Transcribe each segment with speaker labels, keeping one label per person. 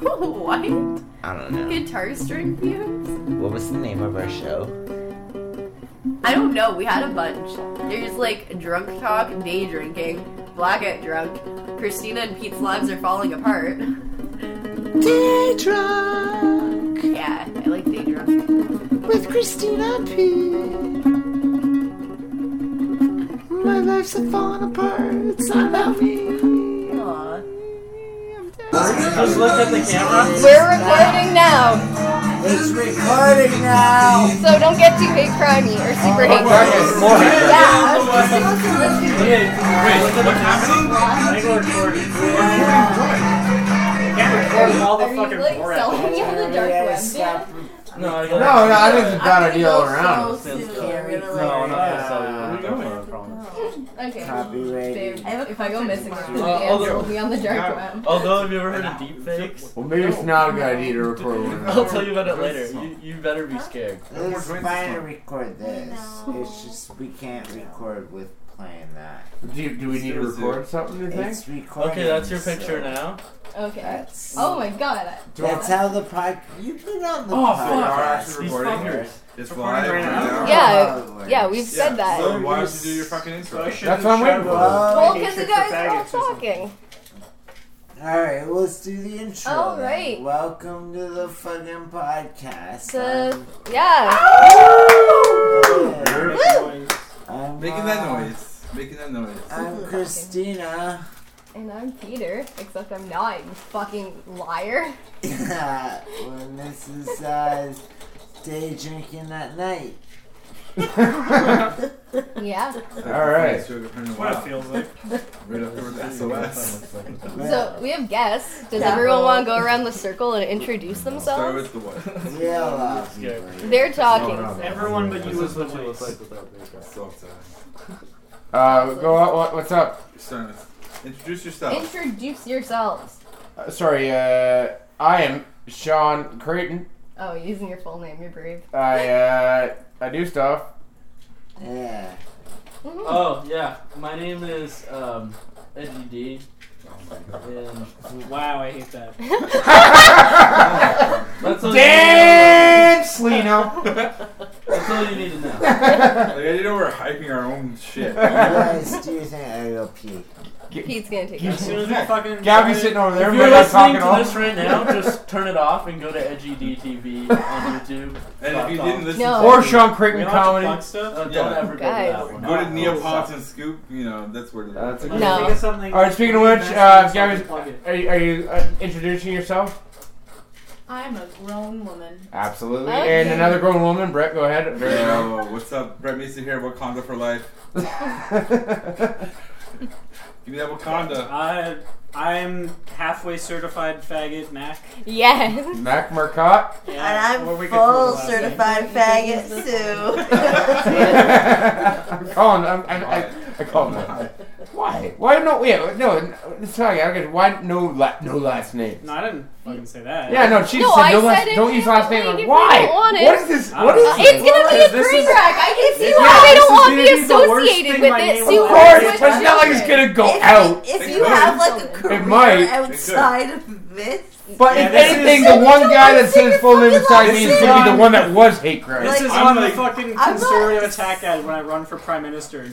Speaker 1: what?
Speaker 2: I don't know.
Speaker 1: Guitar string fumes?
Speaker 2: What was the name of our show?
Speaker 1: I don't know. We had a bunch. There's like drunk talk, day drinking, blackout drunk. Christina and Pete's lives are falling apart.
Speaker 2: Day Drunk
Speaker 1: Yeah, I like day drunk.
Speaker 2: with Christina P. My life's a falling apart. It's not about me.
Speaker 1: Aw.
Speaker 3: Just look at the camera.
Speaker 4: We're recording now,
Speaker 5: It's recording now.
Speaker 4: so don't get too hate crimey or super hate crimey. Yeah, I was just supposed to listen to
Speaker 3: Okay, wait, what's happening? I think we're recording. Can't record all the
Speaker 4: Are you,
Speaker 3: fucking
Speaker 4: like,
Speaker 3: Borat
Speaker 4: selling
Speaker 3: movies.
Speaker 4: it on the
Speaker 5: We
Speaker 4: dark
Speaker 5: gotta
Speaker 4: web?
Speaker 5: stop.
Speaker 3: No, I
Speaker 5: No, no, I think it's a bad
Speaker 1: I'm
Speaker 5: idea
Speaker 1: gonna
Speaker 5: all
Speaker 1: go
Speaker 5: around.
Speaker 1: so soon.
Speaker 5: scary.
Speaker 1: I'm gonna, like,
Speaker 3: No, I'm not gonna
Speaker 5: Yeah.
Speaker 3: sell you that phone, I promise.
Speaker 4: Okay.
Speaker 5: Copyright.
Speaker 4: Babe, if I go missing,
Speaker 1: Uh,
Speaker 4: the
Speaker 3: although-
Speaker 4: answer will be on the dark web.
Speaker 3: Although, have you ever heard of deepfakes?
Speaker 5: Well, maybe it's not a good idea to record one.
Speaker 3: I'll tell you about it later. You, you better be scared.
Speaker 5: It's fine to record this. It's just we can't record with playing that.
Speaker 2: Do, do we need to record something? You
Speaker 5: It's recording.
Speaker 3: Okay, that's your picture
Speaker 5: so
Speaker 3: now.
Speaker 4: Okay.
Speaker 5: That's,
Speaker 4: Oh my god.
Speaker 5: that's how the pod. You put on the
Speaker 3: Oh, fuck.
Speaker 5: podcast.
Speaker 3: These
Speaker 6: Recording?
Speaker 3: fuckers.
Speaker 6: It's live
Speaker 3: right now.
Speaker 4: Yeah.
Speaker 5: Oh,
Speaker 4: Yeah, we've
Speaker 6: Yeah,
Speaker 4: said that.
Speaker 6: So why would you do your fucking intro?
Speaker 2: That's what I'm waiting for.
Speaker 4: Well, because you guys are all talking.
Speaker 5: All right, well, let's do the intro.
Speaker 4: All
Speaker 5: then.
Speaker 4: right.
Speaker 5: Welcome to the fucking podcast.
Speaker 4: So, yeah.
Speaker 5: I'm, I'm, uh,
Speaker 6: Making that noise. Making that noise.
Speaker 5: I'm Christina.
Speaker 4: And I'm Peter, except I'm not, you fucking liar.
Speaker 5: when this is uh, day drinking at night.
Speaker 4: Yeah.
Speaker 2: All right.
Speaker 3: What it feels like.
Speaker 6: Right after with SOS.
Speaker 4: So, we have guests. Does everyone want to go around the circle and introduce
Speaker 6: Start
Speaker 4: themselves?
Speaker 6: with the what?
Speaker 5: Yeah, love
Speaker 3: Yeah.
Speaker 4: They're talking.
Speaker 3: Everyone but you is the
Speaker 6: So upset.
Speaker 2: Uh, go out. What, what's up?
Speaker 6: You're starting with. Introduce yourself.
Speaker 4: Introduce yourselves.
Speaker 2: Uh, sorry. Uh, I am Sean Creighton.
Speaker 4: Oh, using your full name, you're brave.
Speaker 2: I uh, I do stuff.
Speaker 5: Yeah.
Speaker 4: Mhm.
Speaker 3: Oh, yeah. My name is um, Eddie D. And wow, I hate that. That's all,
Speaker 2: Dan Slino.
Speaker 3: That's all you need to know.
Speaker 6: Like, I didn't know we were hyping our own shit.
Speaker 5: Guys, do you think I go pee?
Speaker 4: Pete's gonna take
Speaker 3: As
Speaker 4: it.
Speaker 3: soon as we fucking
Speaker 2: Gabby's sitting over there.
Speaker 3: If you're
Speaker 2: Everybody's talking
Speaker 3: listening to
Speaker 2: all.
Speaker 3: this right now, just turn it off and go to Edgy DTV on YouTube.
Speaker 6: And if you didn't listen,
Speaker 4: No.
Speaker 2: Or Sean
Speaker 7: We
Speaker 2: Creighton
Speaker 7: don't have to plug
Speaker 2: comedy.
Speaker 7: stuff?
Speaker 3: Uh, don't
Speaker 6: Yeah.
Speaker 3: ever go to that
Speaker 4: Guys.
Speaker 3: one.
Speaker 6: go to Neapolitan Scoop. You know that's where.
Speaker 2: That's a
Speaker 7: Like,
Speaker 2: good
Speaker 4: No.
Speaker 7: think of something-
Speaker 2: All right. Speaking of which, uh,
Speaker 7: Something
Speaker 2: Gabby's.
Speaker 7: plug it.
Speaker 2: Are you, are you uh, introducing yourself?
Speaker 1: I'm a grown woman.
Speaker 2: Absolutely.
Speaker 4: Okay.
Speaker 2: And another grown woman, Brett. Go ahead. Very well.
Speaker 6: Yo, what's up? Brett Mason here. Wakanda for life. Give me that Wakanda.
Speaker 7: Uh, I'm halfway certified faggot Mac.
Speaker 4: Yes.
Speaker 2: Mac Mercott.
Speaker 7: Yeah, or we could call it last name.
Speaker 1: faggot Sue.
Speaker 2: I'm calling. I'm, I'm, I, I call him. that. Why? Why no? Yeah, no. It's not. I guess why no? La, no last name.
Speaker 7: No, I didn't fucking say that.
Speaker 2: Yeah, no. She
Speaker 4: No,
Speaker 2: said
Speaker 4: I
Speaker 2: no
Speaker 4: said
Speaker 2: last.
Speaker 4: it
Speaker 2: Don't use last
Speaker 4: differently
Speaker 2: name.
Speaker 4: if
Speaker 2: Like, why?
Speaker 4: you don't want it.
Speaker 2: What is this? What is
Speaker 7: Uh,
Speaker 2: this?
Speaker 4: It's gonna be a
Speaker 2: This
Speaker 4: train
Speaker 2: is-
Speaker 4: wreck. I can see
Speaker 2: is-
Speaker 4: why
Speaker 2: yeah,
Speaker 4: they
Speaker 2: this is
Speaker 4: don't want to
Speaker 2: gonna be
Speaker 4: be
Speaker 2: the worst
Speaker 4: associated
Speaker 7: thing
Speaker 4: with
Speaker 7: my
Speaker 4: it.
Speaker 7: name
Speaker 4: Sue
Speaker 7: was.
Speaker 2: Of
Speaker 4: works
Speaker 2: course,
Speaker 4: with
Speaker 2: but it's not like it's
Speaker 4: children.
Speaker 2: gonna go out.
Speaker 8: If
Speaker 6: They
Speaker 8: you
Speaker 6: could.
Speaker 8: have like a career
Speaker 2: It might.
Speaker 8: outside of this,
Speaker 2: But
Speaker 7: Yeah,
Speaker 2: if
Speaker 7: this is-
Speaker 2: anything, the one guy that says full name beside
Speaker 8: last
Speaker 2: me is
Speaker 8: name.
Speaker 2: gonna be the one that was hate crime.
Speaker 7: This is
Speaker 6: I'm
Speaker 7: on the
Speaker 6: like-
Speaker 7: fucking
Speaker 8: I'm not-
Speaker 7: conservative attack ad when I run for prime minister in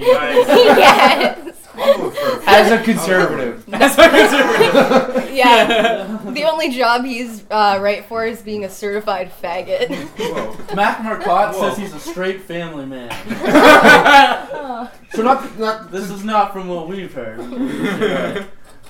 Speaker 4: yes.
Speaker 6: I'll vote first.
Speaker 2: As a conservative,
Speaker 7: That's my conservative.
Speaker 4: Yeah. the only job he's uh, right for is being a certified faggot.
Speaker 6: Whoa.
Speaker 3: Mac Marcotte
Speaker 6: Whoa.
Speaker 3: says he's a straight family man.
Speaker 2: so not not
Speaker 3: This is not from what we've heard.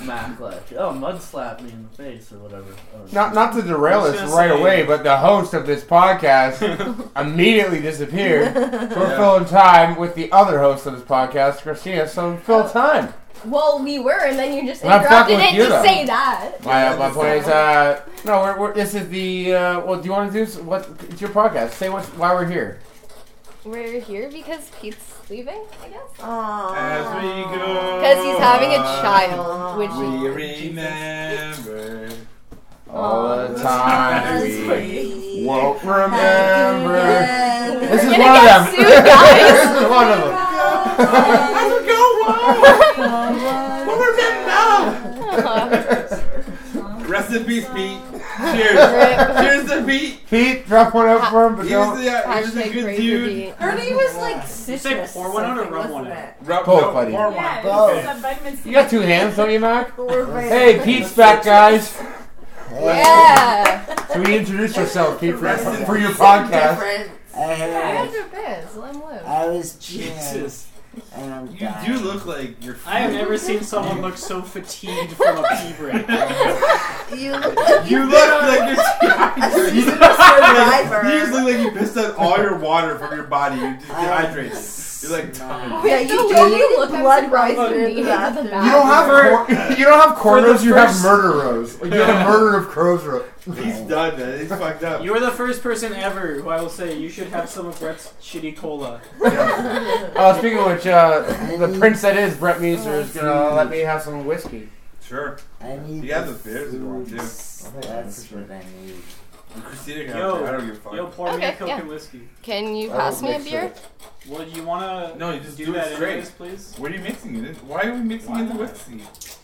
Speaker 3: Mac like, oh, mud slapped me in the face or whatever. Oh, I don't know.
Speaker 2: not not to derail
Speaker 7: I was
Speaker 2: us
Speaker 7: gonna
Speaker 2: right
Speaker 7: say-
Speaker 2: away, but the host of this podcast immediately disappeared. So we're
Speaker 6: Yeah.
Speaker 2: filling time with the other host of this podcast, Christina. So fill time.
Speaker 4: well, we were, and then you just
Speaker 2: I'm fucking
Speaker 4: interrupted
Speaker 2: with
Speaker 4: it
Speaker 2: you,
Speaker 4: to
Speaker 2: though.
Speaker 4: say that.
Speaker 2: My, uh, my point is, uh, no, we're, we're, this is the. Uh, well, do you want to do s- what? It's your podcast. Say what, why we're here.
Speaker 4: We're here because Pete's leaving, I guess.
Speaker 6: As we go.
Speaker 4: Because he's having a
Speaker 6: on,
Speaker 4: child, which
Speaker 6: Uh, We
Speaker 4: Jesus.
Speaker 6: remember.
Speaker 2: All the time we won't remember.
Speaker 8: remember.
Speaker 2: This is
Speaker 4: We're
Speaker 2: one
Speaker 4: gonna
Speaker 2: of them.
Speaker 4: get sued, guys.
Speaker 2: this is one of them.
Speaker 6: go on.
Speaker 2: Remember.
Speaker 4: Uh,
Speaker 6: Rest in peace, Pete. Cheers. Cheers to Pete.
Speaker 2: Pete, drop one out for him, but
Speaker 6: He was,
Speaker 2: don't.
Speaker 6: the, uh, he was a
Speaker 4: Hashtag
Speaker 6: good
Speaker 4: crazy
Speaker 6: dude.
Speaker 4: beat.
Speaker 1: Ernie was like
Speaker 7: you
Speaker 1: citrus.
Speaker 7: say pour one out or
Speaker 1: something,
Speaker 7: rub one
Speaker 1: wasn't
Speaker 7: out?
Speaker 1: it?
Speaker 6: Rob,
Speaker 2: Both,
Speaker 6: no,
Speaker 2: buddy.
Speaker 6: pour one.
Speaker 9: Yeah,
Speaker 6: Both.
Speaker 9: it's some vitamin C.
Speaker 2: You got two hands, don't you, Mac?
Speaker 1: Hey,
Speaker 2: Hey, Pete's back, guys.
Speaker 4: Yeah.
Speaker 2: So we introduce yourself, Pete, for,
Speaker 5: Rest in
Speaker 2: for your
Speaker 5: peace.
Speaker 2: podcast.
Speaker 5: I
Speaker 4: I
Speaker 5: heard.
Speaker 4: got pants. Let him live.
Speaker 5: I was cheating
Speaker 7: Jesus.
Speaker 5: and I'm
Speaker 6: You
Speaker 5: dying.
Speaker 6: do look like you're.
Speaker 7: I have never seen someone look so fatigued from a pee break.
Speaker 1: You look like
Speaker 6: You look like you're. you look
Speaker 1: Survivor.
Speaker 6: you just look like you pissed out all your water from your body. You just
Speaker 5: I'm
Speaker 6: dehydrated. You're like tired.
Speaker 1: yeah,
Speaker 4: The
Speaker 1: you
Speaker 4: way
Speaker 1: donated
Speaker 4: look, I'm
Speaker 1: blood right
Speaker 4: surprised you
Speaker 1: through
Speaker 4: made it
Speaker 1: the
Speaker 4: to
Speaker 1: bathroom.
Speaker 2: You
Speaker 4: bathroom.
Speaker 2: don't have cor- you don't have corners. You have
Speaker 7: first-
Speaker 2: murder rows. You have murder of crows row.
Speaker 6: He's done, man. He's fucked up.
Speaker 7: You're the first person ever who I will say you should have some of Brett's shitty cola.
Speaker 2: Uh, speaking of which, uh, the prince that is Brett Meester is gonna let me have some whiskey.
Speaker 6: Sure.
Speaker 5: I need
Speaker 6: You have the beers if you want to.
Speaker 5: foods. That's what I need.
Speaker 6: Christina can
Speaker 7: Yo.
Speaker 6: have it. I don't give a fuck.
Speaker 7: Yo, pour me a
Speaker 4: Okay,
Speaker 7: Coke
Speaker 4: yeah.
Speaker 7: and whiskey.
Speaker 4: Can you
Speaker 2: I
Speaker 4: pass
Speaker 2: will
Speaker 4: me a
Speaker 2: make sure.
Speaker 4: beer?
Speaker 7: Well, do you wanna
Speaker 6: No, you just
Speaker 7: do,
Speaker 6: do it
Speaker 7: that
Speaker 6: straight.
Speaker 7: anyways, please?
Speaker 6: What are you mixing it in? Why are we mixing
Speaker 7: Why
Speaker 6: in the
Speaker 7: not?
Speaker 6: whiskey?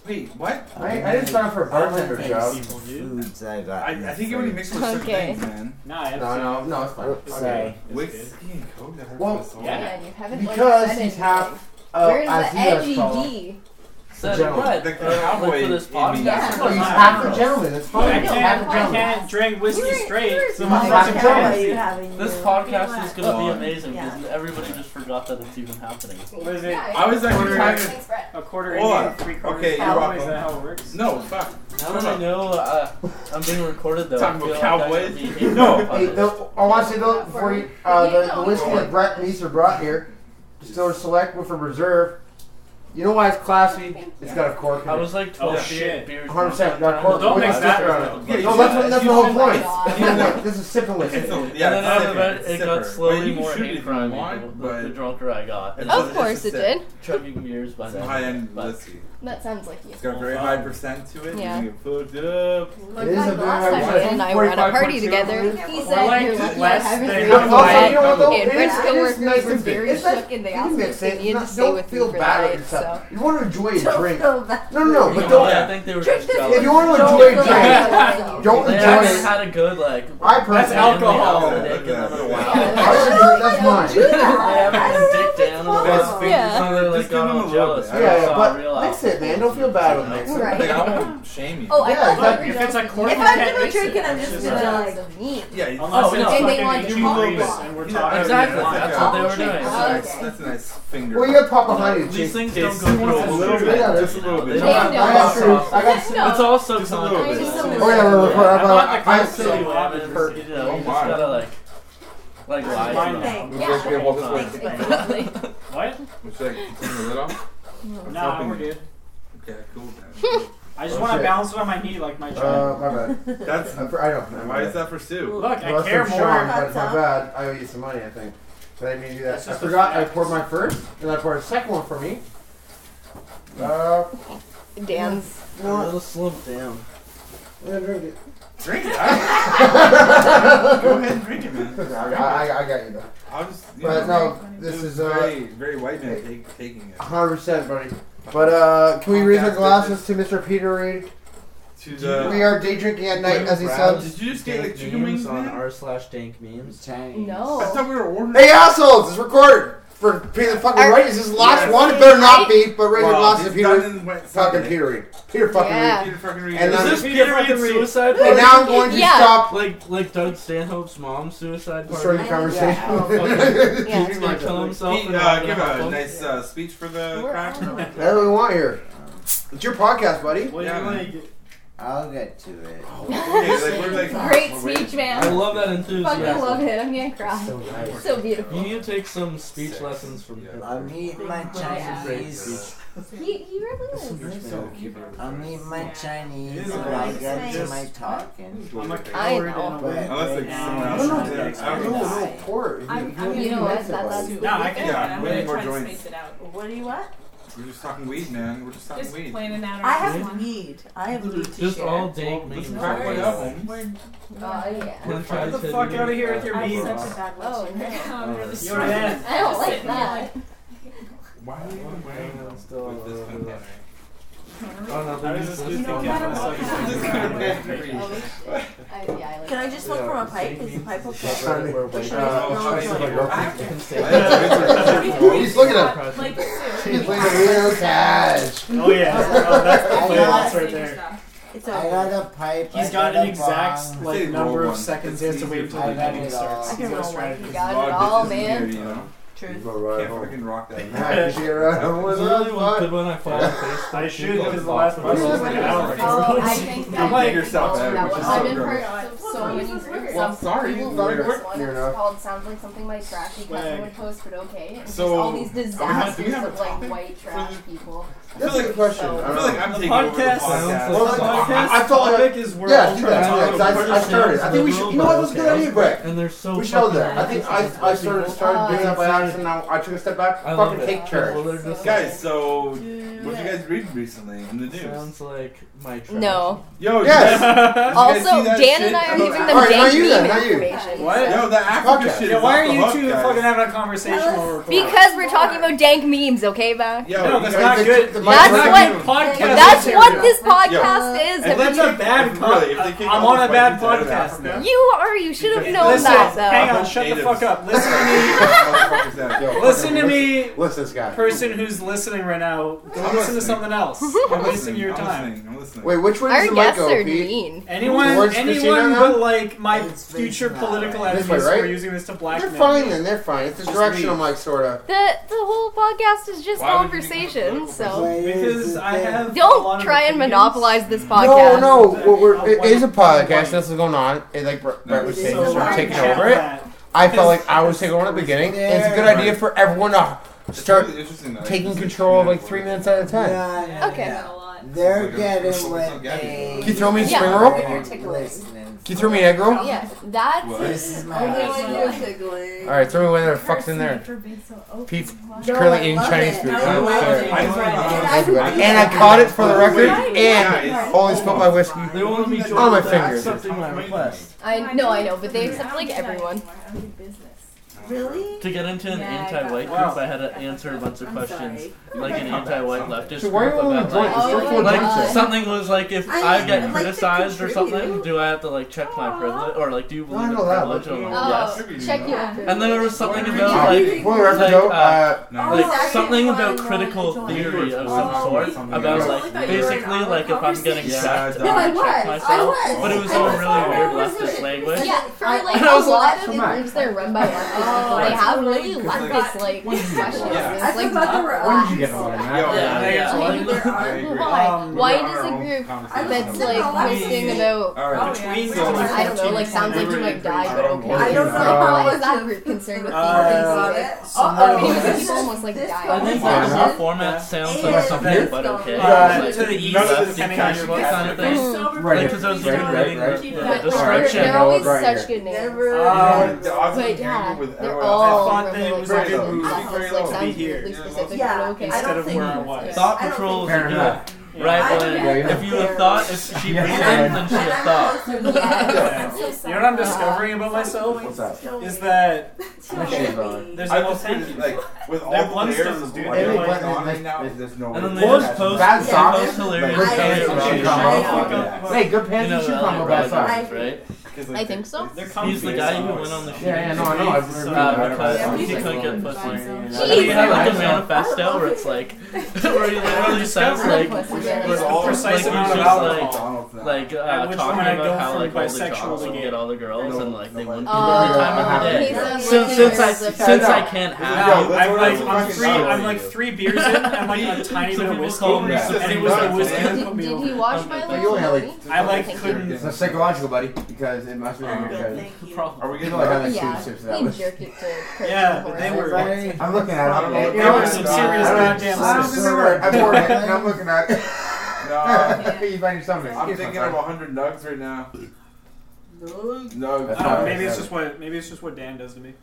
Speaker 6: Wait, what?
Speaker 2: I, I just signed for a bartender
Speaker 5: I
Speaker 2: job.
Speaker 5: want
Speaker 7: People,
Speaker 5: the
Speaker 7: dude.
Speaker 5: Foods I got.
Speaker 6: I,
Speaker 5: in
Speaker 6: I
Speaker 5: the
Speaker 6: think you already
Speaker 5: fridge.
Speaker 6: mixed with certain
Speaker 4: Okay.
Speaker 6: things, man.
Speaker 7: Nah, I
Speaker 2: No, no, no, it's fine.
Speaker 5: Oops, sorry.
Speaker 6: Whiskey and coke. That hurts
Speaker 2: Well,
Speaker 6: my soul.
Speaker 7: Yeah.
Speaker 4: you haven't
Speaker 2: Because he's half. Uh,
Speaker 4: Where's
Speaker 2: as
Speaker 4: the
Speaker 2: he does
Speaker 4: edgy
Speaker 2: call-
Speaker 4: D?
Speaker 3: Said
Speaker 2: Gentlemen.
Speaker 3: what?
Speaker 6: Like the
Speaker 3: Uh,
Speaker 6: cowboy
Speaker 3: like for this
Speaker 6: in
Speaker 3: podcast.
Speaker 6: me.
Speaker 1: Yeah.
Speaker 2: He's half a gentleman. It's
Speaker 7: I
Speaker 2: fine. He's half
Speaker 7: can't,
Speaker 2: a
Speaker 7: I
Speaker 2: gentleman.
Speaker 7: can't drink whiskey
Speaker 4: You're-
Speaker 7: straight,
Speaker 4: you're-
Speaker 7: so
Speaker 2: Come
Speaker 7: I'm
Speaker 2: on,
Speaker 7: not
Speaker 2: fucking
Speaker 7: gonna-
Speaker 2: tell
Speaker 1: you having
Speaker 3: This
Speaker 1: you.
Speaker 3: podcast is gonna be
Speaker 6: Yeah.
Speaker 3: amazing because everybody just forgot that it's even happening.
Speaker 7: What is it?
Speaker 6: I was actually trying to.
Speaker 4: Thanks, Brett.
Speaker 7: A quarter
Speaker 6: Hold
Speaker 7: Indian,
Speaker 6: on.
Speaker 7: three quarters
Speaker 6: Okay, you're
Speaker 7: cowboy, is
Speaker 6: welcome.
Speaker 7: that how it works?
Speaker 6: No, fuck.
Speaker 3: Now that I know uh, I'm being recorded, though,
Speaker 6: Talking
Speaker 3: I feel
Speaker 6: about
Speaker 3: like I
Speaker 6: cowboys?
Speaker 3: should be hated
Speaker 6: No.
Speaker 3: on
Speaker 2: Hey,
Speaker 3: this.
Speaker 2: the, I want to say though, before you, uh, the, the whiskey that Brett Meester brought here, Distiller Select with a reserve. You know why it's classy? It's got a cork.
Speaker 3: I
Speaker 2: in it.
Speaker 3: was like
Speaker 7: Oh,
Speaker 3: 12
Speaker 7: shit.
Speaker 3: beers.
Speaker 2: 100% got
Speaker 7: Well,
Speaker 2: cork.
Speaker 7: don't
Speaker 2: What's
Speaker 7: mix
Speaker 2: the
Speaker 7: that
Speaker 2: difference?
Speaker 7: up.
Speaker 6: Yeah, you
Speaker 2: No,
Speaker 6: should-
Speaker 2: that's, what, that's
Speaker 6: you
Speaker 2: the whole
Speaker 6: should-
Speaker 2: point.
Speaker 4: God.
Speaker 2: That's the point. This is sipping
Speaker 6: It's
Speaker 2: whiskey.
Speaker 6: a, yeah,
Speaker 3: and then
Speaker 6: it's
Speaker 3: after
Speaker 6: a
Speaker 3: that,
Speaker 6: sipper.
Speaker 3: it got
Speaker 6: But
Speaker 3: slowly
Speaker 6: you
Speaker 3: more
Speaker 6: should be
Speaker 3: hate crime
Speaker 6: drinking wine,
Speaker 3: the, the
Speaker 6: but
Speaker 3: drunker I got. And
Speaker 6: It's
Speaker 4: Of
Speaker 6: just
Speaker 4: course
Speaker 6: a
Speaker 4: it
Speaker 6: sip.
Speaker 4: did.
Speaker 3: chugging beers by
Speaker 6: It's
Speaker 3: then.
Speaker 6: high end
Speaker 3: but-
Speaker 6: whiskey.
Speaker 4: That sounds like you.
Speaker 6: It's got very
Speaker 3: Well,
Speaker 6: high
Speaker 3: fine.
Speaker 6: percent to it.
Speaker 4: Yeah.
Speaker 6: You can get fucked up.
Speaker 4: Look
Speaker 2: is a
Speaker 4: like
Speaker 2: very
Speaker 4: last time
Speaker 2: high
Speaker 4: Brett and I were at a party
Speaker 2: 45.2.
Speaker 4: together. He said
Speaker 7: like
Speaker 4: you're
Speaker 7: the
Speaker 4: lucky I
Speaker 7: last
Speaker 4: haven't
Speaker 7: thing.
Speaker 4: read
Speaker 7: Also,
Speaker 4: my
Speaker 7: you know what,
Speaker 2: though?
Speaker 4: And
Speaker 2: It is-
Speaker 4: Brent's
Speaker 2: it is nice
Speaker 4: coworkers were
Speaker 2: and
Speaker 4: very
Speaker 2: it's not-
Speaker 4: shook and they
Speaker 2: You can
Speaker 4: asked
Speaker 2: mix
Speaker 4: if
Speaker 2: it.
Speaker 4: they needed
Speaker 2: Not-
Speaker 4: to stay
Speaker 2: don't
Speaker 4: with me
Speaker 2: feel
Speaker 4: for the
Speaker 2: bad at
Speaker 4: night, so.
Speaker 2: yourself. You want to enjoy a
Speaker 1: Don't
Speaker 2: drink.
Speaker 1: feel bad.
Speaker 2: No, no, no,
Speaker 3: No,
Speaker 2: but don't.
Speaker 3: I think they were just jealous.
Speaker 2: If you want to enjoy a drink, don't
Speaker 3: They
Speaker 2: enjoy
Speaker 3: actually
Speaker 2: it.
Speaker 3: had a good, like,
Speaker 2: I personally.
Speaker 7: alcohol.
Speaker 3: They haven't
Speaker 6: Yeah,
Speaker 3: had a dick in them in a
Speaker 6: yeah.
Speaker 3: while.
Speaker 2: I don't enjoy it. That's mine.
Speaker 3: They haven't had a dick down in a
Speaker 6: That's
Speaker 3: while.
Speaker 6: fingers
Speaker 4: Yeah.
Speaker 6: on
Speaker 3: So
Speaker 6: it,
Speaker 3: they're like
Speaker 6: just give them
Speaker 3: got
Speaker 6: a
Speaker 3: all
Speaker 6: little
Speaker 3: jealous.
Speaker 6: bit.
Speaker 2: Yeah,
Speaker 6: I don't-
Speaker 2: yeah,
Speaker 3: saw
Speaker 2: but
Speaker 3: real
Speaker 2: mix it, man. Don't feel bad about mixing.
Speaker 4: Right.
Speaker 6: Like, I won't shame you.
Speaker 4: Oh, I
Speaker 2: Yeah,
Speaker 4: thought
Speaker 2: exactly.
Speaker 4: you
Speaker 7: If
Speaker 4: were
Speaker 7: it's a
Speaker 4: drunk.
Speaker 7: cork,
Speaker 1: If
Speaker 7: you
Speaker 1: I'm
Speaker 7: can't
Speaker 1: gonna
Speaker 7: mix
Speaker 1: drink
Speaker 7: it.
Speaker 1: it, I'm
Speaker 7: It's
Speaker 1: just
Speaker 7: just-
Speaker 1: gonna
Speaker 4: Jealous
Speaker 1: like.
Speaker 4: of me.
Speaker 6: Yeah, you-
Speaker 7: Unless
Speaker 3: Oh,
Speaker 7: it's
Speaker 3: no,
Speaker 4: and they
Speaker 7: fucking
Speaker 4: want
Speaker 7: two
Speaker 4: your mom
Speaker 7: degrees
Speaker 4: block.
Speaker 7: and we're
Speaker 6: Yeah,
Speaker 7: talking
Speaker 3: Exactly.
Speaker 7: wine.
Speaker 3: That's what they were
Speaker 4: Okay.
Speaker 3: doing.
Speaker 4: Oh,
Speaker 6: That's,
Speaker 4: okay.
Speaker 6: that's a nice finger.
Speaker 2: Well, you gotta pop behind it,
Speaker 3: These
Speaker 2: Chief.
Speaker 3: things
Speaker 6: It's
Speaker 3: don't go
Speaker 6: someone
Speaker 3: through
Speaker 6: a little bit, just a little
Speaker 3: They
Speaker 6: bit.
Speaker 3: don't
Speaker 4: They
Speaker 3: have
Speaker 4: know.
Speaker 2: I got
Speaker 3: hot
Speaker 2: screwed.
Speaker 3: sauce.
Speaker 2: I got screwed.
Speaker 4: No.
Speaker 3: It's all subconscious.
Speaker 6: little bit.
Speaker 4: Just a
Speaker 2: Oh, yeah,
Speaker 4: little
Speaker 2: we're,
Speaker 4: bit.
Speaker 2: we're,
Speaker 7: I'm not
Speaker 2: I,
Speaker 7: the
Speaker 2: I,
Speaker 7: kind
Speaker 2: I
Speaker 7: of
Speaker 2: say
Speaker 7: silly one that's
Speaker 2: hurt.
Speaker 7: you know,
Speaker 6: Oh
Speaker 7: you just
Speaker 6: my.
Speaker 7: gotta like, like lie.
Speaker 1: Fine
Speaker 7: about
Speaker 1: thing.
Speaker 7: it.
Speaker 6: Yeah.
Speaker 2: Yeah,
Speaker 6: Well, this way.
Speaker 4: Exactly.
Speaker 7: What?
Speaker 6: Would you like to turn the lid off? I'm
Speaker 7: Nah,
Speaker 6: helping
Speaker 7: we're
Speaker 6: you.
Speaker 7: good.
Speaker 6: Okay, cool. man.
Speaker 7: I just
Speaker 2: Oh,
Speaker 7: want to
Speaker 2: shit.
Speaker 7: balance it on my knee like my child.
Speaker 2: Uh, my bad.
Speaker 6: That's
Speaker 2: I, I don't know.
Speaker 6: why is that for Sue?
Speaker 7: Look,
Speaker 2: Well,
Speaker 7: I
Speaker 2: that's
Speaker 7: care
Speaker 2: from
Speaker 7: more.
Speaker 2: Sean, but it's my bad. I owe you some money, I think. But I didn't mean to do that.
Speaker 7: That's
Speaker 2: I
Speaker 7: just a
Speaker 2: forgot I
Speaker 7: fact.
Speaker 2: poured my first, and I poured a second one for me. Uh,
Speaker 4: Dan's.
Speaker 2: you know what?
Speaker 3: slim down.
Speaker 2: I'm gonna drink it.
Speaker 6: Drink it. I- Go ahead and drink it,
Speaker 2: I,
Speaker 6: man.
Speaker 2: I, I got you though.
Speaker 6: I'll just. You
Speaker 2: But
Speaker 6: know,
Speaker 2: no, this is uh,
Speaker 6: very, very white man take, taking it.
Speaker 2: 100%, buddy. But uh, can we raise our glasses to Mr. Peter Reed?
Speaker 6: To
Speaker 2: We
Speaker 6: the.
Speaker 2: are day drinking at night, as he said.
Speaker 6: Did you just get like chicken wings? Man?
Speaker 3: slash dank memes.
Speaker 5: Chinese.
Speaker 6: I
Speaker 4: No.
Speaker 6: thought we were ordering.
Speaker 2: Hey assholes! It's recorded for Peter fucking
Speaker 4: Are-
Speaker 2: right. It's his last
Speaker 6: Yes.
Speaker 2: one. It better not be. But raise your
Speaker 6: Wow,
Speaker 2: glasses to
Speaker 6: it's done
Speaker 2: Peter
Speaker 6: in wet
Speaker 2: fucking
Speaker 6: Sunday.
Speaker 2: Peter Reed. Peter fucking
Speaker 4: Yeah.
Speaker 6: Peter fucking Reed.
Speaker 2: And
Speaker 6: Is
Speaker 2: then-
Speaker 6: this
Speaker 3: Peter
Speaker 6: Peter Reed
Speaker 3: fucking Reed.
Speaker 6: suicide?
Speaker 2: Reed. And now I'm going to
Speaker 4: Yeah.
Speaker 2: stop
Speaker 3: Like, like Doug Stanhope's mom's suicide
Speaker 2: the
Speaker 3: party.
Speaker 2: starting conversation.
Speaker 4: Oh, Yeah.
Speaker 3: He's gonna kill himself.
Speaker 6: Pete,
Speaker 3: and
Speaker 6: uh,
Speaker 3: have
Speaker 6: give
Speaker 3: a
Speaker 6: a
Speaker 3: fuck.
Speaker 6: nice uh, speech for the
Speaker 4: We're
Speaker 6: craft.
Speaker 4: on.
Speaker 2: That's what we want here. It's your podcast, buddy.
Speaker 7: What do
Speaker 6: Yeah,
Speaker 7: you
Speaker 6: man.
Speaker 7: like?
Speaker 5: I'll get to it.
Speaker 6: Okay, like, we're like,
Speaker 4: Great speech,
Speaker 3: I
Speaker 4: man.
Speaker 3: love that
Speaker 4: Fucking
Speaker 3: enthusiasm.
Speaker 4: love it. I'm gonna cry.
Speaker 2: So nice.
Speaker 4: Oh, So
Speaker 3: You
Speaker 4: beautiful.
Speaker 3: need to take some speech lessons from him.
Speaker 5: I'm eating my Chinese.
Speaker 4: He, he really is.
Speaker 5: I'm eating my Chinese
Speaker 7: Yeah.
Speaker 5: and I'll get to my talking.
Speaker 7: I'm a
Speaker 4: I
Speaker 7: coward in
Speaker 4: know.
Speaker 7: a way.
Speaker 6: Unless like someone
Speaker 2: I
Speaker 6: else.
Speaker 2: don't know.
Speaker 6: is there.
Speaker 2: I
Speaker 6: I
Speaker 2: don't
Speaker 6: don't
Speaker 2: know.
Speaker 6: know.
Speaker 2: A little port. You-
Speaker 9: I'm, I'm
Speaker 2: you
Speaker 4: You know
Speaker 2: don't
Speaker 4: what?
Speaker 2: mix it
Speaker 4: That,
Speaker 2: well.
Speaker 4: that's
Speaker 7: No, I
Speaker 9: can.
Speaker 7: can-
Speaker 6: yeah,
Speaker 9: I'm
Speaker 6: we
Speaker 9: really
Speaker 6: need more
Speaker 9: trying to
Speaker 6: joints.
Speaker 9: space it out.
Speaker 1: What do you want?
Speaker 6: We're just talking weed, man. We're just talking
Speaker 9: Just
Speaker 6: weed.
Speaker 9: planning out our
Speaker 1: I have
Speaker 9: one.
Speaker 1: need. I have need to
Speaker 3: Just
Speaker 1: share.
Speaker 3: all dank
Speaker 6: Let's
Speaker 3: memes.
Speaker 6: crack one up, homies.
Speaker 4: Oh, yeah.
Speaker 3: Then try
Speaker 7: Get
Speaker 3: to
Speaker 7: the fuck out of here with your
Speaker 9: I'm
Speaker 7: memes.
Speaker 9: such a bad
Speaker 4: Oh,
Speaker 9: lunch.
Speaker 4: no.
Speaker 9: I'm really
Speaker 7: Your
Speaker 9: sorry.
Speaker 7: man.
Speaker 4: I don't
Speaker 9: Just
Speaker 4: like Oh,
Speaker 9: sitting there
Speaker 4: that.
Speaker 6: Why are you even wearing them with this one?
Speaker 7: Oh, How does this
Speaker 6: You
Speaker 7: dude
Speaker 6: know,
Speaker 7: think
Speaker 6: I don't know.
Speaker 1: Oh,
Speaker 4: I, yeah, I like
Speaker 6: Can I just look for my pipe? Is the pipe okay?
Speaker 2: He's looking at
Speaker 9: Like,
Speaker 2: He's looking at real cash.
Speaker 7: Oh yeah, oh, that's the playlist right there.
Speaker 6: It's
Speaker 5: I
Speaker 6: okay.
Speaker 5: got a pipe.
Speaker 7: He's
Speaker 5: I
Speaker 7: got
Speaker 5: a
Speaker 7: an exact
Speaker 5: bong.
Speaker 7: like
Speaker 10: Say roll
Speaker 7: number of
Speaker 10: one.
Speaker 7: seconds he has to wait until
Speaker 5: I
Speaker 7: the
Speaker 5: got
Speaker 7: meeting
Speaker 5: it all.
Speaker 7: starts.
Speaker 6: I
Speaker 7: He's
Speaker 6: can
Speaker 7: got a
Speaker 6: roll one.
Speaker 7: strategy.
Speaker 4: You got it all, man.
Speaker 10: you know? Can't
Speaker 6: Truth.
Speaker 10: fucking rock that.
Speaker 2: Nah, you around with us, what?
Speaker 3: when I fall face.
Speaker 7: I should because the last one was like an hour
Speaker 4: Oh, I
Speaker 7: ago.
Speaker 4: think
Speaker 10: You
Speaker 4: that
Speaker 10: made yourself
Speaker 4: that
Speaker 10: out, which is
Speaker 4: one. I've
Speaker 10: so
Speaker 4: been
Speaker 10: gross.
Speaker 4: part of so many groups.
Speaker 2: Well, sorry,
Speaker 4: People
Speaker 2: you
Speaker 4: love
Speaker 2: better
Speaker 4: this
Speaker 2: quit,
Speaker 4: one.
Speaker 2: you know.
Speaker 4: It's called "Sounds Like Something My Trashy Cousin
Speaker 7: Swag.
Speaker 4: Would Post," but okay. It's
Speaker 10: So,
Speaker 4: just all these
Speaker 10: are we
Speaker 4: disasters
Speaker 10: do we have a
Speaker 4: of like
Speaker 10: topic
Speaker 4: white trash people.
Speaker 2: That's a good question.
Speaker 4: So-
Speaker 10: I feel like I'm
Speaker 7: The
Speaker 10: taking
Speaker 7: podcast,
Speaker 10: over the podcast.
Speaker 2: Well,
Speaker 7: the
Speaker 2: I-
Speaker 7: podcast
Speaker 2: I felt like-
Speaker 7: topic is we're
Speaker 2: Yeah,
Speaker 7: all
Speaker 2: do
Speaker 7: trying
Speaker 2: that.
Speaker 7: to
Speaker 2: Yeah, 'cause
Speaker 7: talk
Speaker 2: I, I started. I think we should. You know what? That's a good idea, Brett.
Speaker 3: And they're so.
Speaker 2: We should all do
Speaker 3: fucking
Speaker 2: that. I think I, I started started doing that by accident. Now I took a step back.
Speaker 3: I love
Speaker 2: fucking
Speaker 3: it.
Speaker 2: take charge.
Speaker 3: Well, they're just-
Speaker 10: Guys, so what you guys read recently in the news?
Speaker 3: Sounds like my trash.
Speaker 4: No.
Speaker 10: Yo, you
Speaker 2: Yes.
Speaker 10: guys- you guys
Speaker 4: Also,
Speaker 10: see that
Speaker 4: Dan
Speaker 10: shit
Speaker 4: and I are
Speaker 10: about-
Speaker 4: giving them
Speaker 2: Alright, not
Speaker 4: dank
Speaker 2: you then,
Speaker 4: meme
Speaker 2: not you.
Speaker 4: information.
Speaker 7: What?
Speaker 10: Yo, that Africa
Speaker 2: Podcast.
Speaker 10: shit.
Speaker 7: Yeah,
Speaker 10: is
Speaker 7: why are
Speaker 10: off the
Speaker 7: you
Speaker 10: hook,
Speaker 7: two
Speaker 10: guys.
Speaker 7: fucking having a conversation
Speaker 6: Alice,
Speaker 7: over?
Speaker 4: Because we're talking about dank memes, okay, Bye.
Speaker 10: Yo,
Speaker 7: No,
Speaker 10: you
Speaker 7: that's
Speaker 10: guys-
Speaker 7: not
Speaker 2: they
Speaker 7: good.
Speaker 2: took the mic
Speaker 4: That's
Speaker 2: away
Speaker 4: what-
Speaker 2: from him.
Speaker 7: podcast.
Speaker 4: That's what this
Speaker 10: Yeah.
Speaker 4: podcast is.
Speaker 10: And
Speaker 4: Have
Speaker 7: That's
Speaker 4: you-
Speaker 7: a bad
Speaker 10: Really, if they
Speaker 7: podcast.
Speaker 10: kick
Speaker 7: I'm
Speaker 10: all
Speaker 7: on
Speaker 10: the
Speaker 7: a bad
Speaker 10: white people out of
Speaker 7: podcast
Speaker 10: Africa.
Speaker 7: now.
Speaker 4: you are. You should have known
Speaker 7: Listen,
Speaker 4: that, though.
Speaker 7: hang on, shut the
Speaker 10: Natives.
Speaker 7: fuck up. Listen to me.
Speaker 10: Motherfuckers that-
Speaker 2: Yo,
Speaker 7: Listen
Speaker 2: fucking
Speaker 7: to me,
Speaker 2: What's this guy?
Speaker 7: person who's listening right now. Go
Speaker 10: I'm
Speaker 7: listen to
Speaker 10: listening.
Speaker 7: something else.
Speaker 10: I'm
Speaker 7: I'm wasting
Speaker 10: listening.
Speaker 7: your
Speaker 10: I'm
Speaker 7: time.
Speaker 10: listening. I'm listening.
Speaker 2: Wait, which one is
Speaker 4: Our
Speaker 2: the mic
Speaker 4: guests
Speaker 2: go,
Speaker 4: are
Speaker 2: Pete?
Speaker 4: mean.
Speaker 7: Anyone,
Speaker 2: Towards Christina
Speaker 7: anyone
Speaker 2: now?
Speaker 7: but like my
Speaker 5: It's
Speaker 7: future
Speaker 5: facing that
Speaker 7: political
Speaker 5: way.
Speaker 2: This
Speaker 7: enemies
Speaker 2: way,
Speaker 7: who
Speaker 2: right?
Speaker 7: are using this to
Speaker 2: They're
Speaker 7: blackmail.
Speaker 2: fine
Speaker 7: me.
Speaker 2: then. They're fine. It's a
Speaker 7: Just
Speaker 2: directional
Speaker 7: leave.
Speaker 2: mic, sorta.
Speaker 4: The the whole podcast is just
Speaker 10: Why would you
Speaker 4: conversation, so
Speaker 5: Why is
Speaker 7: Because
Speaker 5: it
Speaker 7: I
Speaker 5: there?
Speaker 7: have. a lot
Speaker 4: don't
Speaker 7: of
Speaker 4: try and
Speaker 7: opinions.
Speaker 4: monopolize this
Speaker 2: No,
Speaker 4: podcast.
Speaker 2: no,
Speaker 7: Exactly.
Speaker 2: what we're, it is a
Speaker 7: Of white-
Speaker 2: podcast. That's what's going on. It, like Brett Brett was
Speaker 5: This
Speaker 2: saying,
Speaker 5: is
Speaker 2: so we're
Speaker 5: right.
Speaker 2: taking
Speaker 5: Yeah.
Speaker 2: over it. I felt like I was taking over at the beginning. and it's a good idea for everyone to
Speaker 10: It's
Speaker 2: start
Speaker 10: really interesting that I
Speaker 2: taking
Speaker 10: just,
Speaker 2: control of like
Speaker 10: yeah,
Speaker 2: three
Speaker 10: we're-
Speaker 2: minutes at a time.
Speaker 5: No, no,
Speaker 4: Okay.
Speaker 5: no.
Speaker 9: a lot.
Speaker 10: Like
Speaker 5: They're
Speaker 10: a-
Speaker 5: getting
Speaker 10: like
Speaker 5: what
Speaker 10: some Gabby.
Speaker 5: they.
Speaker 2: Can you throw me a
Speaker 4: Yeah.
Speaker 2: spring roll?
Speaker 4: Yeah. You're tickling.
Speaker 5: Listening
Speaker 2: Can you throw me an egg roll? All
Speaker 4: Yeah, that's
Speaker 10: What?
Speaker 4: the
Speaker 5: This is my
Speaker 4: only
Speaker 5: last
Speaker 4: one
Speaker 5: one.
Speaker 4: you're tickling.
Speaker 2: right, throw me whatever the fuck's in there. Pete's currently eating
Speaker 6: love
Speaker 2: Chinese
Speaker 6: it.
Speaker 2: food.
Speaker 6: I
Speaker 2: huh?
Speaker 6: love
Speaker 10: I
Speaker 2: Sorry.
Speaker 10: don't know.
Speaker 2: Thank you, buddy. And I caught it for the record, and
Speaker 10: Guys.
Speaker 2: only spilled my whiskey.
Speaker 3: They want me to
Speaker 2: On my
Speaker 3: accept
Speaker 2: fingers.
Speaker 3: my request
Speaker 4: I know, I know, but they accept like everyone.
Speaker 6: Really?
Speaker 3: to get into an
Speaker 9: Yeah, I got
Speaker 3: anti-white
Speaker 7: that.
Speaker 3: group. I had to answer a bunch of
Speaker 6: I'm
Speaker 3: questions,
Speaker 6: sorry.
Speaker 3: like an
Speaker 10: Okay.
Speaker 3: anti-white leftist
Speaker 2: So why are
Speaker 3: group
Speaker 2: you on the
Speaker 3: about
Speaker 2: joint?
Speaker 3: like.
Speaker 2: It's still
Speaker 4: Oh,
Speaker 2: full of
Speaker 4: my
Speaker 2: joint
Speaker 4: God.
Speaker 3: Like
Speaker 2: there.
Speaker 3: something was like if
Speaker 6: I-
Speaker 3: I get
Speaker 6: I'd like to
Speaker 3: criticized or something,
Speaker 6: contribute.
Speaker 3: do I have to like check my privilege or like do you believe in
Speaker 2: not allowed,
Speaker 3: privilege?
Speaker 2: but-
Speaker 3: I'm like,
Speaker 4: Oh,
Speaker 3: yes.
Speaker 4: check your approval.
Speaker 3: And there was something
Speaker 10: Why are
Speaker 3: about
Speaker 2: Uh,
Speaker 3: like
Speaker 2: for the record,
Speaker 3: like,
Speaker 2: though,
Speaker 3: uh,
Speaker 2: uh,
Speaker 10: No.
Speaker 3: like
Speaker 6: Oh, that
Speaker 3: something
Speaker 6: is
Speaker 3: about
Speaker 6: why
Speaker 3: critical
Speaker 6: I'm not
Speaker 3: theory of
Speaker 6: enjoying
Speaker 3: some
Speaker 6: it.
Speaker 3: sort
Speaker 10: Oh,
Speaker 3: about
Speaker 10: yeah.
Speaker 3: like
Speaker 9: Yeah.
Speaker 3: basically like if I'm getting
Speaker 10: Yeah,
Speaker 3: checked,
Speaker 10: no,
Speaker 3: I
Speaker 6: I
Speaker 3: check
Speaker 6: was.
Speaker 3: myself.
Speaker 6: I was.
Speaker 3: But it was
Speaker 6: I
Speaker 3: all
Speaker 6: was.
Speaker 3: really weird
Speaker 6: I was
Speaker 3: leftist
Speaker 6: in-
Speaker 3: language.
Speaker 4: Yeah, for like
Speaker 3: I
Speaker 4: a
Speaker 3: was
Speaker 4: lot
Speaker 2: like,
Speaker 4: of
Speaker 2: come
Speaker 4: the
Speaker 2: on.
Speaker 4: groups that are run by leftists,
Speaker 6: Oh,
Speaker 4: they have
Speaker 6: that's
Speaker 4: really
Speaker 6: really
Speaker 4: leftist like questions.
Speaker 10: Yeah.
Speaker 4: It's
Speaker 6: I
Speaker 4: like,
Speaker 6: forgot there were
Speaker 2: when did uh, you
Speaker 6: eyes.
Speaker 2: get on
Speaker 10: Yeah,
Speaker 2: that?
Speaker 10: yeah,
Speaker 3: Yeah, I
Speaker 10: yeah.
Speaker 3: guess
Speaker 4: why
Speaker 3: one-
Speaker 6: there
Speaker 10: I
Speaker 6: are-
Speaker 10: agree.
Speaker 4: why?
Speaker 7: Um,
Speaker 4: Why
Speaker 10: We're on
Speaker 4: does
Speaker 10: our
Speaker 4: a
Speaker 10: own
Speaker 4: group
Speaker 10: conversation.
Speaker 4: that's
Speaker 6: Yeah.
Speaker 4: like missing about
Speaker 10: All right.
Speaker 7: Between
Speaker 10: So-
Speaker 7: those
Speaker 4: I don't know, like
Speaker 7: 14
Speaker 4: sounds like you
Speaker 7: points.
Speaker 4: might die, but okay.
Speaker 6: I don't know
Speaker 2: Uh,
Speaker 6: how
Speaker 4: Why
Speaker 6: much
Speaker 4: is that group concerned with these
Speaker 7: Uh,
Speaker 4: things?
Speaker 6: Uh-oh.
Speaker 4: Because
Speaker 6: This-
Speaker 4: people almost like
Speaker 6: this
Speaker 4: die.
Speaker 3: I
Speaker 6: one-
Speaker 3: think
Speaker 6: Yeah.
Speaker 3: the
Speaker 2: Yeah.
Speaker 3: whole format sounds
Speaker 6: Yeah.
Speaker 3: like something, but okay.
Speaker 7: Uh,
Speaker 3: Like,
Speaker 7: to the east,
Speaker 3: lefty
Speaker 7: depending on your
Speaker 3: casual
Speaker 7: book.
Speaker 3: kind of thing.
Speaker 4: Hmm.
Speaker 2: Right,
Speaker 3: Because I was
Speaker 2: right,
Speaker 3: literally
Speaker 2: right,
Speaker 3: reading
Speaker 2: right.
Speaker 3: the-
Speaker 4: But
Speaker 3: the
Speaker 4: like, they're,
Speaker 3: description.
Speaker 4: they're always
Speaker 2: Right here.
Speaker 4: such good names.
Speaker 6: Never.
Speaker 7: Uh,
Speaker 10: The odds of
Speaker 4: But
Speaker 10: hearing
Speaker 4: yeah,
Speaker 10: it with
Speaker 4: they're
Speaker 10: everyone
Speaker 4: all
Speaker 7: I thought
Speaker 4: really
Speaker 7: that it was a
Speaker 4: like
Speaker 7: good
Speaker 4: that
Speaker 7: move.
Speaker 4: sounds
Speaker 7: Very
Speaker 4: like
Speaker 7: low.
Speaker 4: sounds
Speaker 7: Be
Speaker 4: weirdly
Speaker 7: here.
Speaker 4: specific,
Speaker 6: Yeah,
Speaker 4: but okay.
Speaker 6: I
Speaker 7: instead
Speaker 6: don't
Speaker 7: of
Speaker 6: think
Speaker 7: where I
Speaker 6: it's
Speaker 7: was.
Speaker 6: good.
Speaker 3: Thought
Speaker 6: I don't
Speaker 3: patrols
Speaker 2: Fair
Speaker 3: are good.
Speaker 2: enough.
Speaker 7: Yeah.
Speaker 3: Right,
Speaker 6: I
Speaker 3: but
Speaker 6: don't
Speaker 2: know.
Speaker 3: if you had thought, if she
Speaker 2: Yeah.
Speaker 3: read it, then she had thought.
Speaker 4: Yes.
Speaker 7: You know what I'm discovering about myself
Speaker 2: What's that?
Speaker 7: is that
Speaker 2: Machine gun.
Speaker 7: there's
Speaker 10: I
Speaker 7: no
Speaker 10: just
Speaker 7: thank
Speaker 10: feel
Speaker 7: you.
Speaker 10: like with all
Speaker 7: They're
Speaker 10: the
Speaker 7: Blundstones,
Speaker 10: layers of
Speaker 7: dude.
Speaker 10: what
Speaker 7: They're
Speaker 10: is
Speaker 7: like-
Speaker 10: going on right now, is there's no
Speaker 3: And then
Speaker 10: way
Speaker 3: they
Speaker 2: Worst
Speaker 3: just
Speaker 2: post-
Speaker 3: post,
Speaker 2: bad
Speaker 3: they
Speaker 2: socks,
Speaker 3: post hilarious
Speaker 2: Good
Speaker 6: I-
Speaker 3: photos
Speaker 2: pants
Speaker 3: of
Speaker 2: should
Speaker 3: shit.
Speaker 2: come
Speaker 6: I-
Speaker 2: off. Hey, good
Speaker 3: You
Speaker 2: pants
Speaker 3: know
Speaker 2: and shoe
Speaker 3: the
Speaker 2: come
Speaker 3: Alec
Speaker 2: up outside.
Speaker 3: Rogers, right?
Speaker 10: because
Speaker 4: I think so.
Speaker 7: They're
Speaker 3: He's the guy who went on the
Speaker 7: show.
Speaker 3: shooting.
Speaker 2: Yeah, yeah, no, I know. I've
Speaker 7: Uh,
Speaker 3: Uh,
Speaker 2: remembered.
Speaker 3: because he couldn't get pussy.
Speaker 4: Jeez.
Speaker 3: He had like a manifesto where it's like, where he literally says like,
Speaker 4: Like,
Speaker 3: was all
Speaker 7: precise
Speaker 3: like,
Speaker 7: amount
Speaker 3: he
Speaker 7: of
Speaker 3: was
Speaker 7: alcohol.
Speaker 3: just like, like uh,
Speaker 7: At which
Speaker 3: talking
Speaker 7: point I go
Speaker 3: about how
Speaker 7: from
Speaker 3: like all the
Speaker 7: bisexual
Speaker 3: jobs
Speaker 7: to
Speaker 3: would
Speaker 7: gay.
Speaker 3: get all the girls and like they wouldn't give
Speaker 4: Uh,
Speaker 3: her the time of the
Speaker 4: he's
Speaker 3: day.
Speaker 4: a
Speaker 3: Since since I
Speaker 4: listener.
Speaker 3: since I can't have
Speaker 10: Yeah,
Speaker 7: Now,
Speaker 3: you,
Speaker 10: let's
Speaker 7: I'm
Speaker 10: go
Speaker 7: like,
Speaker 10: to the
Speaker 7: I'm
Speaker 10: fucking
Speaker 7: three,
Speaker 3: shower.
Speaker 7: I'm like three beers in, and like a tiny
Speaker 3: Some
Speaker 7: bit of
Speaker 3: people
Speaker 7: whiskey,
Speaker 3: call them
Speaker 7: and it was the
Speaker 10: racist.
Speaker 7: whiskey
Speaker 10: Did
Speaker 7: that put
Speaker 4: Did,
Speaker 7: me
Speaker 4: did
Speaker 7: over.
Speaker 4: he watch my
Speaker 2: You only had like.
Speaker 4: little money?
Speaker 7: I like
Speaker 4: Thank you.
Speaker 7: couldn't.
Speaker 2: It's psychological, buddy, because it must be.
Speaker 6: Oh, good,
Speaker 2: because-
Speaker 6: thank you.
Speaker 7: Problem.
Speaker 10: Are we
Speaker 2: You
Speaker 10: getting
Speaker 2: know, like how
Speaker 10: like?
Speaker 2: that
Speaker 4: Yeah,
Speaker 2: shooting shifts that
Speaker 4: they
Speaker 2: was.
Speaker 4: jerk it to Kurt
Speaker 7: Yeah,
Speaker 4: Cobain
Speaker 7: they
Speaker 4: and
Speaker 7: were-
Speaker 5: Everybody-
Speaker 2: I'm looking at
Speaker 10: They
Speaker 2: it.
Speaker 10: were some serious
Speaker 7: goddamn
Speaker 2: I don't
Speaker 7: lists.
Speaker 2: remember. I'm bored. and I'm looking at it.
Speaker 6: Oh,
Speaker 10: No,
Speaker 2: you find yourself.
Speaker 10: I'm thinking of 100 nugs right now.
Speaker 2: That's
Speaker 7: I
Speaker 10: Nugs.
Speaker 7: don't
Speaker 2: not
Speaker 7: know,
Speaker 2: right.
Speaker 7: maybe it's just what maybe it's just what Dan does to me.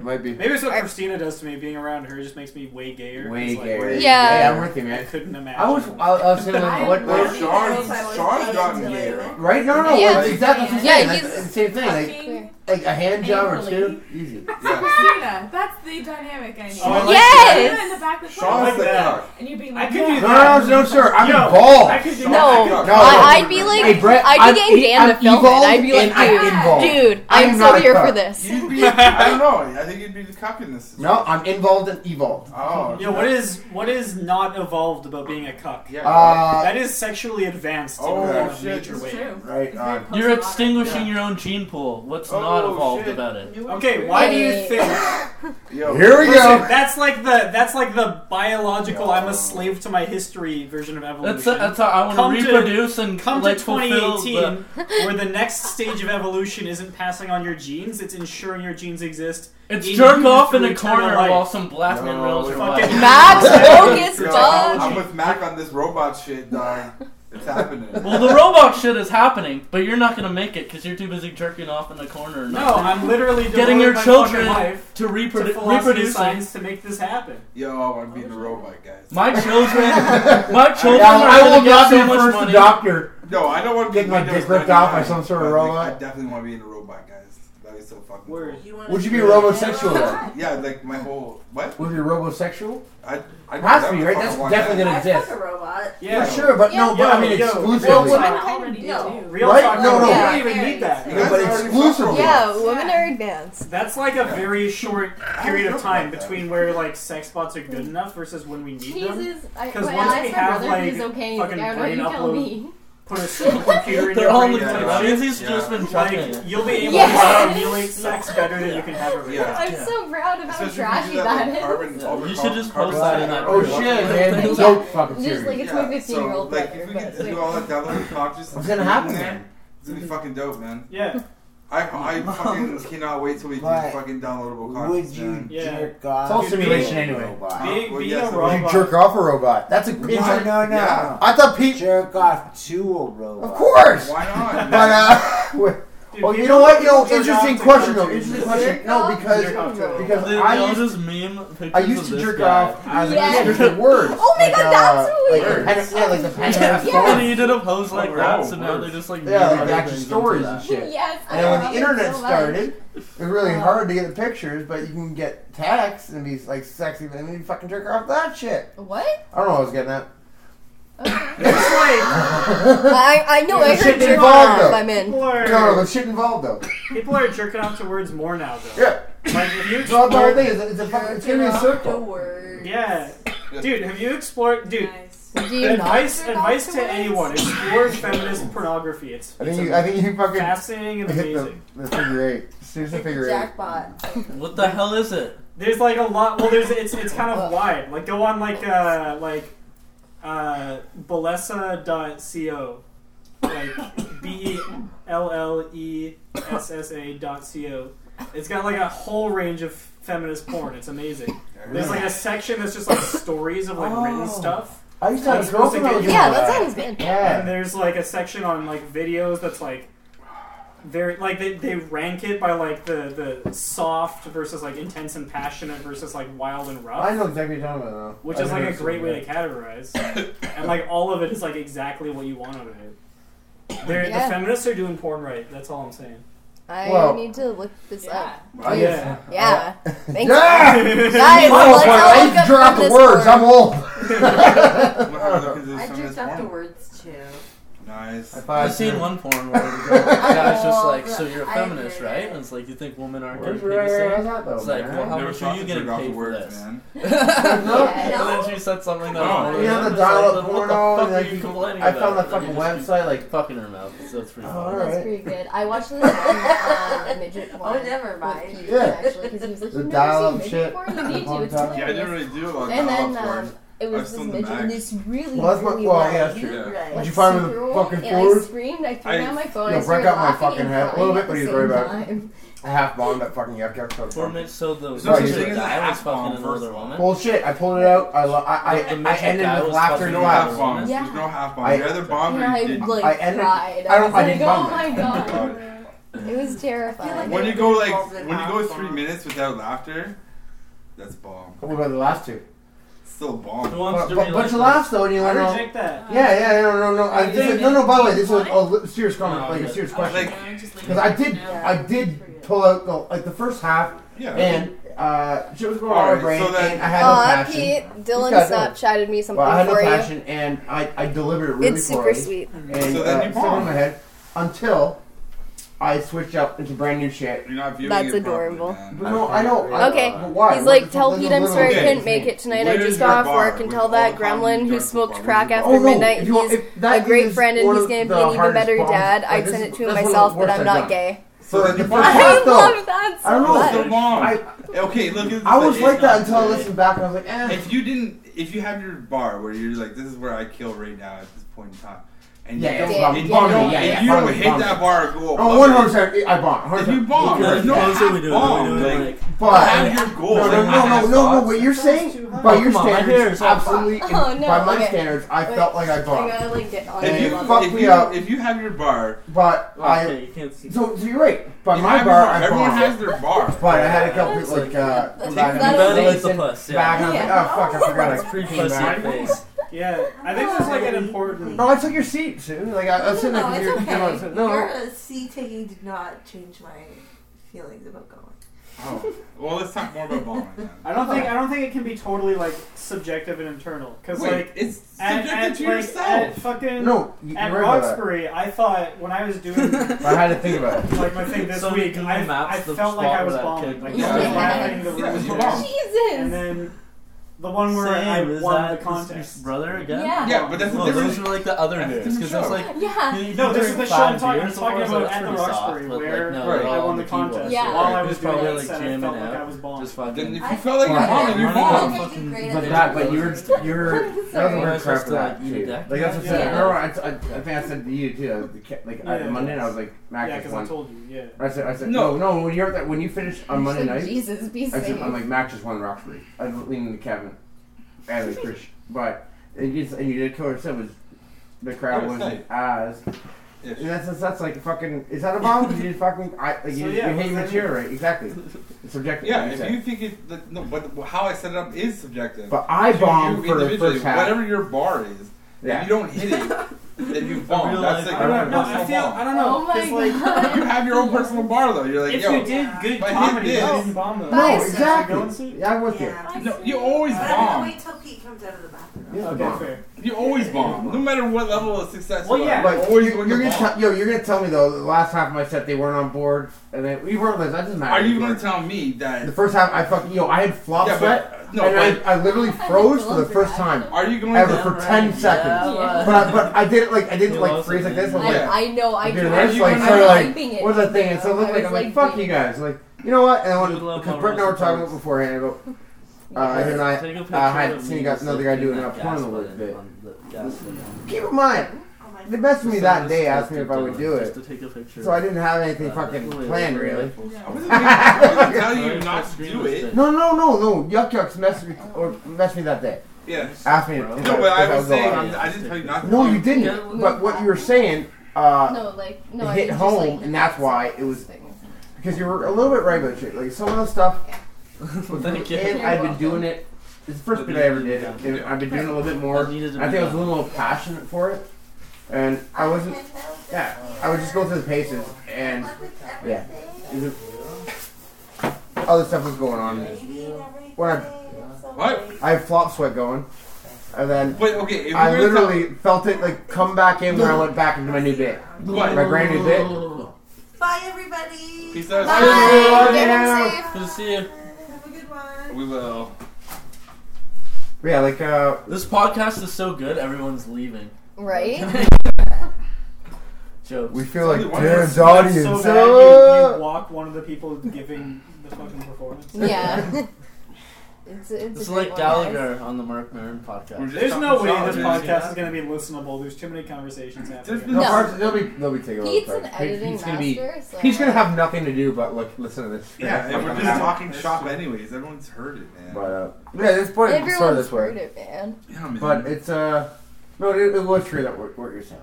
Speaker 2: Might be.
Speaker 7: Maybe it's what Christina does to me. Being around her just makes me way gayer.
Speaker 2: Way
Speaker 7: It's like,
Speaker 2: gayer.
Speaker 4: Yeah.
Speaker 2: Hey, I'm with you,
Speaker 7: I
Speaker 2: man.
Speaker 7: couldn't imagine.
Speaker 2: I was. I, I was feeling
Speaker 6: I-
Speaker 2: what.
Speaker 10: Well,
Speaker 2: what
Speaker 10: Sean, Sean's gotten
Speaker 6: Yeah.
Speaker 10: gayer.
Speaker 2: Right? No, no,
Speaker 4: Yeah.
Speaker 2: that's exactly the
Speaker 4: Yeah,
Speaker 2: same.
Speaker 4: he's-
Speaker 2: That's the same thing. Like, like a hand job or two, easy.
Speaker 10: Christina, that's the dynamic I need.
Speaker 7: Oh, I like
Speaker 4: Yes!
Speaker 10: You're in the back with
Speaker 7: Sean
Speaker 10: Sean,
Speaker 7: like that.
Speaker 10: and you being
Speaker 7: I
Speaker 10: like,
Speaker 7: could do
Speaker 2: No,
Speaker 7: that.
Speaker 2: no, no, sir. I'm
Speaker 7: Yo,
Speaker 2: involved.
Speaker 7: I could do
Speaker 4: No,
Speaker 7: that.
Speaker 2: No.
Speaker 4: I, I'd be like,
Speaker 2: Hey, Brett,
Speaker 4: I'd be
Speaker 2: I'm-
Speaker 4: getting Dan to
Speaker 2: I'm
Speaker 4: film it. I'd be
Speaker 2: evolved
Speaker 4: like,
Speaker 2: and
Speaker 4: dude,
Speaker 2: I'm involved.
Speaker 4: dude,
Speaker 2: I am
Speaker 4: I'm
Speaker 2: not
Speaker 4: so
Speaker 2: a
Speaker 4: here for
Speaker 2: thug.
Speaker 4: this.
Speaker 10: You-
Speaker 4: You,
Speaker 10: You'd
Speaker 6: You'd
Speaker 10: be-
Speaker 6: be, I don't know. I think you'd be the cop in this.
Speaker 2: No, I'm involved and evolved.
Speaker 6: Oh.
Speaker 7: Yo, what is what is not evolved about being a cuck?
Speaker 6: Yeah.
Speaker 2: Uh,
Speaker 7: That is sexually advanced in
Speaker 6: Oh,
Speaker 7: a lot of
Speaker 6: shit.
Speaker 7: major
Speaker 10: it's
Speaker 7: ways.
Speaker 10: true.
Speaker 5: Right on.
Speaker 3: You're extinguishing your own gene pool. What's not
Speaker 6: Oh,
Speaker 3: evolved
Speaker 6: shit.
Speaker 3: about it?
Speaker 7: Okay, why do you
Speaker 4: Hey.
Speaker 7: think?
Speaker 6: Yo,
Speaker 2: here we
Speaker 7: Listen,
Speaker 2: go.
Speaker 7: that's like the that's like the biological. I'm a slave to my history version of evolution.
Speaker 3: That's that's how I
Speaker 7: Come
Speaker 3: want
Speaker 7: to-
Speaker 3: to reproduce and
Speaker 7: Come
Speaker 3: like
Speaker 7: to
Speaker 3: fulfill
Speaker 7: 2018, where the next stage of evolution isn't passing on your genes; it's ensuring your genes exist.
Speaker 3: The, it's
Speaker 7: In
Speaker 3: jerk
Speaker 7: you
Speaker 3: off
Speaker 7: for
Speaker 3: in a
Speaker 7: eternal
Speaker 3: corner
Speaker 7: life.
Speaker 3: while some blasting
Speaker 6: No,
Speaker 3: rails
Speaker 6: we
Speaker 3: are
Speaker 6: don't.
Speaker 3: by.
Speaker 4: Max focus,
Speaker 6: Yo,
Speaker 4: bud.
Speaker 6: I'm with Mac on this robot shit, dog. It's happening.
Speaker 3: Well, the robot shit is happening, but you're not gonna make it because you're too busy jerking off in the corner. and
Speaker 7: No, I'm literally
Speaker 3: Getting
Speaker 7: devoting
Speaker 3: your
Speaker 7: my
Speaker 3: children
Speaker 7: fucking life
Speaker 3: to
Speaker 7: to
Speaker 3: reprodu-
Speaker 7: philosophy
Speaker 3: reproducing.
Speaker 7: science to make this happen.
Speaker 6: Yo, I'm being the robot, guys.
Speaker 3: My children, my children
Speaker 2: Now,
Speaker 3: are
Speaker 2: I will
Speaker 3: gonna get
Speaker 2: not be
Speaker 3: so
Speaker 2: the
Speaker 3: much
Speaker 2: first
Speaker 3: money.
Speaker 2: adopter.
Speaker 6: No, I don't want to
Speaker 2: Get
Speaker 6: be
Speaker 2: my
Speaker 6: Windows
Speaker 2: dick ripped off by
Speaker 6: 99,
Speaker 2: some sort of
Speaker 6: but, like,
Speaker 2: robot?
Speaker 6: I definitely want to be in a robot, guys. That'd be so fucking. cool.
Speaker 7: Word.
Speaker 2: Would you be robosexual then?
Speaker 6: Yeah, like my whole what?
Speaker 2: Would you be robosexual?
Speaker 6: I I
Speaker 2: Has to be, right? That's definitely gonna
Speaker 6: gonna.
Speaker 2: exist.
Speaker 6: a robot.
Speaker 2: Yeah,
Speaker 7: Yeah,
Speaker 2: sure, but no, but I mean
Speaker 7: Yo, yo,
Speaker 2: exclusively.
Speaker 7: real
Speaker 10: Well,
Speaker 7: talk.
Speaker 10: I already do.
Speaker 6: No.
Speaker 7: Real
Speaker 2: Right?
Speaker 7: talk.
Speaker 2: No, no.
Speaker 7: You
Speaker 4: Yeah.
Speaker 7: don't even need that.
Speaker 6: You guys
Speaker 2: but
Speaker 6: are already
Speaker 2: exclusively.
Speaker 6: fucked
Speaker 4: Yeah,
Speaker 6: robots.
Speaker 4: women are advanced.
Speaker 7: That's like a very short period
Speaker 6: know
Speaker 7: of time
Speaker 6: about that.
Speaker 7: between where like sex bots are good enough versus when we need them.
Speaker 4: Jesus, I,
Speaker 7: Because
Speaker 4: when
Speaker 7: once
Speaker 4: I
Speaker 7: we
Speaker 4: asked
Speaker 7: have,
Speaker 4: my brother if he was
Speaker 7: like,
Speaker 4: okay, he's like,
Speaker 7: fucking
Speaker 4: I don't know,
Speaker 7: brain
Speaker 4: you tell
Speaker 7: upload-
Speaker 4: me.
Speaker 7: Put a supercomputer in
Speaker 3: They're
Speaker 7: your
Speaker 3: all
Speaker 7: brain.
Speaker 3: like,
Speaker 6: Yeah.
Speaker 7: and
Speaker 3: Lindsay's
Speaker 6: Yeah.
Speaker 3: just been
Speaker 7: like,
Speaker 3: chucking it.
Speaker 7: you'll be able
Speaker 4: Yes!
Speaker 7: to simulate sex better than you can have it.
Speaker 6: Yeah.
Speaker 4: I'm so proud of how
Speaker 6: Especially if you
Speaker 4: trashy
Speaker 6: do that,
Speaker 4: that
Speaker 6: like,
Speaker 4: is.
Speaker 6: carbon- carbon-
Speaker 3: You should just
Speaker 6: carbon
Speaker 3: post that in
Speaker 6: fiber.
Speaker 3: that
Speaker 2: Oh
Speaker 3: Yeah.
Speaker 2: shit, man!
Speaker 4: Yeah.
Speaker 2: So fucking
Speaker 4: Just like
Speaker 2: serious.
Speaker 4: it's my 15 year
Speaker 6: so,
Speaker 4: old
Speaker 6: like,
Speaker 4: brother.
Speaker 6: if we
Speaker 4: but
Speaker 6: could do
Speaker 4: like-
Speaker 6: all that download conscious,
Speaker 2: What's gonna happen then?
Speaker 6: It's gonna be fucking dope, man.
Speaker 7: Yeah.
Speaker 6: I, I fucking cannot wait till we do
Speaker 5: But
Speaker 6: fucking downloadable
Speaker 5: Would
Speaker 6: conscious,
Speaker 5: you
Speaker 6: man.
Speaker 7: Yeah.
Speaker 5: jerk off?
Speaker 2: It's all
Speaker 5: to a
Speaker 2: simulation anyway.
Speaker 5: robot?
Speaker 7: Being,
Speaker 6: Uh, well,
Speaker 7: being
Speaker 6: yes,
Speaker 7: a
Speaker 6: I would.
Speaker 2: You
Speaker 7: robot.
Speaker 2: jerk off a robot. That's a.
Speaker 5: No,
Speaker 2: it's a-
Speaker 5: no, no,
Speaker 6: Yeah.
Speaker 2: I thought
Speaker 5: no.
Speaker 2: Pete.
Speaker 5: Jerk off to a robot.
Speaker 2: Of course.
Speaker 6: Why not?
Speaker 2: But uh,
Speaker 7: Dude,
Speaker 2: well, you
Speaker 7: people-
Speaker 2: know what? You know,
Speaker 7: people jerk
Speaker 2: interesting
Speaker 7: off to
Speaker 2: question though.
Speaker 7: cartoons.
Speaker 2: Interesting question.
Speaker 4: Oh.
Speaker 2: No,
Speaker 7: Jerk
Speaker 2: because
Speaker 7: off to it.
Speaker 2: because
Speaker 3: They- they
Speaker 2: I
Speaker 3: all
Speaker 2: used
Speaker 3: just meme pictures
Speaker 2: I used
Speaker 3: of
Speaker 2: to
Speaker 3: this
Speaker 2: jerk
Speaker 3: guy.
Speaker 2: off as a
Speaker 4: Yes.
Speaker 2: kid. There's words.
Speaker 4: Oh my
Speaker 2: like,
Speaker 4: God,
Speaker 2: uh,
Speaker 4: that's what we-
Speaker 2: like the pen- yeah, like the pen-
Speaker 3: Yeah,
Speaker 4: Yes.
Speaker 3: and he did a pose like
Speaker 6: Oh,
Speaker 3: that,
Speaker 6: wow,
Speaker 3: so now
Speaker 6: word.
Speaker 3: they just like
Speaker 2: Yeah,
Speaker 3: meme
Speaker 2: like actual
Speaker 3: things into
Speaker 2: stories
Speaker 3: that.
Speaker 2: and shit.
Speaker 4: Yes, I
Speaker 2: And then when
Speaker 4: love
Speaker 2: the
Speaker 4: it
Speaker 2: internet
Speaker 4: so much.
Speaker 2: started, it was really
Speaker 4: Oh.
Speaker 2: hard to get the pictures, but you can get text and be like sexy, and then you fucking jerk off that shit.
Speaker 4: What?
Speaker 2: I don't know what I was getting at.
Speaker 7: It's like
Speaker 4: I, I know, I
Speaker 2: Shit
Speaker 4: heard
Speaker 2: didn't
Speaker 4: jerk
Speaker 2: evolve,
Speaker 4: off.
Speaker 2: though.
Speaker 4: I'm in.
Speaker 7: people
Speaker 2: No, no,
Speaker 7: are
Speaker 2: the shit involved though.
Speaker 7: people are jerking off to words more now though.
Speaker 2: Yeah.
Speaker 7: Like if you
Speaker 2: So the whole
Speaker 7: explore,
Speaker 2: thing is, it's, a fucking, it's gonna be a circle.
Speaker 7: yeah, dude, have you explored, dude?
Speaker 10: Nice.
Speaker 4: Do you not?
Speaker 7: Advice, advice to anyone: explore feminist pornography. It's,
Speaker 2: I
Speaker 7: it's
Speaker 2: think you, I think you fucking
Speaker 7: fascinating and
Speaker 2: hit the,
Speaker 7: amazing.
Speaker 2: the figure eight. Seriously, figure eight.
Speaker 1: Jackpot.
Speaker 3: What the hell is it?
Speaker 7: There's like a lot. Well, there's it's it's kind of wide. Like go on like uh like uh belessa.co like b e l l e s s a dot co. It's got like a whole range of feminist porn. It's amazing. There's like a section that's just like stories of like written
Speaker 2: Oh.
Speaker 7: stuff,
Speaker 2: I used to have a
Speaker 7: Supposed to
Speaker 2: girlfriend that was
Speaker 7: get-
Speaker 4: Yeah,
Speaker 2: into
Speaker 4: that sounds good.
Speaker 7: and
Speaker 2: Yeah.
Speaker 7: there's like a section on like videos that's like. Very like they, they rank it by like the, the soft versus like intense and passionate versus like wild and rough.
Speaker 2: I know exactly what you're talking about though.
Speaker 7: which is like a great way to categorize. and like all of it is like exactly what you want out of it. They're,
Speaker 4: Yeah.
Speaker 7: The feminists are doing porn right. That's all I'm saying.
Speaker 4: I
Speaker 2: Well-
Speaker 4: need to look this
Speaker 10: Yeah.
Speaker 4: up.
Speaker 2: Well,
Speaker 7: yeah.
Speaker 4: Yeah. Thanks.
Speaker 2: Yeah!
Speaker 4: Guys,
Speaker 2: Oh,
Speaker 4: let's
Speaker 2: but
Speaker 4: all
Speaker 2: I used
Speaker 4: look
Speaker 2: to
Speaker 4: up
Speaker 2: draw out the words.
Speaker 4: feminist porn.
Speaker 2: I'm old.
Speaker 6: I'm gonna have a look at this
Speaker 1: I
Speaker 6: from this
Speaker 1: jerked off the
Speaker 6: porn.
Speaker 1: words too.
Speaker 6: Nice.
Speaker 3: I've seen one porn where the girl- the guy's just like, so you're a
Speaker 1: I
Speaker 3: feminist,
Speaker 1: agree.
Speaker 3: right? And it's like, you think women aren't
Speaker 2: Where's
Speaker 3: getting
Speaker 2: where
Speaker 3: paid the
Speaker 2: is
Speaker 3: same?
Speaker 2: that though?
Speaker 3: It's like,
Speaker 2: man?
Speaker 3: well, how
Speaker 6: Never
Speaker 3: much
Speaker 6: thought
Speaker 3: are you
Speaker 6: to
Speaker 3: getting
Speaker 6: jerk off
Speaker 3: paid
Speaker 6: the
Speaker 3: for
Speaker 6: words,
Speaker 3: this?
Speaker 6: man.
Speaker 3: and then she said something that was
Speaker 6: No.
Speaker 2: You know
Speaker 3: more
Speaker 2: the
Speaker 3: than that.
Speaker 2: dial-up
Speaker 3: Then
Speaker 2: porno,
Speaker 3: What the fuck
Speaker 2: like,
Speaker 3: are you complaining
Speaker 2: I
Speaker 3: about?
Speaker 2: found that
Speaker 3: And then
Speaker 2: fucking
Speaker 3: you just
Speaker 2: website like
Speaker 3: keep Fucking her mouth, so it's pretty
Speaker 2: Oh,
Speaker 3: funny.
Speaker 2: alright.
Speaker 4: That's pretty good. I watched this on uh, midget porn.
Speaker 1: Oh, never mind.
Speaker 4: With Pete,
Speaker 2: Yeah.
Speaker 4: actually, because he was like,
Speaker 2: The
Speaker 4: "You've
Speaker 2: dial-up
Speaker 4: never seen midget
Speaker 2: shit.
Speaker 4: porn? You need
Speaker 2: All the
Speaker 4: to. It's
Speaker 2: time.
Speaker 6: Yeah, I didn't
Speaker 4: hilarious."
Speaker 6: really do a lot of
Speaker 4: And then
Speaker 6: dialogue
Speaker 4: um, it
Speaker 6: I've
Speaker 4: was this
Speaker 6: seen the
Speaker 4: midget
Speaker 6: mag.
Speaker 4: and this really,
Speaker 2: Well, that's what-
Speaker 4: really
Speaker 2: well,
Speaker 4: wide
Speaker 2: yeah, that's true.
Speaker 1: You're right.
Speaker 4: like
Speaker 2: Did you find him with
Speaker 4: super
Speaker 2: the
Speaker 4: wide,
Speaker 2: fucking
Speaker 4: and
Speaker 2: forward?
Speaker 4: I screamed. I threw
Speaker 6: I-
Speaker 4: down my
Speaker 2: Yeah,
Speaker 4: phone. I
Speaker 2: break
Speaker 4: started
Speaker 2: out my
Speaker 4: laughing
Speaker 2: fucking
Speaker 4: and
Speaker 2: head a little bit, but he's right
Speaker 4: crying at the
Speaker 2: back.
Speaker 4: same
Speaker 2: I half bombed that fucking yuck yuck
Speaker 3: Four
Speaker 2: yuck.
Speaker 3: minutes till the
Speaker 6: There's
Speaker 2: no such
Speaker 3: midget
Speaker 2: thing
Speaker 6: as a
Speaker 3: guy was
Speaker 6: half
Speaker 3: fucking
Speaker 6: bomb, first
Speaker 3: another
Speaker 6: of all.
Speaker 3: woman.
Speaker 2: Bullshit! I pulled it out. I lo- I
Speaker 3: The-
Speaker 2: I,
Speaker 3: the
Speaker 2: I
Speaker 3: midget
Speaker 2: ended
Speaker 3: guy
Speaker 2: with
Speaker 3: was
Speaker 2: laughter
Speaker 3: fucking
Speaker 2: and
Speaker 6: No
Speaker 3: half
Speaker 6: half
Speaker 2: laughs.
Speaker 6: bombs.
Speaker 4: Yeah.
Speaker 6: There's no half
Speaker 2: I-
Speaker 6: bombs. You're either bomb
Speaker 4: And
Speaker 6: or
Speaker 4: I
Speaker 6: you didn't.
Speaker 4: like
Speaker 2: I ended-
Speaker 4: cried.
Speaker 2: I
Speaker 4: I
Speaker 2: don't-
Speaker 4: was
Speaker 2: I
Speaker 4: like,
Speaker 2: didn't
Speaker 4: oh
Speaker 2: bump it."
Speaker 4: my god,
Speaker 6: God.
Speaker 4: it was terrifying.
Speaker 6: When you go like
Speaker 1: Balls in
Speaker 6: when you go
Speaker 1: half
Speaker 6: three
Speaker 1: bomb.
Speaker 6: minutes without laughter, that's bomb.
Speaker 2: What about the last two?
Speaker 6: Still
Speaker 3: Who
Speaker 6: bomb.
Speaker 3: wants
Speaker 2: But,
Speaker 3: to
Speaker 2: but,
Speaker 3: be
Speaker 2: but
Speaker 3: like
Speaker 2: you laughs though, and you
Speaker 7: I
Speaker 2: went, "Oh,
Speaker 7: reject that.
Speaker 2: yeah, yeah, no, no, no." I, this is, no, no. By the way, this was a li- serious comment,
Speaker 3: No,
Speaker 2: like a
Speaker 3: but-
Speaker 2: serious question.
Speaker 6: Like
Speaker 2: Because I did, I did political, like the first half,
Speaker 6: Yeah.
Speaker 2: and uh, shit was going on
Speaker 6: All
Speaker 2: in
Speaker 6: right,
Speaker 2: my brain,
Speaker 6: so then-
Speaker 2: and I had no
Speaker 4: Aw,
Speaker 2: passion.
Speaker 4: Pete,
Speaker 2: He's
Speaker 4: Dylan
Speaker 2: got no-
Speaker 4: Snapchatted me something
Speaker 2: Well, I had no
Speaker 4: for you.
Speaker 2: passion, and I, I delivered it really
Speaker 4: It's super
Speaker 2: poorly.
Speaker 4: sweet.
Speaker 2: And
Speaker 6: So then
Speaker 2: uh,
Speaker 6: you
Speaker 2: it stuck in
Speaker 6: bombed.
Speaker 2: my head until I switched up into brand new shit.
Speaker 6: You're not viewing
Speaker 4: That's
Speaker 6: it properly,
Speaker 4: adorable.
Speaker 6: man.
Speaker 2: But no, I know. I,
Speaker 4: Okay,
Speaker 2: but why?
Speaker 4: He's
Speaker 2: What-
Speaker 4: like,
Speaker 2: there's
Speaker 4: tell
Speaker 2: a
Speaker 4: Pete I'm
Speaker 2: little
Speaker 4: sorry I
Speaker 6: Okay.
Speaker 4: couldn't make it tonight. I
Speaker 6: Where's
Speaker 4: just
Speaker 6: your
Speaker 4: got off
Speaker 6: bar
Speaker 4: work and
Speaker 6: with
Speaker 4: tell
Speaker 6: all
Speaker 4: that
Speaker 6: the hot
Speaker 4: gremlin who
Speaker 6: drugs
Speaker 4: smoked
Speaker 6: before we
Speaker 4: crack
Speaker 6: go?
Speaker 4: after
Speaker 2: Oh, no,
Speaker 4: midnight.
Speaker 2: if you want-
Speaker 4: He's
Speaker 2: if that
Speaker 4: a great
Speaker 2: is
Speaker 4: friend and
Speaker 2: one
Speaker 4: he's
Speaker 2: of
Speaker 4: gonna
Speaker 2: the
Speaker 4: be an even
Speaker 2: hardest
Speaker 4: better
Speaker 2: bombs-
Speaker 4: dad.
Speaker 2: like,
Speaker 4: I'd
Speaker 2: this
Speaker 4: send it
Speaker 2: is-
Speaker 4: to him
Speaker 2: that's one of
Speaker 4: myself,
Speaker 2: the
Speaker 4: but
Speaker 2: worst
Speaker 4: I'm
Speaker 2: I've
Speaker 4: not
Speaker 2: done.
Speaker 4: gay.
Speaker 2: So the first
Speaker 4: I
Speaker 2: half, though,
Speaker 4: love that so
Speaker 2: I don't know,
Speaker 6: It's
Speaker 4: much.
Speaker 6: so long.
Speaker 2: I,
Speaker 6: okay, look at this.
Speaker 2: I was
Speaker 6: It's
Speaker 2: like
Speaker 6: not
Speaker 2: that until I
Speaker 6: good.
Speaker 2: listened back and I was like, eh.
Speaker 6: If you didn't, if you have your bar where you're like, this is where I kill right now at this point in time, and
Speaker 2: Yeah,
Speaker 6: you
Speaker 2: yeah,
Speaker 6: don't,
Speaker 4: bomb
Speaker 6: and
Speaker 4: me,
Speaker 6: you
Speaker 4: bomb
Speaker 6: don't,
Speaker 4: me,
Speaker 2: yeah, yeah,
Speaker 6: if you
Speaker 2: bomb
Speaker 6: don't
Speaker 2: me,
Speaker 6: hit
Speaker 2: bomb
Speaker 6: that
Speaker 2: me.
Speaker 6: bar or go
Speaker 2: Oh,
Speaker 6: above
Speaker 2: one
Speaker 6: it,
Speaker 2: hundred percent. I bomb.
Speaker 6: If
Speaker 2: 100%.
Speaker 6: you bomb, there's no
Speaker 3: That's what we do.
Speaker 6: bomb.
Speaker 3: We do it
Speaker 6: Like,
Speaker 3: like-
Speaker 6: have
Speaker 2: But
Speaker 6: your goals.
Speaker 2: no, no,
Speaker 6: like,
Speaker 2: no,
Speaker 6: have
Speaker 2: no,
Speaker 6: your
Speaker 2: no, no.
Speaker 6: thoughts.
Speaker 2: What you're saying, by
Speaker 3: Oh,
Speaker 2: your
Speaker 3: come on, my hair's
Speaker 2: standards,
Speaker 3: all
Speaker 2: absolutely.
Speaker 4: Oh,
Speaker 2: and
Speaker 4: no,
Speaker 2: By my
Speaker 4: okay.
Speaker 2: standards, I
Speaker 4: Wait.
Speaker 2: felt like I
Speaker 4: I
Speaker 2: bombed.
Speaker 4: gotta like get on
Speaker 6: If
Speaker 4: it.
Speaker 6: you,
Speaker 4: I love
Speaker 2: fuck
Speaker 4: it.
Speaker 6: if
Speaker 2: me
Speaker 6: you,
Speaker 2: up.
Speaker 6: if you have your bar,
Speaker 2: But I.
Speaker 3: Okay, you can't see.
Speaker 2: So, so you're right. By
Speaker 6: you
Speaker 2: my
Speaker 6: have
Speaker 2: bar,
Speaker 6: your-
Speaker 2: I
Speaker 6: everyone
Speaker 2: bombed.
Speaker 6: has their bar.
Speaker 2: But I had a couple
Speaker 4: That's
Speaker 2: people like, uh, come
Speaker 4: That's-
Speaker 2: back
Speaker 4: that
Speaker 2: and
Speaker 4: is-
Speaker 2: listen
Speaker 3: Plus, yeah.
Speaker 2: back, and I was like,
Speaker 4: Yeah.
Speaker 2: oh fuck, I forgot. I
Speaker 3: Free
Speaker 2: came
Speaker 3: plus
Speaker 2: back.
Speaker 3: your face.
Speaker 7: Yeah, I think that's like an important.
Speaker 2: No, I took your seat, Sue. Like I, I was sitting
Speaker 10: No,
Speaker 2: there.
Speaker 10: it's
Speaker 2: you're-
Speaker 10: okay.
Speaker 2: No, it's- no,
Speaker 10: Your
Speaker 2: no.
Speaker 10: uh, seat taking did not change my feelings about going.
Speaker 6: Oh, well, let's talk more about bombing. Then.
Speaker 7: I don't think I don't think it can be totally like subjective and internal because
Speaker 6: Wait,
Speaker 7: like
Speaker 6: it's
Speaker 7: at,
Speaker 6: subjected
Speaker 7: at,
Speaker 6: to
Speaker 7: like, oh, at
Speaker 6: yourself.
Speaker 7: fucking
Speaker 2: No, you-
Speaker 7: at
Speaker 2: you're right about that.
Speaker 7: Roxbury, I thought when I was doing
Speaker 2: But I had to think about it.
Speaker 7: like my thing this
Speaker 3: So
Speaker 7: week,
Speaker 3: Google
Speaker 7: I,
Speaker 3: Maps
Speaker 7: I
Speaker 3: the
Speaker 7: felt like
Speaker 3: spot
Speaker 7: I was
Speaker 3: where that
Speaker 7: bombing.
Speaker 3: kid
Speaker 7: Like
Speaker 3: was.
Speaker 7: I was
Speaker 4: Yeah.
Speaker 7: laughing the
Speaker 6: Yeah,
Speaker 7: room.
Speaker 6: it's
Speaker 7: down.
Speaker 6: bomb.
Speaker 7: And
Speaker 4: Jesus.
Speaker 7: then the one where
Speaker 3: Same,
Speaker 7: I
Speaker 3: is
Speaker 7: won
Speaker 3: that
Speaker 7: the
Speaker 3: this-
Speaker 7: contest.
Speaker 3: Your brother again?
Speaker 4: Yeah.
Speaker 6: yeah, but that's a
Speaker 2: Oh,
Speaker 3: No, Oh, those
Speaker 6: different.
Speaker 3: were like the other
Speaker 6: That's a
Speaker 3: news because
Speaker 6: different
Speaker 3: that's like.
Speaker 4: Yeah.
Speaker 3: you- you
Speaker 7: No, this
Speaker 3: drink
Speaker 7: is the show
Speaker 3: five
Speaker 7: I'm talking- I'm
Speaker 3: beers
Speaker 7: talking
Speaker 3: before, so
Speaker 7: about
Speaker 3: it's
Speaker 7: at the
Speaker 3: pretty soft,
Speaker 7: Roxbury,
Speaker 3: but, like,
Speaker 7: where
Speaker 3: no,
Speaker 6: Right.
Speaker 3: they're
Speaker 7: I
Speaker 3: all
Speaker 7: won
Speaker 3: on
Speaker 7: the
Speaker 3: keyboard,
Speaker 7: contest.
Speaker 3: so
Speaker 4: Yeah.
Speaker 7: While I
Speaker 3: they're
Speaker 7: was doing
Speaker 3: probably
Speaker 7: that
Speaker 3: like
Speaker 7: set, I
Speaker 3: jamming
Speaker 7: felt like I
Speaker 3: out.
Speaker 7: was
Speaker 3: Just
Speaker 6: Then
Speaker 7: bombing.
Speaker 3: fucking.
Speaker 6: if you felt like you're bombing, you
Speaker 3: Running
Speaker 6: bomb.
Speaker 3: on fucking-
Speaker 10: But
Speaker 2: But that, but you're, you're, that was a
Speaker 3: Am I
Speaker 2: weird crap
Speaker 3: supposed
Speaker 2: for
Speaker 3: to, like,
Speaker 2: that,
Speaker 3: eat a
Speaker 2: too.
Speaker 3: deck?
Speaker 2: Like, that's what I
Speaker 4: Yeah.
Speaker 2: said, remember, I, I, I think I said to you, too, I was the ca- like,
Speaker 7: Yeah.
Speaker 2: on Monday, and I was like, Max,
Speaker 7: Yeah,
Speaker 2: just
Speaker 7: because I
Speaker 2: won.
Speaker 7: told you. Yeah.
Speaker 2: I said, I said,
Speaker 6: No.
Speaker 2: no, no, when you're at that, when you finish on Monday night,
Speaker 4: Jesus, be
Speaker 2: I
Speaker 4: safe.
Speaker 2: said, I'm like, Max just won Roxbury. I was leaning to Kevin, and like, Chris, but, and you, just- and you did killer said was, the crowd
Speaker 6: It was
Speaker 2: wasn't as,
Speaker 6: Ish.
Speaker 2: and that's, that's, that's like, fucking, is that a bomb? 'Cause you fucking, I, like, you,
Speaker 7: So,
Speaker 2: you
Speaker 7: yeah,
Speaker 2: hate
Speaker 7: what's that
Speaker 2: material, right, exactly, it's subjective.
Speaker 6: Yeah,
Speaker 2: like
Speaker 6: if
Speaker 2: said.
Speaker 6: you think it, like, no, but how I set it up is subjective.
Speaker 2: But I
Speaker 6: To
Speaker 2: bombed
Speaker 6: you
Speaker 2: for the
Speaker 6: individually,
Speaker 2: first half.
Speaker 6: Whatever your bar is, if
Speaker 2: Yeah.
Speaker 6: you don't hit it, then you bomb.
Speaker 3: real
Speaker 6: That's
Speaker 3: life-
Speaker 6: like
Speaker 3: I
Speaker 6: your
Speaker 3: don't
Speaker 6: own
Speaker 3: know,
Speaker 7: No,
Speaker 3: I
Speaker 7: I
Speaker 6: personal
Speaker 7: feel I
Speaker 6: bomb.
Speaker 7: don't know.
Speaker 4: Oh my
Speaker 7: 'cause, like,
Speaker 4: god.
Speaker 6: You have your own personal bar though. You're like,
Speaker 7: if
Speaker 6: yo,
Speaker 7: you did good
Speaker 6: but hit
Speaker 7: comedy, you
Speaker 6: this.
Speaker 7: didn't bomb them.
Speaker 4: No, Bye,
Speaker 2: No,
Speaker 4: sir.
Speaker 2: exactly.
Speaker 7: Go and see.
Speaker 2: Yeah, I was there.
Speaker 10: Yeah.
Speaker 6: No, you always
Speaker 10: But I'm gonna
Speaker 6: bomb.
Speaker 10: wait till Pete comes out of the bathroom.
Speaker 2: Yeah,
Speaker 7: Okay,
Speaker 2: bomb.
Speaker 7: fair.
Speaker 6: You always bomb, no matter what level of success.
Speaker 7: Well,
Speaker 6: you
Speaker 7: yeah.
Speaker 6: are.
Speaker 2: But
Speaker 6: always
Speaker 2: you're,
Speaker 6: going
Speaker 2: you're
Speaker 6: to
Speaker 2: gonna
Speaker 6: bomb.
Speaker 2: tell, yo, you're gonna tell me though. The last half of my set, they weren't on board, and then we weren't. That doesn't matter.
Speaker 6: Are you
Speaker 2: anymore.
Speaker 6: gonna tell me that?
Speaker 2: The first half, I fucking yo, I had flop
Speaker 6: Yeah,
Speaker 2: sweat,
Speaker 6: but no.
Speaker 2: and
Speaker 6: But
Speaker 2: I, I literally froze for the first time
Speaker 6: are you going
Speaker 2: ever
Speaker 6: to?
Speaker 2: for ten seconds. But I, but I did it like I didn't
Speaker 3: You
Speaker 2: like
Speaker 3: lost
Speaker 2: freeze
Speaker 3: it,
Speaker 2: like this.
Speaker 6: man.
Speaker 2: I'm like,
Speaker 6: Yeah.
Speaker 4: I, I know. I
Speaker 2: like,
Speaker 4: can.
Speaker 2: your
Speaker 6: Are
Speaker 2: lips
Speaker 6: you
Speaker 2: like
Speaker 6: gonna-
Speaker 2: sort of
Speaker 4: I'm
Speaker 2: like
Speaker 4: wiping it
Speaker 2: what's that thing?
Speaker 4: right
Speaker 2: It's so
Speaker 4: now.
Speaker 2: look
Speaker 4: I
Speaker 2: like
Speaker 4: was
Speaker 2: I'm like
Speaker 4: like
Speaker 2: fuck
Speaker 4: being-
Speaker 2: you guys. Like you know what? And I
Speaker 3: You would love
Speaker 2: want because
Speaker 3: how
Speaker 2: Brett and I were
Speaker 3: Rosa
Speaker 2: talking about
Speaker 3: talks.
Speaker 2: beforehand. I go, uh, him and I,
Speaker 3: Take a picture
Speaker 2: I had
Speaker 3: of
Speaker 2: seen
Speaker 3: me
Speaker 2: got
Speaker 3: just
Speaker 2: another guy
Speaker 3: looking
Speaker 2: doing
Speaker 3: at
Speaker 2: an
Speaker 3: that
Speaker 2: up
Speaker 3: gas
Speaker 2: a little
Speaker 3: button
Speaker 2: bit.
Speaker 3: on the gas button.
Speaker 2: Keep in mind,
Speaker 10: Oh my
Speaker 2: they messed with me that day. Asked me if I
Speaker 3: Just
Speaker 2: would do
Speaker 3: Just
Speaker 2: it,
Speaker 3: to take a picture.
Speaker 2: so I didn't have anything
Speaker 3: Uh,
Speaker 2: fucking
Speaker 3: definitely
Speaker 2: planned
Speaker 3: over
Speaker 2: really.
Speaker 3: rifles.
Speaker 6: I wasn't gonna- I wasn't telling you not to do it.
Speaker 2: No, no, no, no. Yuck Yucks messed me or messed me that day.
Speaker 6: Yeah.
Speaker 2: Asked me.
Speaker 3: No,
Speaker 2: if
Speaker 6: No, but
Speaker 2: if
Speaker 6: I was
Speaker 2: allowed.
Speaker 6: saying I'm- I didn't tell you not to.
Speaker 2: No,
Speaker 6: do
Speaker 2: you
Speaker 6: it.
Speaker 2: didn't. But what you were saying, uh,
Speaker 4: No, like no.
Speaker 2: It
Speaker 4: I
Speaker 2: hit
Speaker 4: just,
Speaker 2: home,
Speaker 4: like,
Speaker 2: and that's why it was-
Speaker 4: thing.
Speaker 2: because you were a little bit right about shit. Like some of the stuff,
Speaker 3: Thank you.
Speaker 2: and I've been doing it. It's the first bit I ever did. it, and I've been doing it a little bit more.
Speaker 3: I needed to
Speaker 2: I
Speaker 3: be
Speaker 2: think I was a
Speaker 3: done.
Speaker 2: little passionate for it, and I wasn't. Yeah, I would just go through the paces, and yeah, it was- other stuff was going on. When I
Speaker 6: What?
Speaker 2: I had flop sweat going, and then
Speaker 6: But okay, if
Speaker 2: I
Speaker 6: we're gonna tell-
Speaker 2: literally felt it like come back in when I went back into my new bit,
Speaker 6: What?
Speaker 2: my brand new bit.
Speaker 10: Bye, everybody.
Speaker 6: Peace out.
Speaker 4: Bye.
Speaker 2: Bye.
Speaker 4: Get him safe.
Speaker 3: Good to see you.
Speaker 10: Have a good one.
Speaker 6: We will.
Speaker 2: Yeah, like uh,
Speaker 3: This podcast is so good, everyone's leaving.
Speaker 4: Right?
Speaker 3: Jokes.
Speaker 2: we feel like
Speaker 6: It's only one
Speaker 2: damn
Speaker 6: person.
Speaker 2: the audience. Ah.
Speaker 7: So bad you, you walk one of the people giving the fucking performance.
Speaker 4: Yeah. It's, a- it's
Speaker 3: This is
Speaker 4: a great
Speaker 3: like
Speaker 4: one,
Speaker 3: Gallagher on the Mark Maron
Speaker 6: We're
Speaker 3: podcast.
Speaker 6: just
Speaker 7: There's no
Speaker 6: talking
Speaker 7: way
Speaker 6: shop,
Speaker 7: this
Speaker 6: dude.
Speaker 7: podcast is going to be listenable. There's too many conversations
Speaker 6: There's
Speaker 7: happening.
Speaker 6: no-
Speaker 2: No,
Speaker 4: No.
Speaker 2: Parks, uh, they'll be they'll be taking a
Speaker 4: guys.
Speaker 2: little
Speaker 4: Pete's an
Speaker 2: break. Pete-
Speaker 4: editing
Speaker 2: Pete's
Speaker 4: master.
Speaker 2: gonna be
Speaker 4: so.
Speaker 2: he's gonna have nothing to do but like listen to this.
Speaker 6: Yeah, and we're
Speaker 2: Like,
Speaker 6: just
Speaker 2: I'm out.
Speaker 6: talking shop anyways. Everyone's heard it, man.
Speaker 2: But uh, yeah, this point it started
Speaker 4: Everyone's
Speaker 2: this
Speaker 4: heard
Speaker 2: way,
Speaker 4: it, man.
Speaker 6: yeah, man.
Speaker 2: but it's uh, no, it, it was true that what, what you're saying.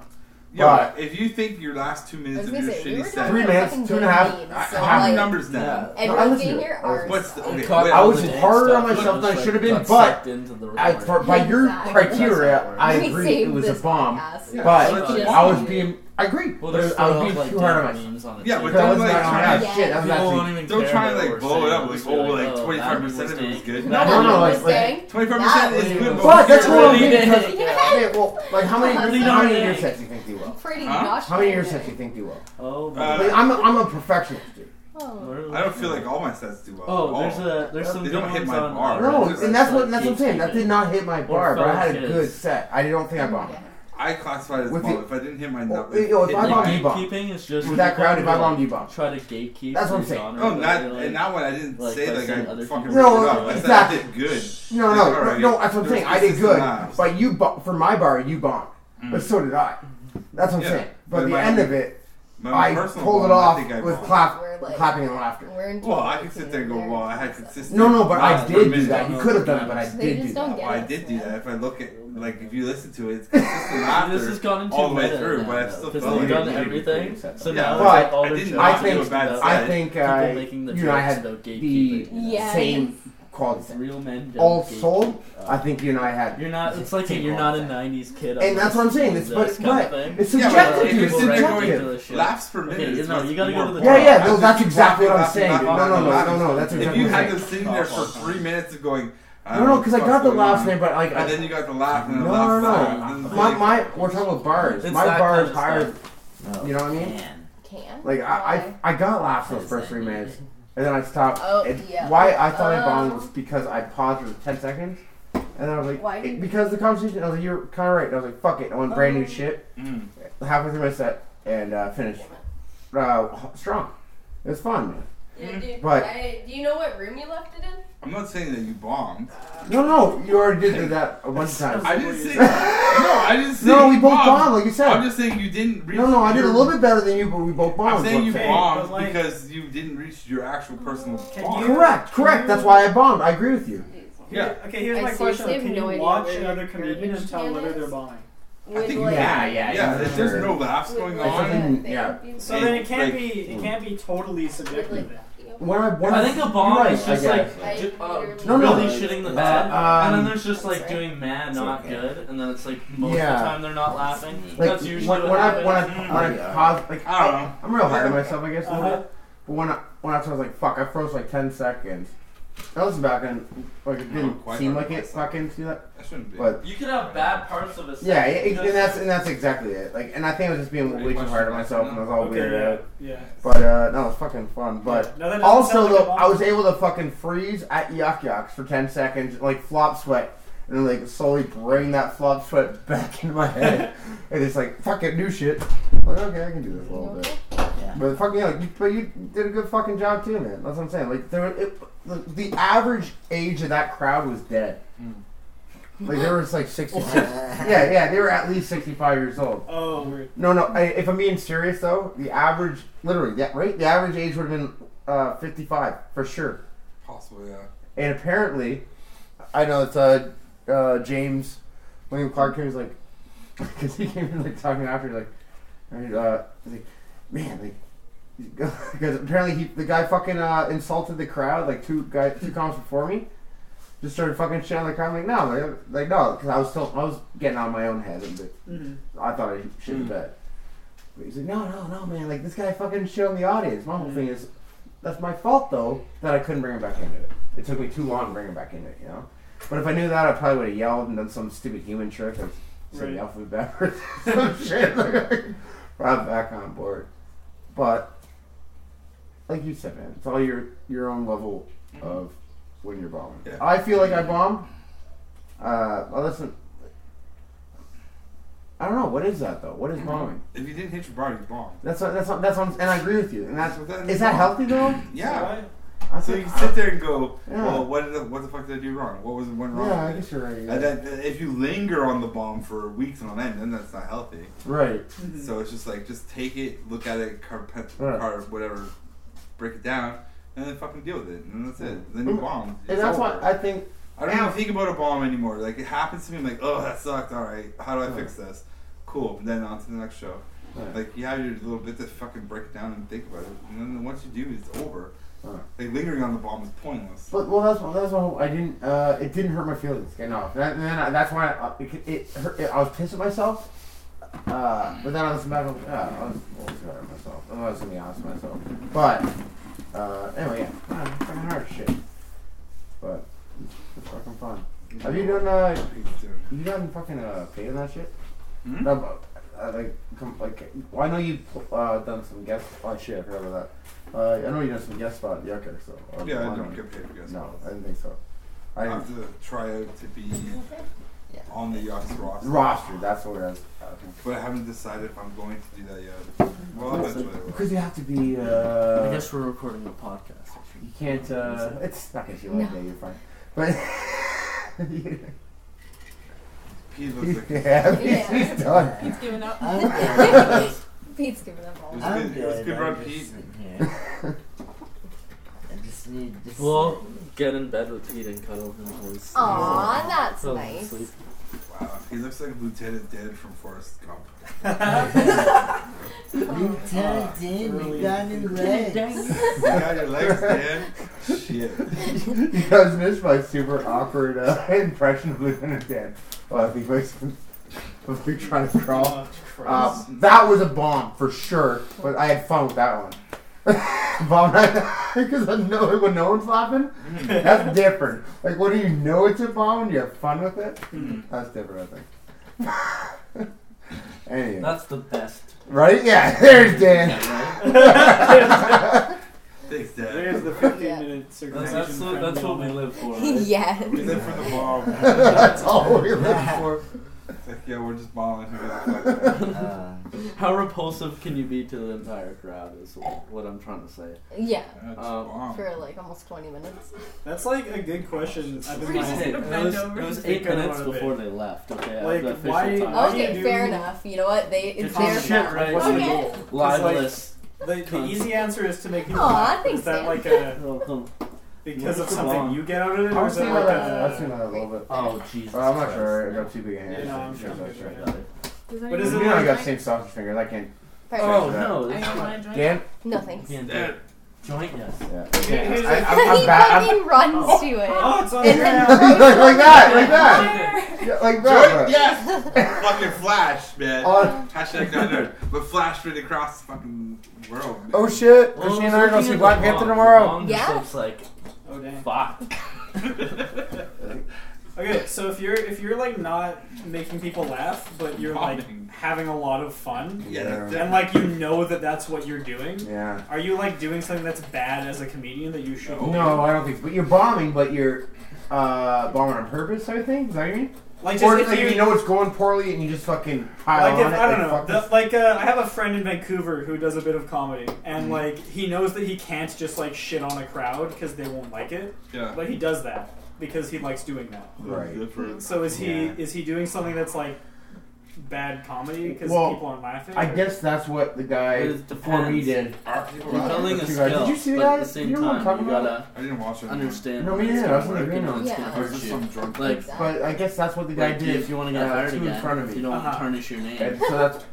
Speaker 6: yeah, but if you think your last two
Speaker 4: I
Speaker 6: minutes
Speaker 4: was
Speaker 6: of
Speaker 4: gonna
Speaker 6: your
Speaker 4: say, we
Speaker 6: shitty
Speaker 4: were
Speaker 6: set,
Speaker 4: talking
Speaker 2: Three
Speaker 4: about
Speaker 2: minutes,
Speaker 4: fucking
Speaker 2: two and a
Speaker 4: good
Speaker 2: half,
Speaker 4: memes,
Speaker 6: I,
Speaker 4: so,
Speaker 6: how many
Speaker 4: like,
Speaker 6: numbers now?
Speaker 2: No, I
Speaker 4: Everyone
Speaker 2: listened
Speaker 4: getting
Speaker 2: to it.
Speaker 4: your
Speaker 2: I was-
Speaker 4: arse
Speaker 6: What's the,
Speaker 4: up.
Speaker 6: okay?
Speaker 3: Caught
Speaker 6: wait,
Speaker 2: I
Speaker 3: all
Speaker 2: was
Speaker 3: the dance
Speaker 2: harder on
Speaker 3: stuff.
Speaker 2: myself
Speaker 3: Just,
Speaker 2: than I
Speaker 3: like,
Speaker 2: should have been,
Speaker 3: got
Speaker 2: but
Speaker 3: sucked into the
Speaker 2: I,
Speaker 3: recording.
Speaker 2: for, by your
Speaker 4: Exactly.
Speaker 2: criteria, I
Speaker 4: We
Speaker 2: agree it
Speaker 4: saved
Speaker 2: was a
Speaker 4: this
Speaker 2: bomb.
Speaker 4: podcast.
Speaker 6: Yeah,
Speaker 2: But
Speaker 6: so it's a
Speaker 4: Just
Speaker 6: bomb.
Speaker 2: I was
Speaker 4: you.
Speaker 2: being I agree.
Speaker 3: Well,
Speaker 2: but
Speaker 3: there's
Speaker 2: I
Speaker 3: photo
Speaker 2: would
Speaker 3: of
Speaker 2: be
Speaker 3: like
Speaker 2: too hard on myself.
Speaker 3: different memes on it.
Speaker 6: Yeah,
Speaker 3: too.
Speaker 6: but
Speaker 2: That
Speaker 6: don't
Speaker 2: was not
Speaker 6: like
Speaker 2: on
Speaker 6: try.
Speaker 2: that shit. That was
Speaker 3: people
Speaker 2: actually
Speaker 3: won't even
Speaker 6: Don't
Speaker 3: care
Speaker 6: try
Speaker 3: what
Speaker 6: and
Speaker 3: we're
Speaker 6: like blow it
Speaker 3: saying.
Speaker 6: up.
Speaker 3: We'll
Speaker 6: Like
Speaker 3: just
Speaker 6: oh,
Speaker 3: be like,
Speaker 6: like
Speaker 3: oh,
Speaker 6: twenty five percent of it was good.
Speaker 3: that
Speaker 2: No,
Speaker 3: one
Speaker 2: no,
Speaker 3: was
Speaker 2: like-
Speaker 4: saying?
Speaker 6: Twenty five percent
Speaker 3: That
Speaker 6: is
Speaker 3: was-
Speaker 6: good. but
Speaker 2: Fuck, that's
Speaker 6: you're
Speaker 2: what I
Speaker 6: really-
Speaker 2: mean. Because,
Speaker 4: Yeah.
Speaker 2: okay, well, like how many
Speaker 4: Really
Speaker 2: how many
Speaker 3: don't
Speaker 2: ear
Speaker 3: think.
Speaker 2: sets do you think you will?
Speaker 4: Pretty
Speaker 6: Huh?
Speaker 4: gosh.
Speaker 2: How many ear
Speaker 4: darn
Speaker 2: sets do
Speaker 4: good.
Speaker 2: you think you will?
Speaker 11: Oh,
Speaker 6: Uh,
Speaker 2: Like, I'm a, I'm a perfectionist, dude.
Speaker 4: Oh.
Speaker 3: Where-
Speaker 6: I don't feel like all my sets do well. at
Speaker 3: Oh,
Speaker 6: all.
Speaker 3: there's a there's some
Speaker 6: They
Speaker 3: good
Speaker 6: don't hit
Speaker 3: ones
Speaker 6: my
Speaker 3: on
Speaker 6: bar.
Speaker 3: on
Speaker 2: No,
Speaker 3: Reddit,
Speaker 2: and that's
Speaker 3: like,
Speaker 2: what that's what I'm saying. That
Speaker 3: gatekeeping.
Speaker 2: did not hit my bar, but I had a
Speaker 3: fun
Speaker 2: good
Speaker 3: kids.
Speaker 2: set. I don't think I bombed.
Speaker 6: I classify it as
Speaker 2: With
Speaker 6: small.
Speaker 2: the-
Speaker 6: If I didn't hit my
Speaker 2: Oh,
Speaker 6: nut,
Speaker 2: yo, if
Speaker 6: hit
Speaker 2: I
Speaker 6: my-
Speaker 2: bomb you, bomb.
Speaker 3: Gatekeeping is just
Speaker 2: With that crowd, if I
Speaker 3: people
Speaker 2: bombed
Speaker 3: who,
Speaker 2: you, bomb.
Speaker 3: like, Try to gatekeep.
Speaker 2: That's what I'm
Speaker 3: the
Speaker 2: saying.
Speaker 3: genre,
Speaker 6: Oh,
Speaker 3: but
Speaker 6: not
Speaker 3: you're like-
Speaker 6: and not when I didn't
Speaker 3: like,
Speaker 6: say
Speaker 3: by
Speaker 6: like
Speaker 3: saying
Speaker 6: I
Speaker 3: other
Speaker 6: fucking
Speaker 3: people-
Speaker 6: ripped
Speaker 2: No,
Speaker 6: it up. I said I
Speaker 2: exactly.
Speaker 6: did good.
Speaker 2: No,
Speaker 6: It's
Speaker 2: no,
Speaker 6: all
Speaker 2: no,
Speaker 6: right.
Speaker 2: no, that's what I'm
Speaker 6: There's
Speaker 2: saying. I did
Speaker 6: consistent
Speaker 2: good,
Speaker 6: laughs.
Speaker 2: but you bo- for my bar, you bombed, but so did I. That's what I'm
Speaker 6: Yeah,
Speaker 2: saying.
Speaker 6: but
Speaker 2: But the
Speaker 6: my-
Speaker 2: end of it,
Speaker 6: My
Speaker 2: I
Speaker 6: personal
Speaker 2: pulled it
Speaker 6: bomb, I
Speaker 2: off
Speaker 6: think I
Speaker 2: with
Speaker 6: bombed.
Speaker 2: clap,
Speaker 4: We're like-
Speaker 2: clapping and laughter.
Speaker 4: We're in
Speaker 6: Well, I could
Speaker 4: different
Speaker 6: sit there and go,
Speaker 4: teams.
Speaker 6: well, I had consistent.
Speaker 2: No, no, but I
Speaker 6: laughs per
Speaker 2: did do
Speaker 6: minute.
Speaker 2: that. You could have done it, but I
Speaker 4: They
Speaker 2: did do
Speaker 4: just
Speaker 2: that.
Speaker 4: don't
Speaker 6: Well,
Speaker 4: get
Speaker 6: I
Speaker 4: it,
Speaker 6: did
Speaker 4: man.
Speaker 6: do that. If I look at, like, if you listen to it, it's consistent laughter
Speaker 3: This has gone into
Speaker 6: all the way
Speaker 3: meta
Speaker 6: through,
Speaker 3: now,
Speaker 6: but I
Speaker 3: though,
Speaker 6: still
Speaker 3: 'cause
Speaker 6: felt
Speaker 3: they've
Speaker 6: like
Speaker 3: done
Speaker 6: it.
Speaker 3: everything. So
Speaker 6: Yeah,
Speaker 3: now
Speaker 2: but
Speaker 3: it's like all
Speaker 6: I
Speaker 3: their
Speaker 6: didn't-
Speaker 3: jokes
Speaker 2: I
Speaker 3: are
Speaker 2: think-
Speaker 3: just
Speaker 6: I
Speaker 3: about,
Speaker 2: I
Speaker 3: like,
Speaker 2: think
Speaker 3: people
Speaker 2: I,
Speaker 3: making the
Speaker 2: you and I
Speaker 3: jokes
Speaker 2: had
Speaker 3: about
Speaker 2: the
Speaker 3: gatekeeping. you know?
Speaker 4: Yeah.
Speaker 2: same quality.
Speaker 3: real men. don't
Speaker 2: All
Speaker 3: gatekeep.
Speaker 2: sold, I think you and I had.
Speaker 3: You're not. It's like a,
Speaker 2: Same
Speaker 3: you're not a
Speaker 2: concept.
Speaker 3: '90s kid.
Speaker 2: And that's what I'm saying. It's but,
Speaker 3: this kind
Speaker 2: but
Speaker 3: of thing.
Speaker 2: it's
Speaker 6: Yeah, but
Speaker 2: subjective.
Speaker 6: if
Speaker 2: dude. It's
Speaker 6: it's in there going,
Speaker 2: subjective.
Speaker 6: Laughs per minute.
Speaker 3: Okay,
Speaker 6: is
Speaker 3: no,
Speaker 6: what's
Speaker 3: you gotta go
Speaker 6: more
Speaker 3: to the-
Speaker 6: important.
Speaker 2: Yeah, yeah,
Speaker 6: I
Speaker 2: no,
Speaker 6: think
Speaker 2: that's
Speaker 6: you
Speaker 2: exactly what
Speaker 6: laugh
Speaker 2: I'm
Speaker 6: enough,
Speaker 2: saying.
Speaker 6: laugh
Speaker 2: No, no,
Speaker 6: enough,
Speaker 2: no,
Speaker 6: laugh
Speaker 2: no,
Speaker 6: enough.
Speaker 2: no, that's
Speaker 6: If
Speaker 2: exactly
Speaker 6: you
Speaker 2: what I'm
Speaker 6: had
Speaker 2: saying.
Speaker 6: them sitting there for three minutes of going, I
Speaker 2: No,
Speaker 6: don't
Speaker 2: no,
Speaker 6: know
Speaker 2: because I
Speaker 6: what the
Speaker 2: got
Speaker 6: fuck's
Speaker 2: the
Speaker 6: going
Speaker 2: last
Speaker 6: on.
Speaker 2: name, but like,
Speaker 6: and then you got the laugh and
Speaker 2: no,
Speaker 6: the
Speaker 2: no,
Speaker 6: laugh.
Speaker 2: no. My, my, we're talking about bars.
Speaker 3: It's
Speaker 2: my
Speaker 3: that
Speaker 2: bar
Speaker 3: kind
Speaker 2: is
Speaker 3: of
Speaker 2: higher.
Speaker 5: No,
Speaker 2: You know what I mean?
Speaker 5: can.
Speaker 4: Can?
Speaker 2: Like I, I, I got laughs those first three minutes, and then I stopped.
Speaker 4: Oh,
Speaker 2: And
Speaker 4: yeah.
Speaker 2: Why I thought I bombed
Speaker 4: Um.
Speaker 2: was because I paused for ten seconds, and then I was like,
Speaker 4: Why Oh,
Speaker 2: it-
Speaker 4: did-
Speaker 2: because the conversation. I was like, you're kind of right. And I was like, fuck it. I went brand new shit
Speaker 6: Mm.
Speaker 2: halfway through my set and uh, finished uh, strong. It was fun, man.
Speaker 4: Yeah, dude,
Speaker 2: But-
Speaker 4: I, do you know what room you left it in?
Speaker 6: I'm not saying that you bombed.
Speaker 2: No, no, you already did do that a bunch of times.
Speaker 6: I didn't say. no, I didn't say.
Speaker 2: No, we
Speaker 6: you
Speaker 2: both bombed, like you said.
Speaker 6: I'm just saying you didn't reach.
Speaker 2: No, no, I did a
Speaker 6: your-
Speaker 2: little bit better than you, but we both bombed.
Speaker 6: I'm saying you
Speaker 2: What-
Speaker 7: Okay,
Speaker 6: bombed
Speaker 7: but, like-
Speaker 6: because you didn't reach your actual personal
Speaker 7: Can
Speaker 6: bomb.
Speaker 7: you-
Speaker 2: Correct, correct. That's why I bombed. I agree with you.
Speaker 6: Yeah.
Speaker 7: Okay, here's
Speaker 4: I
Speaker 7: my question:
Speaker 4: seriously have
Speaker 7: Can
Speaker 4: no
Speaker 7: you
Speaker 4: idea
Speaker 7: watch
Speaker 4: where
Speaker 7: another
Speaker 4: your
Speaker 7: comedian and
Speaker 4: garbage
Speaker 7: tell
Speaker 4: can
Speaker 7: whether
Speaker 4: is?
Speaker 7: they're bombing?
Speaker 6: I think
Speaker 4: Would,
Speaker 6: you
Speaker 4: like,
Speaker 2: Yeah,
Speaker 6: can.
Speaker 2: yeah,
Speaker 6: Yeah,
Speaker 2: you
Speaker 6: if there's
Speaker 2: can.
Speaker 6: no laughs
Speaker 4: would,
Speaker 6: going
Speaker 4: like,
Speaker 2: I
Speaker 6: on.
Speaker 2: think-
Speaker 4: the
Speaker 2: yeah.
Speaker 4: therapy-
Speaker 7: So then it can't
Speaker 6: like-
Speaker 7: be it can't be totally
Speaker 4: would,
Speaker 7: subjective.
Speaker 4: like,
Speaker 7: then.
Speaker 4: you know,
Speaker 2: When I, when
Speaker 3: I think a
Speaker 2: you're
Speaker 3: bomb
Speaker 2: right,
Speaker 3: is
Speaker 2: I
Speaker 3: just
Speaker 2: guess.
Speaker 3: like
Speaker 4: I
Speaker 3: ju- uh,
Speaker 4: literally-
Speaker 2: No, no.
Speaker 3: really shitting the
Speaker 2: Uh,
Speaker 3: bed, and
Speaker 2: um,
Speaker 3: then there's just like
Speaker 4: Sorry.
Speaker 3: doing mad, not
Speaker 5: okay.
Speaker 3: good, and then it's like most
Speaker 2: Yeah.
Speaker 3: of the time they're not laughing.
Speaker 2: Like
Speaker 3: That's usually
Speaker 2: when,
Speaker 3: what
Speaker 2: when I
Speaker 3: happens. Mm-hmm. Oh.
Speaker 2: when I
Speaker 6: happens.
Speaker 2: when I
Speaker 5: Yeah.
Speaker 2: pause, like
Speaker 6: I don't know.
Speaker 2: I'm real hard on myself, I guess. a little
Speaker 7: Uh-huh.
Speaker 2: bit. But when I when I was like, fuck, I froze like ten seconds. I was back and like it
Speaker 6: I'm
Speaker 2: didn't
Speaker 6: quite
Speaker 2: seem
Speaker 6: hard
Speaker 2: like
Speaker 6: on
Speaker 2: it
Speaker 6: myself.
Speaker 2: fucking see that.
Speaker 6: That shouldn't be.
Speaker 2: But
Speaker 3: you could have bad parts of a set.
Speaker 2: yeah, it, it-
Speaker 3: Just-
Speaker 2: and that's and that's exactly it. Like, and I think I was just being way too hard on myself, and I was all
Speaker 7: Okay,
Speaker 2: weird.
Speaker 7: yeah, yeah.
Speaker 2: But uh, no, it was fucking fun. But
Speaker 7: No, that doesn't
Speaker 2: also
Speaker 7: sound like a
Speaker 2: though,
Speaker 7: bomb.
Speaker 2: I was able to fucking freeze at Yuck Yucks for ten seconds, like flop sweat, and then like slowly bring that flop sweat back into my head, and it's like fucking new shit. Like okay, I can do this a little bit. But fucking yeah, like, you- but you did a good fucking job too, man. That's what I'm saying. Like there, it, the, the average age of that crowd was dead.
Speaker 7: Mm.
Speaker 2: Like there was like 66. yeah, yeah, they were at least 65 years old.
Speaker 7: Oh, weird.
Speaker 2: No, no. I, if I'm being serious, though, the average, literally, that right, the average age would have been uh, 55 for sure.
Speaker 6: Possible, yeah.
Speaker 2: And apparently, I know it's uh, uh, James William Clark here. He's like, because he came in like talking after, like, and, uh, he's like, man, like. Because apparently he, the guy fucking uh, insulted the crowd like two guys two comics before me, just started fucking shit on the crowd. I'm like no, like, like no, because I was still I was getting on my own head. And, like,
Speaker 7: Mhm.
Speaker 2: I thought I should have bet. But he's like, no, no, no, man. Like this guy fucking shit on the audience. My whole thing is, that's my fault though that I couldn't bring him back into it. It took me too long to bring him back into it, you know. But if I knew that, I probably would have yelled and done some stupid human trick like said
Speaker 7: Right.
Speaker 2: the alphabet backwards, some shit. Like, I'm back on board. But like you said, man, it's all your your own level of when you're bombing.
Speaker 6: Yeah.
Speaker 2: I feel like I bombed. Uh, well, listen. I don't know what is that though.
Speaker 6: Mm-hmm.
Speaker 2: What is bombing?
Speaker 6: If you didn't hit your bar, you bombed.
Speaker 2: That's what. That's what. That's what. I'm, and I agree with you. And that's
Speaker 6: That's what that
Speaker 2: is that
Speaker 6: is.
Speaker 2: healthy though?
Speaker 6: Yeah.
Speaker 7: Right?
Speaker 2: I
Speaker 6: So
Speaker 2: think-
Speaker 6: you sit there and go,
Speaker 2: Yeah.
Speaker 6: well, what, did, I- what the fuck did I do wrong? What was it went wrong?
Speaker 2: Yeah, I guess you're right. yeah.
Speaker 6: And then, uh, if you linger on the bomb for weeks on end, then that's not healthy.
Speaker 2: Right.
Speaker 6: So it's just like, just take it, look at it, car, pe-
Speaker 2: Yeah.
Speaker 6: car whatever, break it down, and then fucking deal with it. And that's it. Then you
Speaker 2: Mm.
Speaker 6: bombed.
Speaker 2: And
Speaker 6: It's
Speaker 2: that's why
Speaker 6: over.
Speaker 2: I think.
Speaker 6: I don't even think about a bomb anymore. Like it happens to me, I'm like, oh, that sucked. All right, how do I fix this? Cool. And then on to the next show.
Speaker 2: Right.
Speaker 6: Like you have your little bit to fucking break it down and think about it, and then once you do, it's over.
Speaker 2: Right.
Speaker 6: Like lingering on the bomb is pointless.
Speaker 2: But well, that's that's why I didn't. Uh, it didn't hurt my feelings. Okay, no, that, and then I, that's why I, it, it hurt. I was pissed at myself uh, but then I was mad. at- Uh, I was a little scared of myself. I was gonna be honest with myself. But uh, anyway, yeah, I'm fucking hard as shit. But it's fucking fun. Have you done uh, you done fucking uh, paid on that shit?
Speaker 6: Hmm?
Speaker 2: No, but, uh, like, com- like, well, I know you uh done some guest oh shit, I forgot about that. Uh, I know you done some guest spot at Yucker, so uh,
Speaker 6: Yeah, I
Speaker 2: why
Speaker 6: don't
Speaker 2: not?
Speaker 6: get paid for guest
Speaker 2: No,
Speaker 6: spots.
Speaker 2: I didn't think so. I
Speaker 6: I
Speaker 2: didn't
Speaker 6: have to try out to be on the Yachts roster.
Speaker 2: roster. That's what it is.
Speaker 6: But I haven't decided if I'm going to do that yet. Well, eventually I will.
Speaker 2: Because you have to be. Uh,
Speaker 3: I guess we're recording a podcast.
Speaker 2: you can't. Uh, it's not gonna feel like that. You're fine. But
Speaker 6: He looks like
Speaker 2: yeah, he's,
Speaker 4: Yeah.
Speaker 2: he's done.
Speaker 10: He's giving up.
Speaker 2: Uh,
Speaker 4: Pete's giving up all.
Speaker 6: It was
Speaker 5: I'm
Speaker 6: good- it was
Speaker 5: good,
Speaker 6: good
Speaker 5: I'm
Speaker 6: run,
Speaker 5: just
Speaker 6: Pete.
Speaker 5: sitting here. I just need to
Speaker 3: We'll
Speaker 5: sit.
Speaker 3: get in bed with Pete and cuddle him while he's
Speaker 4: Aw, that's
Speaker 3: while he's
Speaker 4: nice.
Speaker 3: asleep.
Speaker 6: wow. He looks like Lieutenant Dan from Forrest Gump.
Speaker 5: Lieutenant Dan,
Speaker 7: really?
Speaker 5: we got new legs.
Speaker 6: You got your legs, Dan. Shit.
Speaker 2: you guys missed my super awkward uh, impression of Lieutenant Dan. Well, I think my of me trying to crawl.
Speaker 7: Oh,
Speaker 2: Uh, that was a bomb for sure, but I had fun with that one. bomb because I know when no one's laughing, that's different. Like, what do you know it's a bomb? and You have fun with it. That's different, I think. anyway,
Speaker 3: That's the best.
Speaker 2: right? Yeah, there's Dan.
Speaker 6: Thanks, Dan.
Speaker 7: There's the 15
Speaker 4: Yeah.
Speaker 7: minute circumcision.
Speaker 3: That's, that's, what, that's what we live for. Right?
Speaker 4: yes.
Speaker 6: We live for the bomb.
Speaker 2: that's all we live for.
Speaker 6: It's like, yeah, we're just bombing. Who gives a fuck?
Speaker 5: Uh,
Speaker 3: How repulsive can you be to the entire crowd is wh- what I'm trying to say.
Speaker 4: Yeah.
Speaker 6: Yeah, it's
Speaker 3: Um,
Speaker 6: bomb.
Speaker 4: For like almost 20 minutes.
Speaker 7: That's like a good question. I've been
Speaker 10: We're just
Speaker 3: Hey, it
Speaker 7: like,
Speaker 10: gonna bend
Speaker 3: was,
Speaker 10: over
Speaker 3: it was
Speaker 10: and
Speaker 3: eight
Speaker 7: think about
Speaker 3: minutes
Speaker 7: it a bit.
Speaker 3: before they left. Okay, at
Speaker 7: Like,
Speaker 3: the official
Speaker 7: why-
Speaker 3: time.
Speaker 7: why-
Speaker 4: Okay,
Speaker 7: do
Speaker 4: fair
Speaker 7: you-
Speaker 4: enough. You know what? They it's
Speaker 7: It's
Speaker 4: their
Speaker 7: just
Speaker 3: shit
Speaker 4: fault.
Speaker 3: right
Speaker 7: What's
Speaker 3: in the
Speaker 7: the
Speaker 3: middle.
Speaker 4: Okay.
Speaker 3: Libelous.
Speaker 7: the, the easy answer is to make people
Speaker 4: Aw,
Speaker 7: laugh.
Speaker 4: thanks,
Speaker 7: Is that
Speaker 4: Dan.
Speaker 7: like a
Speaker 3: Oh,
Speaker 7: because of
Speaker 3: What's
Speaker 7: something
Speaker 3: wrong?
Speaker 7: you get out of it, or
Speaker 2: I've
Speaker 7: is
Speaker 2: seen
Speaker 7: it
Speaker 2: that.
Speaker 7: like
Speaker 2: I've seen
Speaker 7: a?
Speaker 2: that a little bit.
Speaker 3: Oh, Jesus.
Speaker 2: Well, I'm not
Speaker 3: Christ.
Speaker 2: sure. I got too big a hand.
Speaker 7: Yeah, no, I'm
Speaker 2: Sure,
Speaker 7: sure.
Speaker 2: sure.
Speaker 7: Yeah.
Speaker 3: Got it.
Speaker 7: But is
Speaker 2: You
Speaker 7: it
Speaker 2: know I got
Speaker 7: like?
Speaker 2: the same sausage fingers. I can't.
Speaker 4: Perfect.
Speaker 3: Oh, no.
Speaker 10: I
Speaker 3: It's
Speaker 10: don't
Speaker 3: not.
Speaker 10: want to join.
Speaker 2: Dan?
Speaker 4: No thanks.
Speaker 3: Can't do it.
Speaker 6: Dan.
Speaker 3: Joint yes.
Speaker 2: Yeah.
Speaker 7: here's
Speaker 2: I,
Speaker 7: the-
Speaker 2: I'm, I'm
Speaker 4: he
Speaker 2: bad. I'm,
Speaker 4: fucking runs to it.
Speaker 7: Oh, it's on
Speaker 4: And then-
Speaker 7: ground.
Speaker 2: like, like that, like that, yeah, like that.
Speaker 6: Joint, yes! fucking Flash, man.
Speaker 2: Oh.
Speaker 6: Hashtag not nerd. But Flash really across the fucking world. Man.
Speaker 2: Oh shit!
Speaker 3: Well,
Speaker 2: Christine
Speaker 3: I was
Speaker 2: and I are going to
Speaker 3: looking
Speaker 2: see
Speaker 3: at
Speaker 2: Black
Speaker 3: the
Speaker 2: Panther
Speaker 3: bomb.
Speaker 2: tomorrow.
Speaker 3: The bomb just
Speaker 4: Yeah.
Speaker 3: looks like,
Speaker 7: Oh dang.
Speaker 3: fuck.
Speaker 7: Okay, so if you're if you're like not making people laugh, but you're like
Speaker 6: Vomiting.
Speaker 7: having a lot of fun,
Speaker 6: Yeah, that's
Speaker 7: and like you know that that's what you're doing,
Speaker 2: Yeah.
Speaker 7: are you like doing something that's bad as a comedian that you should?
Speaker 2: No, I don't think. so. But you're bombing, but you're uh, bombing on purpose. Sort of thing. Is that what you mean?
Speaker 7: Like
Speaker 2: Or
Speaker 7: just
Speaker 2: like
Speaker 7: if
Speaker 2: you
Speaker 7: you
Speaker 2: know it's going poorly and you just fucking pile
Speaker 7: like
Speaker 2: on
Speaker 7: if,
Speaker 2: it.
Speaker 7: I
Speaker 2: like,
Speaker 7: don't know,
Speaker 2: fuck
Speaker 7: the, like uh, I have a friend in Vancouver who does a bit of comedy, and
Speaker 2: Mm-hmm.
Speaker 7: like he knows that he can't just like shit on a crowd because they won't like it,
Speaker 6: Yeah.
Speaker 7: but he does that because he likes doing that.
Speaker 2: this. right.
Speaker 6: Different.
Speaker 7: So is he
Speaker 2: Yeah.
Speaker 7: is he doing something that's like bad comedy because
Speaker 2: Well,
Speaker 7: people aren't laughing?
Speaker 2: I
Speaker 7: or-
Speaker 2: guess that's what the
Speaker 3: It
Speaker 2: guy
Speaker 3: is
Speaker 2: before me did.
Speaker 3: depends.
Speaker 6: Are people laughing?
Speaker 3: Compelling
Speaker 2: Did you
Speaker 3: is skill.
Speaker 2: see
Speaker 3: but
Speaker 2: that?
Speaker 3: At the same
Speaker 2: You know what I'm
Speaker 3: time,
Speaker 2: talking
Speaker 3: you
Speaker 2: about?
Speaker 3: gotta
Speaker 6: I didn't watch it.
Speaker 3: understand.
Speaker 2: No, me
Speaker 3: it's
Speaker 2: neither.
Speaker 3: gonna
Speaker 2: I wasn't
Speaker 3: work
Speaker 2: agreeing
Speaker 3: and
Speaker 2: on
Speaker 3: it's
Speaker 4: that.
Speaker 3: gonna
Speaker 4: Yeah.
Speaker 6: This
Speaker 3: hurt
Speaker 6: is
Speaker 3: you.
Speaker 6: some drunk.
Speaker 3: Like,
Speaker 2: But I guess that's what the guy
Speaker 3: like
Speaker 2: did.
Speaker 3: if you want to get
Speaker 2: uh,
Speaker 3: hired
Speaker 2: two
Speaker 3: again,
Speaker 2: in front of
Speaker 3: you
Speaker 2: me.
Speaker 3: don't want
Speaker 7: Uh-huh.
Speaker 3: to tarnish your name.
Speaker 2: And so that's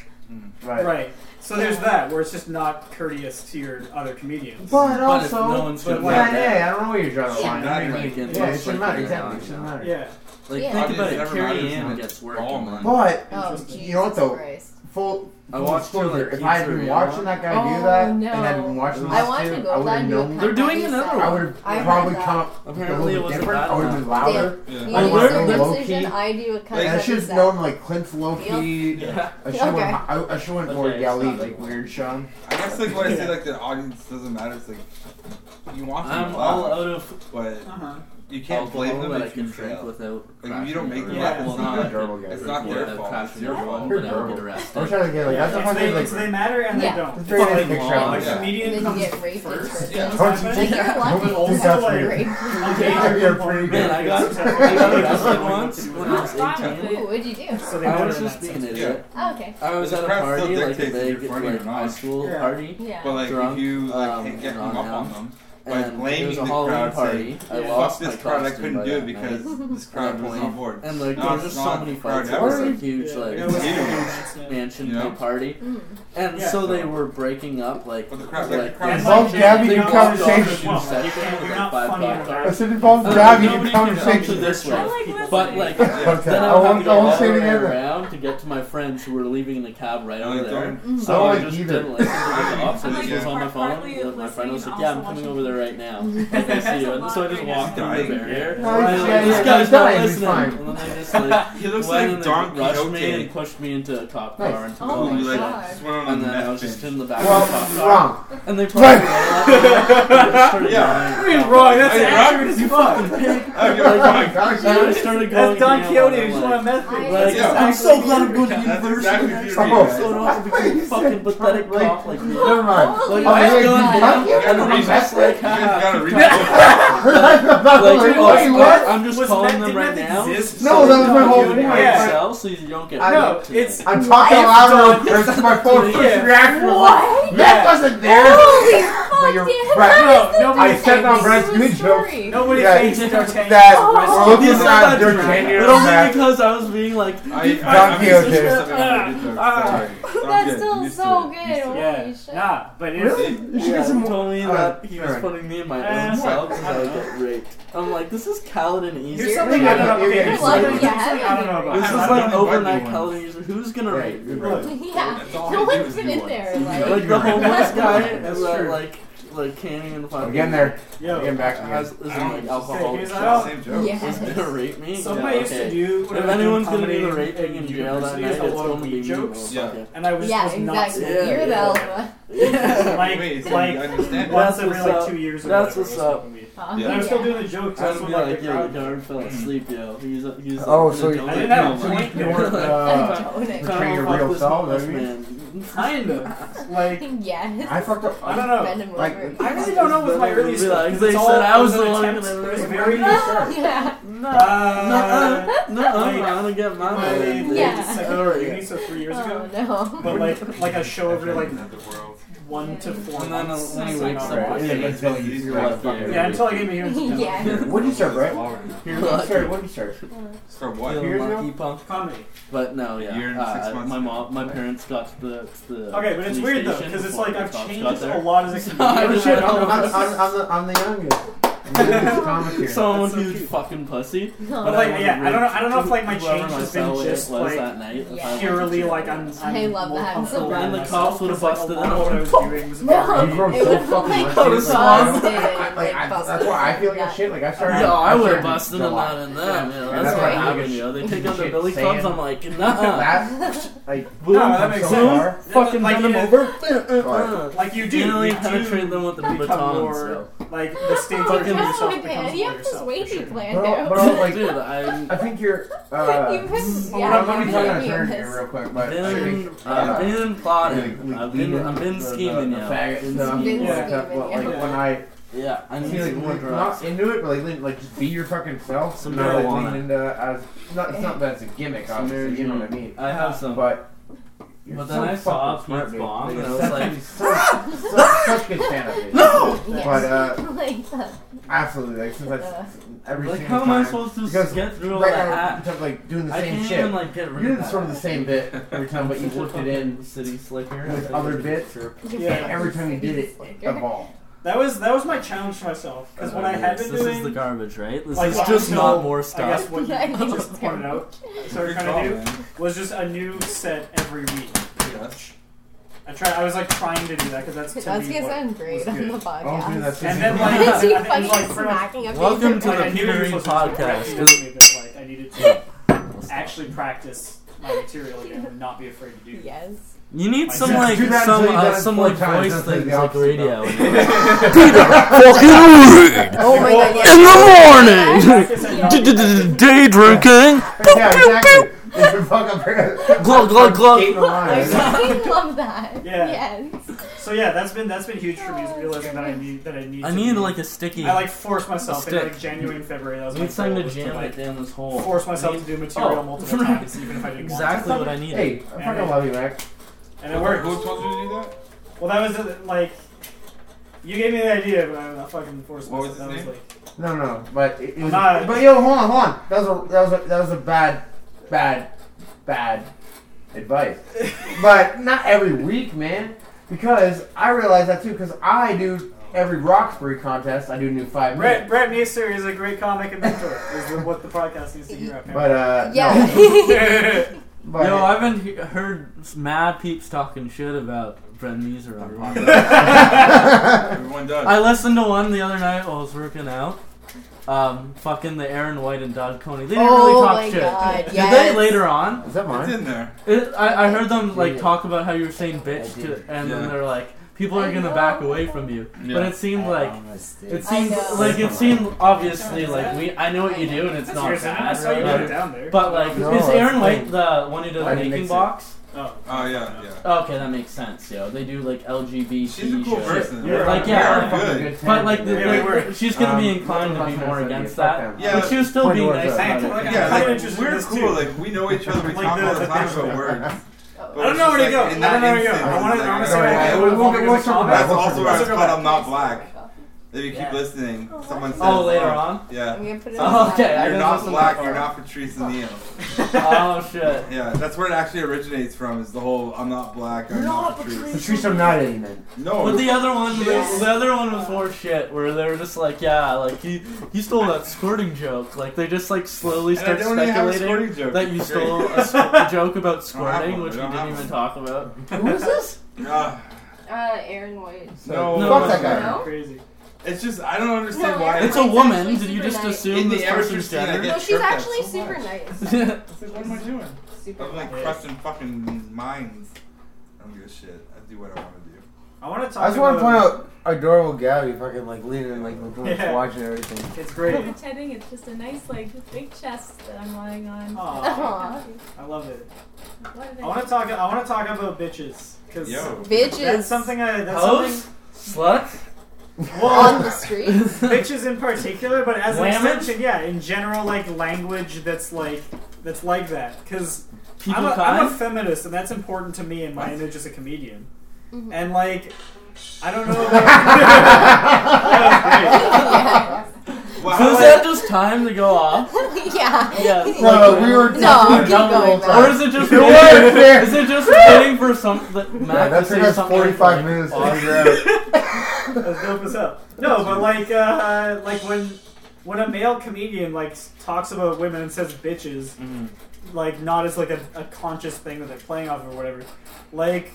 Speaker 2: right.
Speaker 7: Right. So there's that, where it's just not courteous to your other comedians.
Speaker 2: But
Speaker 3: But if
Speaker 2: also,
Speaker 3: no one's
Speaker 2: but
Speaker 3: gonna
Speaker 2: like,
Speaker 3: like
Speaker 2: yeah,
Speaker 3: that.
Speaker 2: yeah, I don't know where you're drawing the
Speaker 4: Yeah.
Speaker 2: line.
Speaker 6: Not
Speaker 2: I mean,
Speaker 6: like
Speaker 3: it
Speaker 2: yeah, it
Speaker 3: looks
Speaker 2: shouldn't
Speaker 3: like
Speaker 2: matter.
Speaker 3: you're
Speaker 2: Exactly,
Speaker 3: not,
Speaker 2: it shouldn't
Speaker 3: you know.
Speaker 2: matter.
Speaker 7: yeah.
Speaker 3: Like,
Speaker 4: Yeah.
Speaker 3: think about
Speaker 6: Obviously,
Speaker 3: it.
Speaker 6: every
Speaker 3: Carrie
Speaker 6: writer's
Speaker 3: Ann
Speaker 6: not
Speaker 3: gets work.
Speaker 6: all
Speaker 3: and
Speaker 6: mine.
Speaker 3: then-
Speaker 2: But
Speaker 4: Oh,
Speaker 7: Interesting.
Speaker 2: you know what though?
Speaker 4: Christ.
Speaker 2: Full.
Speaker 3: I
Speaker 2: full
Speaker 3: watched her,
Speaker 2: disclosure,
Speaker 3: like,
Speaker 2: If I had
Speaker 3: Keith
Speaker 2: been
Speaker 3: Urey
Speaker 2: watching
Speaker 3: on.
Speaker 2: that guy do
Speaker 4: Oh,
Speaker 2: that,
Speaker 4: no.
Speaker 2: and I'd been watching
Speaker 4: I
Speaker 2: those
Speaker 4: want
Speaker 2: two,
Speaker 4: to
Speaker 2: I
Speaker 4: go
Speaker 2: would have
Speaker 4: glad
Speaker 2: known.
Speaker 3: They're doing another
Speaker 2: I
Speaker 3: one.
Speaker 2: would have
Speaker 4: I heard
Speaker 2: probably
Speaker 4: that.
Speaker 2: come up a
Speaker 3: Apparently it
Speaker 2: little bit
Speaker 3: wasn't
Speaker 2: different.
Speaker 3: bad
Speaker 2: I would have
Speaker 3: enough.
Speaker 2: been louder.
Speaker 6: Yeah.
Speaker 4: You
Speaker 2: I
Speaker 4: do
Speaker 2: want
Speaker 4: some
Speaker 2: to go low
Speaker 4: circumcision,
Speaker 2: key.
Speaker 4: I do a cut
Speaker 2: Like, I should have known like Clint's low
Speaker 4: Yep.
Speaker 2: key.
Speaker 3: Yeah.
Speaker 2: I should have
Speaker 4: Okay.
Speaker 2: went, I, I should went more
Speaker 3: Okay, it's
Speaker 2: yelly,
Speaker 3: not
Speaker 2: like weird Sean.
Speaker 6: I guess like when I say like the audience doesn't matter, it's like you want them
Speaker 3: I'm
Speaker 6: to
Speaker 3: all
Speaker 6: laugh,
Speaker 3: out of
Speaker 6: but
Speaker 7: Uh-huh.
Speaker 6: you can't blame
Speaker 3: alcohol
Speaker 6: them
Speaker 3: that I
Speaker 6: if you
Speaker 3: can drink
Speaker 6: fail.
Speaker 3: without.
Speaker 6: Like if you don't make them
Speaker 7: Yeah,
Speaker 6: laugh,
Speaker 7: it's
Speaker 6: it's
Speaker 2: not
Speaker 6: not
Speaker 2: a
Speaker 6: their
Speaker 2: durable guy.
Speaker 6: it's not their fault. It's your fault.
Speaker 2: You're
Speaker 3: But I will get
Speaker 2: durable. I'm
Speaker 3: arrested.
Speaker 2: trying to get like that's the
Speaker 7: It's
Speaker 2: funny
Speaker 7: they,
Speaker 2: thing.
Speaker 7: it's they
Speaker 2: Like,
Speaker 7: matter and
Speaker 4: Yeah.
Speaker 7: they don't.
Speaker 2: It's very
Speaker 7: But, like,
Speaker 2: interesting.
Speaker 7: like,
Speaker 6: Yeah.
Speaker 7: comedian
Speaker 4: And then
Speaker 7: comes
Speaker 4: you get raped
Speaker 7: first.
Speaker 4: first.
Speaker 7: Yeah.
Speaker 2: Don't you
Speaker 4: Like,
Speaker 2: think
Speaker 4: you're lucky.
Speaker 2: don't think
Speaker 7: Also,
Speaker 2: that's
Speaker 7: like-
Speaker 2: weird.
Speaker 7: Okay,
Speaker 2: You're pretty
Speaker 3: Man,
Speaker 2: good.
Speaker 3: I got, I got arrested once when I was 18.
Speaker 4: Ooh, what'd you do?
Speaker 7: So they
Speaker 3: I
Speaker 7: matter
Speaker 3: was
Speaker 7: in
Speaker 3: just
Speaker 7: that
Speaker 3: being
Speaker 7: sense.
Speaker 3: an idiot.
Speaker 4: Oh, okay.
Speaker 3: I was
Speaker 6: The
Speaker 3: at a
Speaker 6: crowd still
Speaker 3: party, like a
Speaker 6: dictates if you're
Speaker 3: big
Speaker 6: funny or
Speaker 3: like, high
Speaker 6: not.
Speaker 3: school
Speaker 7: Yeah.
Speaker 3: party.
Speaker 4: Yeah.
Speaker 6: But like
Speaker 3: Drunk,
Speaker 6: if you like
Speaker 3: um,
Speaker 6: can't get
Speaker 3: and
Speaker 6: hung up
Speaker 3: on
Speaker 6: on
Speaker 3: him.
Speaker 6: them by
Speaker 3: And it
Speaker 6: blaming
Speaker 3: was
Speaker 6: the
Speaker 3: a Halloween
Speaker 6: crowd,
Speaker 3: party.
Speaker 6: saying
Speaker 3: I
Speaker 7: Yeah.
Speaker 3: lost
Speaker 6: "Fuck this
Speaker 3: my
Speaker 6: crowd, I
Speaker 3: costume by
Speaker 6: couldn't do
Speaker 3: that night.
Speaker 6: it because this crowd
Speaker 3: that
Speaker 6: was
Speaker 3: point.
Speaker 6: on board."
Speaker 3: And like
Speaker 6: No,
Speaker 3: there was
Speaker 6: it's
Speaker 3: just
Speaker 6: not
Speaker 3: so many
Speaker 6: the crowd
Speaker 3: fights. It was
Speaker 2: ever.
Speaker 3: a huge
Speaker 7: Yeah.
Speaker 3: like
Speaker 7: It
Speaker 6: It's
Speaker 7: was-
Speaker 6: huge.
Speaker 7: Yeah.
Speaker 3: mansion
Speaker 6: You know?
Speaker 3: type party,
Speaker 4: Mm.
Speaker 3: and
Speaker 7: Yeah.
Speaker 3: so they were brereaking up like
Speaker 6: But the crowd-
Speaker 3: like.
Speaker 6: the crowd-
Speaker 7: And,
Speaker 2: Well,
Speaker 7: like,
Speaker 2: Gabby,
Speaker 7: they
Speaker 2: you
Speaker 7: walked
Speaker 2: come
Speaker 7: off
Speaker 2: say-
Speaker 7: as well.
Speaker 3: Second
Speaker 7: You can't-
Speaker 3: with,
Speaker 7: You're
Speaker 3: like,
Speaker 7: not
Speaker 3: five
Speaker 7: funny
Speaker 3: bucks.
Speaker 7: enough.
Speaker 2: I said involves
Speaker 3: Uh,
Speaker 2: grabbing
Speaker 3: nobody
Speaker 2: in
Speaker 3: can come to
Speaker 2: conversation.
Speaker 3: this
Speaker 10: I
Speaker 3: one,
Speaker 10: like listening.
Speaker 3: but like
Speaker 6: Yeah.
Speaker 3: then
Speaker 2: I
Speaker 3: I'm
Speaker 2: won't-
Speaker 3: having to
Speaker 2: I won't
Speaker 3: walk
Speaker 2: say it
Speaker 3: around
Speaker 2: again.
Speaker 3: around to to get to my friends who were leaving in a cab right
Speaker 6: No,
Speaker 3: over
Speaker 6: I
Speaker 3: there.
Speaker 6: don't.
Speaker 3: So
Speaker 2: I
Speaker 3: I
Speaker 2: don't
Speaker 3: just
Speaker 2: either.
Speaker 3: didn't listen to the cops. I
Speaker 6: I'm
Speaker 3: just was
Speaker 6: like,
Speaker 3: on my phone.
Speaker 9: partly
Speaker 3: and My friend was
Speaker 9: listening,
Speaker 3: like, "Yeah, I'm
Speaker 9: also
Speaker 3: coming
Speaker 9: watching
Speaker 3: over there right now." I see you. And so I just walked over the
Speaker 6: Dying.
Speaker 3: barrier.
Speaker 2: No, he's-
Speaker 3: Right,
Speaker 2: yeah,
Speaker 3: this
Speaker 2: yeah,
Speaker 3: guy's
Speaker 2: he's
Speaker 3: not
Speaker 2: dying, he's
Speaker 3: listening.
Speaker 2: fine.
Speaker 3: And then they just like
Speaker 6: He
Speaker 3: went
Speaker 6: looks like
Speaker 3: and
Speaker 6: Don
Speaker 3: they rushed
Speaker 6: Quixote.
Speaker 3: me and pushed me into a cop
Speaker 2: Nice.
Speaker 3: car and took
Speaker 4: Oh
Speaker 3: all
Speaker 6: Who,
Speaker 3: my
Speaker 6: like,
Speaker 3: shit.
Speaker 4: God.
Speaker 6: just went on a
Speaker 3: And then I
Speaker 6: meth
Speaker 3: was just
Speaker 6: binge.
Speaker 3: in the back of the cop
Speaker 2: Well,
Speaker 3: car.
Speaker 2: wrong.
Speaker 3: And they parked me
Speaker 6: Yeah.
Speaker 3: right
Speaker 7: You're wrong. That's
Speaker 6: Hey,
Speaker 7: accurate as fuck.
Speaker 6: Oh, you're fine.
Speaker 3: I started going
Speaker 7: That's Don
Speaker 3: down
Speaker 7: Quixote
Speaker 3: and
Speaker 7: who's
Speaker 3: I'm
Speaker 7: on a
Speaker 3: like,
Speaker 7: meth
Speaker 1: I-
Speaker 7: thing.
Speaker 3: like,
Speaker 6: Yeah.
Speaker 3: I'm so glad I'm going to
Speaker 6: That's
Speaker 3: university.
Speaker 6: exactly
Speaker 3: next
Speaker 6: what
Speaker 3: year,
Speaker 6: you're
Speaker 3: so I don't have to become a fucking pathetic cop like you.
Speaker 2: Never mind.
Speaker 3: Like,
Speaker 4: Oh,
Speaker 3: I was
Speaker 4: yeah,
Speaker 3: going
Speaker 4: you
Speaker 3: down,
Speaker 2: gotta
Speaker 3: and then I'm
Speaker 6: read
Speaker 3: just
Speaker 2: that.
Speaker 3: like,
Speaker 6: You guys
Speaker 3: haha.
Speaker 6: gotta read the
Speaker 3: Like, oh,
Speaker 7: wait, what?
Speaker 3: I'm just
Speaker 7: Was
Speaker 3: calling
Speaker 7: meth-
Speaker 3: them
Speaker 7: did
Speaker 3: right
Speaker 7: meth
Speaker 3: now.
Speaker 7: exist?
Speaker 2: No, that was my whole
Speaker 3: You
Speaker 2: point.
Speaker 3: and
Speaker 7: Yeah.
Speaker 3: yourself, so you don't get
Speaker 2: I
Speaker 3: raped
Speaker 7: No,
Speaker 3: today.
Speaker 7: it's
Speaker 2: I'm talking
Speaker 7: I've
Speaker 2: loud
Speaker 7: done-
Speaker 2: real quick. 'cause My phone
Speaker 3: Yeah.
Speaker 2: yeah. reaction was
Speaker 1: What?
Speaker 2: like, that wasn't there.
Speaker 1: Holy
Speaker 2: But
Speaker 1: fuck,
Speaker 2: you're
Speaker 1: dude.
Speaker 2: right.
Speaker 7: No, nobody
Speaker 2: I said on
Speaker 7: thinks-
Speaker 2: Brent's
Speaker 4: This
Speaker 2: good
Speaker 4: is a
Speaker 2: joke
Speaker 4: story.
Speaker 7: Nobody
Speaker 2: Yeah.
Speaker 7: thinks D'Artagnan
Speaker 2: that
Speaker 1: Oh.
Speaker 2: we're looking
Speaker 3: Yes,
Speaker 2: at
Speaker 3: that's
Speaker 2: your
Speaker 3: right.
Speaker 2: ten-year
Speaker 3: But only
Speaker 2: back.
Speaker 3: because I was being like,
Speaker 6: I,
Speaker 2: Don
Speaker 6: I, I'm
Speaker 2: Quixote.
Speaker 6: used to something I did, though.
Speaker 3: Ah.
Speaker 6: Sorry. I'm
Speaker 4: That's
Speaker 6: good. I'm
Speaker 4: still
Speaker 6: used
Speaker 4: so
Speaker 6: to it.
Speaker 4: good. Holy
Speaker 7: Yeah,
Speaker 4: shit.
Speaker 7: nah, but it's
Speaker 2: Really? You should get some
Speaker 3: he
Speaker 2: more.
Speaker 3: told me
Speaker 2: Alright,
Speaker 3: that he was
Speaker 2: alright.
Speaker 3: putting me in my
Speaker 7: Eh,
Speaker 3: own cell because
Speaker 7: I
Speaker 3: I
Speaker 7: don't
Speaker 3: would get raped. I'm like, this is Caledon easier.
Speaker 7: Here's something I don't know.
Speaker 2: You're
Speaker 7: Okay,
Speaker 2: getting
Speaker 7: here's
Speaker 2: lucky.
Speaker 7: something
Speaker 4: Yeah,
Speaker 7: I don't know about.
Speaker 3: This
Speaker 6: I
Speaker 3: is
Speaker 6: don't
Speaker 3: like
Speaker 6: know anybody
Speaker 3: overnight
Speaker 6: who
Speaker 3: Caledon user. Who's gonna
Speaker 2: Yeah,
Speaker 3: rape?
Speaker 2: you're
Speaker 7: Look,
Speaker 2: right.
Speaker 4: Yeah.
Speaker 6: That's all I
Speaker 4: No
Speaker 6: do
Speaker 4: one's
Speaker 6: is
Speaker 4: been
Speaker 6: do
Speaker 4: in
Speaker 6: one.
Speaker 4: there. Like,
Speaker 3: Like the homeless guy,
Speaker 7: That's
Speaker 3: that,
Speaker 7: true.
Speaker 3: like, like can't even
Speaker 2: I'm
Speaker 3: fucking.
Speaker 2: getting there. I'm
Speaker 7: Yo,
Speaker 2: getting back to
Speaker 3: Has
Speaker 2: you.
Speaker 3: is in like alcoholic.
Speaker 7: Here's
Speaker 3: shit.
Speaker 7: how-
Speaker 6: Same joke.
Speaker 4: Yeah.
Speaker 3: Is gonna rape me?
Speaker 7: something I
Speaker 3: Yeah,
Speaker 7: used
Speaker 3: okay.
Speaker 7: to do. when I
Speaker 3: If
Speaker 7: was doing
Speaker 3: anyone's gonna
Speaker 7: comedy
Speaker 3: do the raping in jail that
Speaker 7: university
Speaker 3: night,
Speaker 7: is
Speaker 3: it's
Speaker 7: a lot of
Speaker 3: gonna be me.
Speaker 7: weed jokes,
Speaker 6: Yeah.
Speaker 3: motherfucker.
Speaker 7: and I was
Speaker 4: yeah,
Speaker 7: just not
Speaker 4: exactly.
Speaker 3: Yeah,
Speaker 4: You're the
Speaker 3: yeah.
Speaker 4: alpha.
Speaker 7: like
Speaker 6: Wait, so
Speaker 7: like
Speaker 6: you understand
Speaker 7: once
Speaker 3: That's
Speaker 7: every
Speaker 3: what's
Speaker 7: like
Speaker 3: up.
Speaker 7: two years. or
Speaker 3: That's
Speaker 7: whatever,
Speaker 3: what's
Speaker 7: or
Speaker 3: up.
Speaker 7: something.
Speaker 4: Huh?
Speaker 6: Yeah.
Speaker 7: And I'm still doing the jokes.
Speaker 3: I
Speaker 7: That's
Speaker 3: would
Speaker 7: what
Speaker 3: be
Speaker 7: like
Speaker 3: like,
Speaker 7: the
Speaker 3: yo, the
Speaker 7: crowd.
Speaker 3: guard fell asleep, yo. He's a, he's
Speaker 2: Oh,
Speaker 3: a,
Speaker 2: so you-
Speaker 3: a
Speaker 7: I didn't have
Speaker 2: So
Speaker 7: a
Speaker 2: you,
Speaker 7: point
Speaker 2: you
Speaker 7: there.
Speaker 2: weren't uh,
Speaker 4: Iconic.
Speaker 2: portraying your real self, I mean.
Speaker 7: Kind of like
Speaker 4: Yes.
Speaker 2: I fucked up.
Speaker 7: I don't know.
Speaker 4: Venom
Speaker 2: Like-
Speaker 4: over.
Speaker 7: I really don't know with my early stuff.
Speaker 3: Relax, they
Speaker 7: It's
Speaker 3: said
Speaker 7: all-
Speaker 3: I was
Speaker 7: it
Speaker 3: the one
Speaker 7: an attempt.
Speaker 3: who-
Speaker 7: It was very.
Speaker 4: Yeah.
Speaker 7: Uh,
Speaker 3: Nuh-uh, nuh-uh,
Speaker 7: like,
Speaker 3: I'm gonna get my
Speaker 7: my
Speaker 3: money.
Speaker 4: Yeah.
Speaker 7: second
Speaker 3: Alright.
Speaker 7: uni, so three years
Speaker 4: Oh
Speaker 7: ago.
Speaker 4: no.
Speaker 7: But like, like a show every like
Speaker 6: another world.
Speaker 7: one to four
Speaker 3: And then uh,
Speaker 7: months.
Speaker 3: when he
Speaker 7: so
Speaker 3: wakes
Speaker 7: not
Speaker 3: up,
Speaker 7: really.
Speaker 3: he's
Speaker 2: Yeah, that's really easy.
Speaker 3: You're like, fuck
Speaker 7: yeah, until I gave me here.
Speaker 4: Yeah.
Speaker 2: What did you start, Brett?
Speaker 3: You're
Speaker 2: What
Speaker 3: like,
Speaker 2: did you start? What did you start?
Speaker 6: Start
Speaker 3: you
Speaker 6: what?
Speaker 2: Years ago?
Speaker 3: monkey punk.
Speaker 7: Comedy.
Speaker 3: But no, yeah.
Speaker 6: Year and
Speaker 3: uh,
Speaker 6: six months
Speaker 3: my
Speaker 6: ago.
Speaker 3: mom, my parents got to the, to the
Speaker 7: Okay, but it's
Speaker 3: police
Speaker 7: weird though,
Speaker 3: station
Speaker 7: because it's
Speaker 3: before
Speaker 7: like
Speaker 3: the
Speaker 7: I've
Speaker 3: cops
Speaker 7: changed
Speaker 3: got there.
Speaker 7: a lot as a comedian.
Speaker 2: Oh
Speaker 3: I
Speaker 2: shit,
Speaker 3: don't
Speaker 2: I'm,
Speaker 3: know.
Speaker 2: I'm, I'm, I'm, the, I'm the youngest. I'm the youngest comic here.
Speaker 3: Someone
Speaker 7: That's so
Speaker 3: who's
Speaker 7: cute.
Speaker 3: fucking pussy.
Speaker 7: But
Speaker 3: I
Speaker 7: like,
Speaker 3: wanna
Speaker 7: yeah, I don't know- I don't know if, like, my
Speaker 3: rape
Speaker 7: change
Speaker 3: whoever
Speaker 7: has
Speaker 3: my
Speaker 7: been
Speaker 3: cellmate
Speaker 7: just,
Speaker 3: was
Speaker 7: like,
Speaker 3: that night. if I
Speaker 4: Yeah.
Speaker 3: wanted
Speaker 7: Purely
Speaker 3: to.
Speaker 7: like I'm. I'm
Speaker 4: I love
Speaker 7: more
Speaker 4: that. I'm so
Speaker 7: comfortable
Speaker 4: glad.
Speaker 7: with
Speaker 3: And the
Speaker 7: myself,
Speaker 3: cops would've
Speaker 7: 'cause, like, a
Speaker 3: busted
Speaker 7: lot of
Speaker 3: out.
Speaker 7: What I was doing was
Speaker 4: No,
Speaker 2: You've grown
Speaker 4: it
Speaker 2: so
Speaker 4: would have
Speaker 2: fucking
Speaker 4: like
Speaker 2: much.
Speaker 3: Go to
Speaker 2: Like,
Speaker 3: Swansea
Speaker 4: busted
Speaker 2: I-
Speaker 4: and
Speaker 2: Like,
Speaker 4: like
Speaker 2: I,
Speaker 4: busted.
Speaker 2: that's why I feel like
Speaker 4: Yeah.
Speaker 2: shit. Like I started.
Speaker 3: Yo, I
Speaker 2: I
Speaker 3: would
Speaker 2: started
Speaker 3: have busted
Speaker 2: in
Speaker 3: them
Speaker 2: July.
Speaker 3: out in them. Yeah,
Speaker 2: And
Speaker 3: that's
Speaker 2: that's
Speaker 3: what
Speaker 2: why I
Speaker 3: happened,
Speaker 2: get
Speaker 3: yo. They
Speaker 2: shit
Speaker 3: take out the
Speaker 2: saying-
Speaker 3: billy clubs. I'm like, nah.
Speaker 2: That like
Speaker 3: Boom,
Speaker 7: No, that makes
Speaker 2: so
Speaker 7: sense.
Speaker 2: far.
Speaker 3: fucking
Speaker 7: Like,
Speaker 3: bend them
Speaker 7: it-
Speaker 3: over. Uh-uh.
Speaker 7: Like you do.
Speaker 3: You know,
Speaker 7: you
Speaker 3: you
Speaker 7: do
Speaker 3: penetrate them with the
Speaker 7: become
Speaker 3: baton,
Speaker 7: more,
Speaker 3: so.
Speaker 7: Like the stage
Speaker 4: Oh,
Speaker 7: version of
Speaker 4: no,
Speaker 7: yourself
Speaker 4: man,
Speaker 7: becomes
Speaker 4: You
Speaker 7: more
Speaker 4: have this
Speaker 7: yourself.
Speaker 4: way
Speaker 7: for sure.
Speaker 4: too planned
Speaker 2: But all, but
Speaker 4: out.
Speaker 2: all, like
Speaker 3: Dude, I'm.
Speaker 2: I think you're.
Speaker 4: You've
Speaker 2: Uh,
Speaker 4: been,
Speaker 2: well,
Speaker 4: yeah,
Speaker 2: let
Speaker 4: you've
Speaker 2: me talk on
Speaker 4: been
Speaker 2: a turn here
Speaker 4: doing
Speaker 2: real quick, but I
Speaker 3: Been,
Speaker 2: think
Speaker 3: I've
Speaker 2: uh,
Speaker 3: been plotting. I've been, I've been scheming,
Speaker 2: the, the
Speaker 3: yo.
Speaker 2: faggot stuff.
Speaker 4: scheming,
Speaker 2: Yeah.
Speaker 4: yeah.
Speaker 2: Well, like when I
Speaker 3: Yeah, I
Speaker 2: I
Speaker 3: need
Speaker 2: feel like
Speaker 3: some more
Speaker 2: when you're
Speaker 3: drugs.
Speaker 2: not into it, but like, lean- like just be your fucking self.
Speaker 3: Some
Speaker 2: not like
Speaker 3: marijuana.
Speaker 2: lean into as not. It's not that it's a gimmick,
Speaker 3: Some
Speaker 2: obviously. You know what I mean.
Speaker 3: I have some.
Speaker 2: But you're
Speaker 3: But
Speaker 2: so
Speaker 3: then I saw
Speaker 2: fucking smart,
Speaker 3: Pete's
Speaker 2: dude.
Speaker 3: bomb,
Speaker 2: Like,
Speaker 3: and I was
Speaker 2: such-
Speaker 3: like-
Speaker 2: such, such, such good stand-up. dude.
Speaker 3: No!
Speaker 4: it.
Speaker 2: But uh,
Speaker 4: Yeah. Like that.
Speaker 2: absolutely, like since I every
Speaker 3: Like,
Speaker 2: single
Speaker 3: how am I
Speaker 2: time-
Speaker 3: supposed to
Speaker 2: because
Speaker 3: get through all
Speaker 2: Right,
Speaker 3: that
Speaker 2: now,
Speaker 3: hat?
Speaker 2: you're like doing the
Speaker 3: I
Speaker 2: same
Speaker 3: can't
Speaker 2: shit.
Speaker 3: even like get
Speaker 2: You
Speaker 3: rid of
Speaker 2: did
Speaker 3: that.
Speaker 2: sort of the same bit every time, but you
Speaker 3: Such a
Speaker 2: worked it
Speaker 3: fucking
Speaker 2: in.
Speaker 3: city slicker.
Speaker 2: with
Speaker 3: I think
Speaker 2: other
Speaker 3: it's a
Speaker 2: bits.
Speaker 3: jerk.
Speaker 7: Yeah.
Speaker 2: And every time you did it, it evolved.
Speaker 7: That was that was my challenge to myself because what I had
Speaker 3: This
Speaker 7: been
Speaker 3: is the
Speaker 7: doing,
Speaker 3: garbage, right? This
Speaker 7: like
Speaker 3: is
Speaker 7: up
Speaker 3: just
Speaker 7: until,
Speaker 3: not more
Speaker 7: I guess
Speaker 3: stuff.
Speaker 7: what you
Speaker 4: I think
Speaker 7: just
Speaker 4: it's
Speaker 7: pointed
Speaker 4: terrible.
Speaker 7: out, started
Speaker 6: Good
Speaker 7: trying to do
Speaker 6: call, man.
Speaker 7: was just a new set every week.
Speaker 6: Yeah.
Speaker 7: I tried. I was like trying to do that because that's to
Speaker 4: That's
Speaker 7: me
Speaker 4: gonna
Speaker 7: what
Speaker 4: sound
Speaker 7: was
Speaker 4: great on
Speaker 2: Oh,
Speaker 4: the
Speaker 7: good.
Speaker 2: dude,
Speaker 4: podcast.
Speaker 2: that's
Speaker 7: And then,
Speaker 4: And then
Speaker 7: like-
Speaker 4: she
Speaker 7: I think it was, like,
Speaker 4: fucking
Speaker 7: pretty much-
Speaker 4: smacking up.
Speaker 3: Welcome
Speaker 4: against
Speaker 3: to
Speaker 4: it.
Speaker 7: Like,
Speaker 3: the
Speaker 7: I knew
Speaker 3: Peter
Speaker 7: you
Speaker 3: Reed
Speaker 7: were supposed to
Speaker 3: podcast.
Speaker 7: correct me, but, like I needed to actually practice my material again and not be afraid to do. that.
Speaker 4: Yes.
Speaker 3: You need some
Speaker 7: Yeah,
Speaker 3: like
Speaker 2: do that
Speaker 3: some
Speaker 2: until you've
Speaker 3: uh,
Speaker 2: done it
Speaker 3: some
Speaker 2: four
Speaker 3: like
Speaker 2: times,
Speaker 3: voice
Speaker 2: that's like
Speaker 3: things
Speaker 2: the
Speaker 3: like
Speaker 2: opposite
Speaker 3: radio.
Speaker 4: Oh my god.
Speaker 3: In
Speaker 4: yes.
Speaker 3: the
Speaker 7: Practice and
Speaker 4: Yeah.
Speaker 3: morning,
Speaker 7: not-
Speaker 3: day drinking.
Speaker 2: yeah, exactly. You fuck up here.
Speaker 3: Glug glug
Speaker 2: Gate in
Speaker 3: glug.
Speaker 2: the line.
Speaker 4: I fucking love that.
Speaker 7: Yeah.
Speaker 4: Yes.
Speaker 7: So yeah, that's been that's been huge for me is realizing that I need that I need.
Speaker 3: I
Speaker 7: to
Speaker 3: need
Speaker 7: be-
Speaker 3: like a sticky.
Speaker 7: I like force myself in
Speaker 3: stick.
Speaker 7: like January and February. That was
Speaker 3: I
Speaker 7: my
Speaker 3: need something
Speaker 7: goal,
Speaker 3: to
Speaker 7: was
Speaker 3: jam
Speaker 7: like,
Speaker 3: it down this hole.
Speaker 7: force
Speaker 3: I
Speaker 7: myself
Speaker 3: need
Speaker 7: to do material
Speaker 3: oh,
Speaker 7: multiple
Speaker 3: right.
Speaker 7: times, even if I didn't
Speaker 3: Exactly
Speaker 7: want
Speaker 3: what I needed.
Speaker 2: Hey, I fucking love you, Mac.
Speaker 7: to. And it
Speaker 6: Wait, Who
Speaker 7: worked.
Speaker 6: told you to do that?
Speaker 7: Well, that was uh, like, you gave me the idea, but I, I fucking forced
Speaker 6: What
Speaker 7: myself.
Speaker 6: was his
Speaker 7: that
Speaker 6: name?
Speaker 2: No, no, but it, it was.
Speaker 7: Nah.
Speaker 2: But yo, hold on, hold on. That was a that was a, that was a bad, bad, bad advice. but not every week, man, because I realize that too. Because I do every Roxbury contest. I do new five
Speaker 7: was like.
Speaker 2: minutes.
Speaker 7: Brett, Brett Meester is a great comic and mentor. is the, what the podcast needs to hear. Apparently.
Speaker 2: But uh,
Speaker 4: Yeah.
Speaker 2: no. But
Speaker 3: Yo, I've been he- heard mad peeps talking shit about Brent Meeser on podcasts.
Speaker 6: Everyone does.
Speaker 3: I listened to one the other night while I was working out. Um, fucking the Aaron White and Doug Coney. They didn't
Speaker 4: Oh
Speaker 3: really talk
Speaker 4: my
Speaker 3: shit.
Speaker 4: God,
Speaker 3: Did
Speaker 4: yes.
Speaker 3: they later on?
Speaker 2: is that
Speaker 6: it's
Speaker 2: mine?
Speaker 6: in there.
Speaker 3: It, I, I heard them like
Speaker 5: Yeah.
Speaker 3: talk about how you were saying bitch,
Speaker 5: I
Speaker 3: to,
Speaker 5: did.
Speaker 3: and
Speaker 6: Yeah.
Speaker 3: then they're like, people are gonna back away from you. But
Speaker 6: Yeah.
Speaker 3: it seemed like it
Speaker 4: I
Speaker 3: seemed
Speaker 4: know.
Speaker 3: like it seemed obviously like we I know what you do and it's
Speaker 7: That's
Speaker 3: not
Speaker 7: yours. I
Speaker 3: bad.
Speaker 7: saw you
Speaker 3: but-
Speaker 7: put it down there.
Speaker 3: But like,
Speaker 2: No,
Speaker 3: is
Speaker 2: it's
Speaker 3: Aaron White
Speaker 2: fine.
Speaker 3: the one who does
Speaker 2: I
Speaker 3: the
Speaker 2: didn't
Speaker 3: baking
Speaker 2: mix it.
Speaker 3: box?
Speaker 7: oh,
Speaker 6: Oh yeah, yeah.
Speaker 3: Okay, that makes sense, yo. They do like LGBT
Speaker 6: She's a cool
Speaker 3: shit.
Speaker 6: person.
Speaker 7: Yeah.
Speaker 3: Like,
Speaker 6: We
Speaker 3: yeah.
Speaker 6: are good.
Speaker 3: But like, the,
Speaker 7: Yeah, we
Speaker 3: like,
Speaker 7: were.
Speaker 3: she's gonna be
Speaker 2: Um,
Speaker 3: inclined to be more against
Speaker 2: fuck
Speaker 3: that.
Speaker 2: them.
Speaker 6: Yeah.
Speaker 3: But she was still
Speaker 2: Point
Speaker 3: being
Speaker 2: towards
Speaker 3: nice
Speaker 2: us.
Speaker 3: about
Speaker 7: Thank
Speaker 3: it.
Speaker 7: you.
Speaker 6: Yeah,
Speaker 7: I'm
Speaker 6: like,
Speaker 7: interested in
Speaker 6: we're
Speaker 7: this
Speaker 6: cool.
Speaker 7: too.
Speaker 6: Like we know each other. We
Speaker 7: Like
Speaker 6: talk all
Speaker 7: the-
Speaker 6: the
Speaker 7: the
Speaker 6: time
Speaker 7: picture.
Speaker 6: about words. But
Speaker 7: I don't know
Speaker 6: it's
Speaker 7: where to
Speaker 6: just
Speaker 7: go.
Speaker 6: like,
Speaker 7: I
Speaker 6: in
Speaker 7: don't
Speaker 6: that
Speaker 7: know where to go.
Speaker 6: instance,
Speaker 7: I want to.
Speaker 6: it's
Speaker 7: I want
Speaker 6: like,
Speaker 7: to say.
Speaker 2: Alright,
Speaker 7: I
Speaker 2: we'll-
Speaker 7: want to
Speaker 2: we'll-
Speaker 7: make
Speaker 2: we'll
Speaker 7: this a
Speaker 2: circle
Speaker 7: comment.
Speaker 6: That's
Speaker 2: We'll
Speaker 6: also where I was
Speaker 7: circle
Speaker 6: caught.
Speaker 7: back.
Speaker 6: I'm not black. If you keep listening, someone says,
Speaker 3: Oh, later on?
Speaker 6: Yeah.
Speaker 4: I'm gonna put it
Speaker 3: Oh, okay. I
Speaker 6: You're
Speaker 3: didn't
Speaker 6: not
Speaker 3: listen
Speaker 6: black.
Speaker 3: that
Speaker 6: You're
Speaker 3: far.
Speaker 6: not Patrice O'Neal.
Speaker 3: Oh shit.
Speaker 6: Yeah, that's where it actually originates from. Is the whole "I'm not black, I'm not Patrice."
Speaker 2: Patrice, I'm not any man.
Speaker 6: No,
Speaker 3: But the other one,
Speaker 6: Yes.
Speaker 3: was, the other one was more shit. Where they were just like, yeah, like he he stole that squirting joke. Like they just like slowly
Speaker 6: And I
Speaker 3: start
Speaker 6: don't even have a
Speaker 3: speculating
Speaker 6: squirting joke.
Speaker 3: that you
Speaker 6: Great.
Speaker 3: stole a, squ- a joke about
Speaker 6: one.
Speaker 3: squirting, which
Speaker 6: I
Speaker 3: we
Speaker 6: don't have
Speaker 3: didn't even
Speaker 6: one.
Speaker 3: talk about.
Speaker 2: Who is this?
Speaker 6: Uh,
Speaker 4: Uh, Aaron White.
Speaker 6: no,
Speaker 3: No.
Speaker 2: Fuck that guy.
Speaker 4: No?
Speaker 7: Crazy.
Speaker 6: It's just I don't understand
Speaker 4: No,
Speaker 6: why.
Speaker 3: It's
Speaker 4: It's
Speaker 3: a
Speaker 4: actually
Speaker 3: woman. Did you
Speaker 4: super
Speaker 3: just
Speaker 4: nice.
Speaker 3: assume
Speaker 6: In the
Speaker 3: this
Speaker 6: average
Speaker 3: person's
Speaker 6: scene, I
Speaker 3: gender?
Speaker 6: get-
Speaker 4: No, Oh, she's
Speaker 6: tripped out
Speaker 4: actually
Speaker 6: so
Speaker 4: super
Speaker 6: much.
Speaker 4: nice.
Speaker 6: It's like, what am I doing?
Speaker 4: Super
Speaker 6: I'm like
Speaker 4: nice.
Speaker 6: crushing fucking minds. I don't give a shit. I do what I want to do.
Speaker 7: I want to talk.
Speaker 2: I just want to
Speaker 7: about-
Speaker 2: point out adorable Gabby fucking like leaning and like looking like
Speaker 7: Yeah.
Speaker 2: watching everything.
Speaker 7: It's great.
Speaker 9: pretending it's just a nice, like, big chest that I'm lying on.
Speaker 7: Aw,
Speaker 4: Aw.
Speaker 7: I love it.
Speaker 9: What did
Speaker 7: I want to talk. I want to talk about bitches because
Speaker 6: Yo.
Speaker 4: Bitches
Speaker 7: that's something I. That's
Speaker 3: Hoes, sluts.
Speaker 7: something.
Speaker 4: on the
Speaker 7: Well,
Speaker 4: street.
Speaker 7: bitches in particular, but as an
Speaker 3: Women?
Speaker 7: extension, yeah, in general, like language that's like that's like that because. I'm
Speaker 3: People
Speaker 7: a, I'm a
Speaker 3: kind.
Speaker 7: feminist, and that's important to me in my image as a comedian.
Speaker 4: Mhm.
Speaker 7: And like, I don't know. Oh, That
Speaker 6: Wow.
Speaker 3: So is that just time to go off?
Speaker 4: yeah.
Speaker 3: Yeah.
Speaker 2: No, we were
Speaker 4: No, keep
Speaker 3: Double
Speaker 4: going.
Speaker 3: over. Or is it just
Speaker 2: It was
Speaker 3: waiting,
Speaker 2: there.
Speaker 3: is it just waiting for some that
Speaker 2: Yeah,
Speaker 3: Matt
Speaker 2: that took
Speaker 3: to say
Speaker 2: us
Speaker 3: something
Speaker 2: 45
Speaker 3: like,
Speaker 2: minutes to
Speaker 3: awesome?
Speaker 2: figure out.
Speaker 7: was dope as hell. No, but like, uh, like when when a male comedian like s- talks about women and says bitches,
Speaker 3: Mhm.
Speaker 7: like not as like a, a conscious thing that they're playing off or whatever. Like,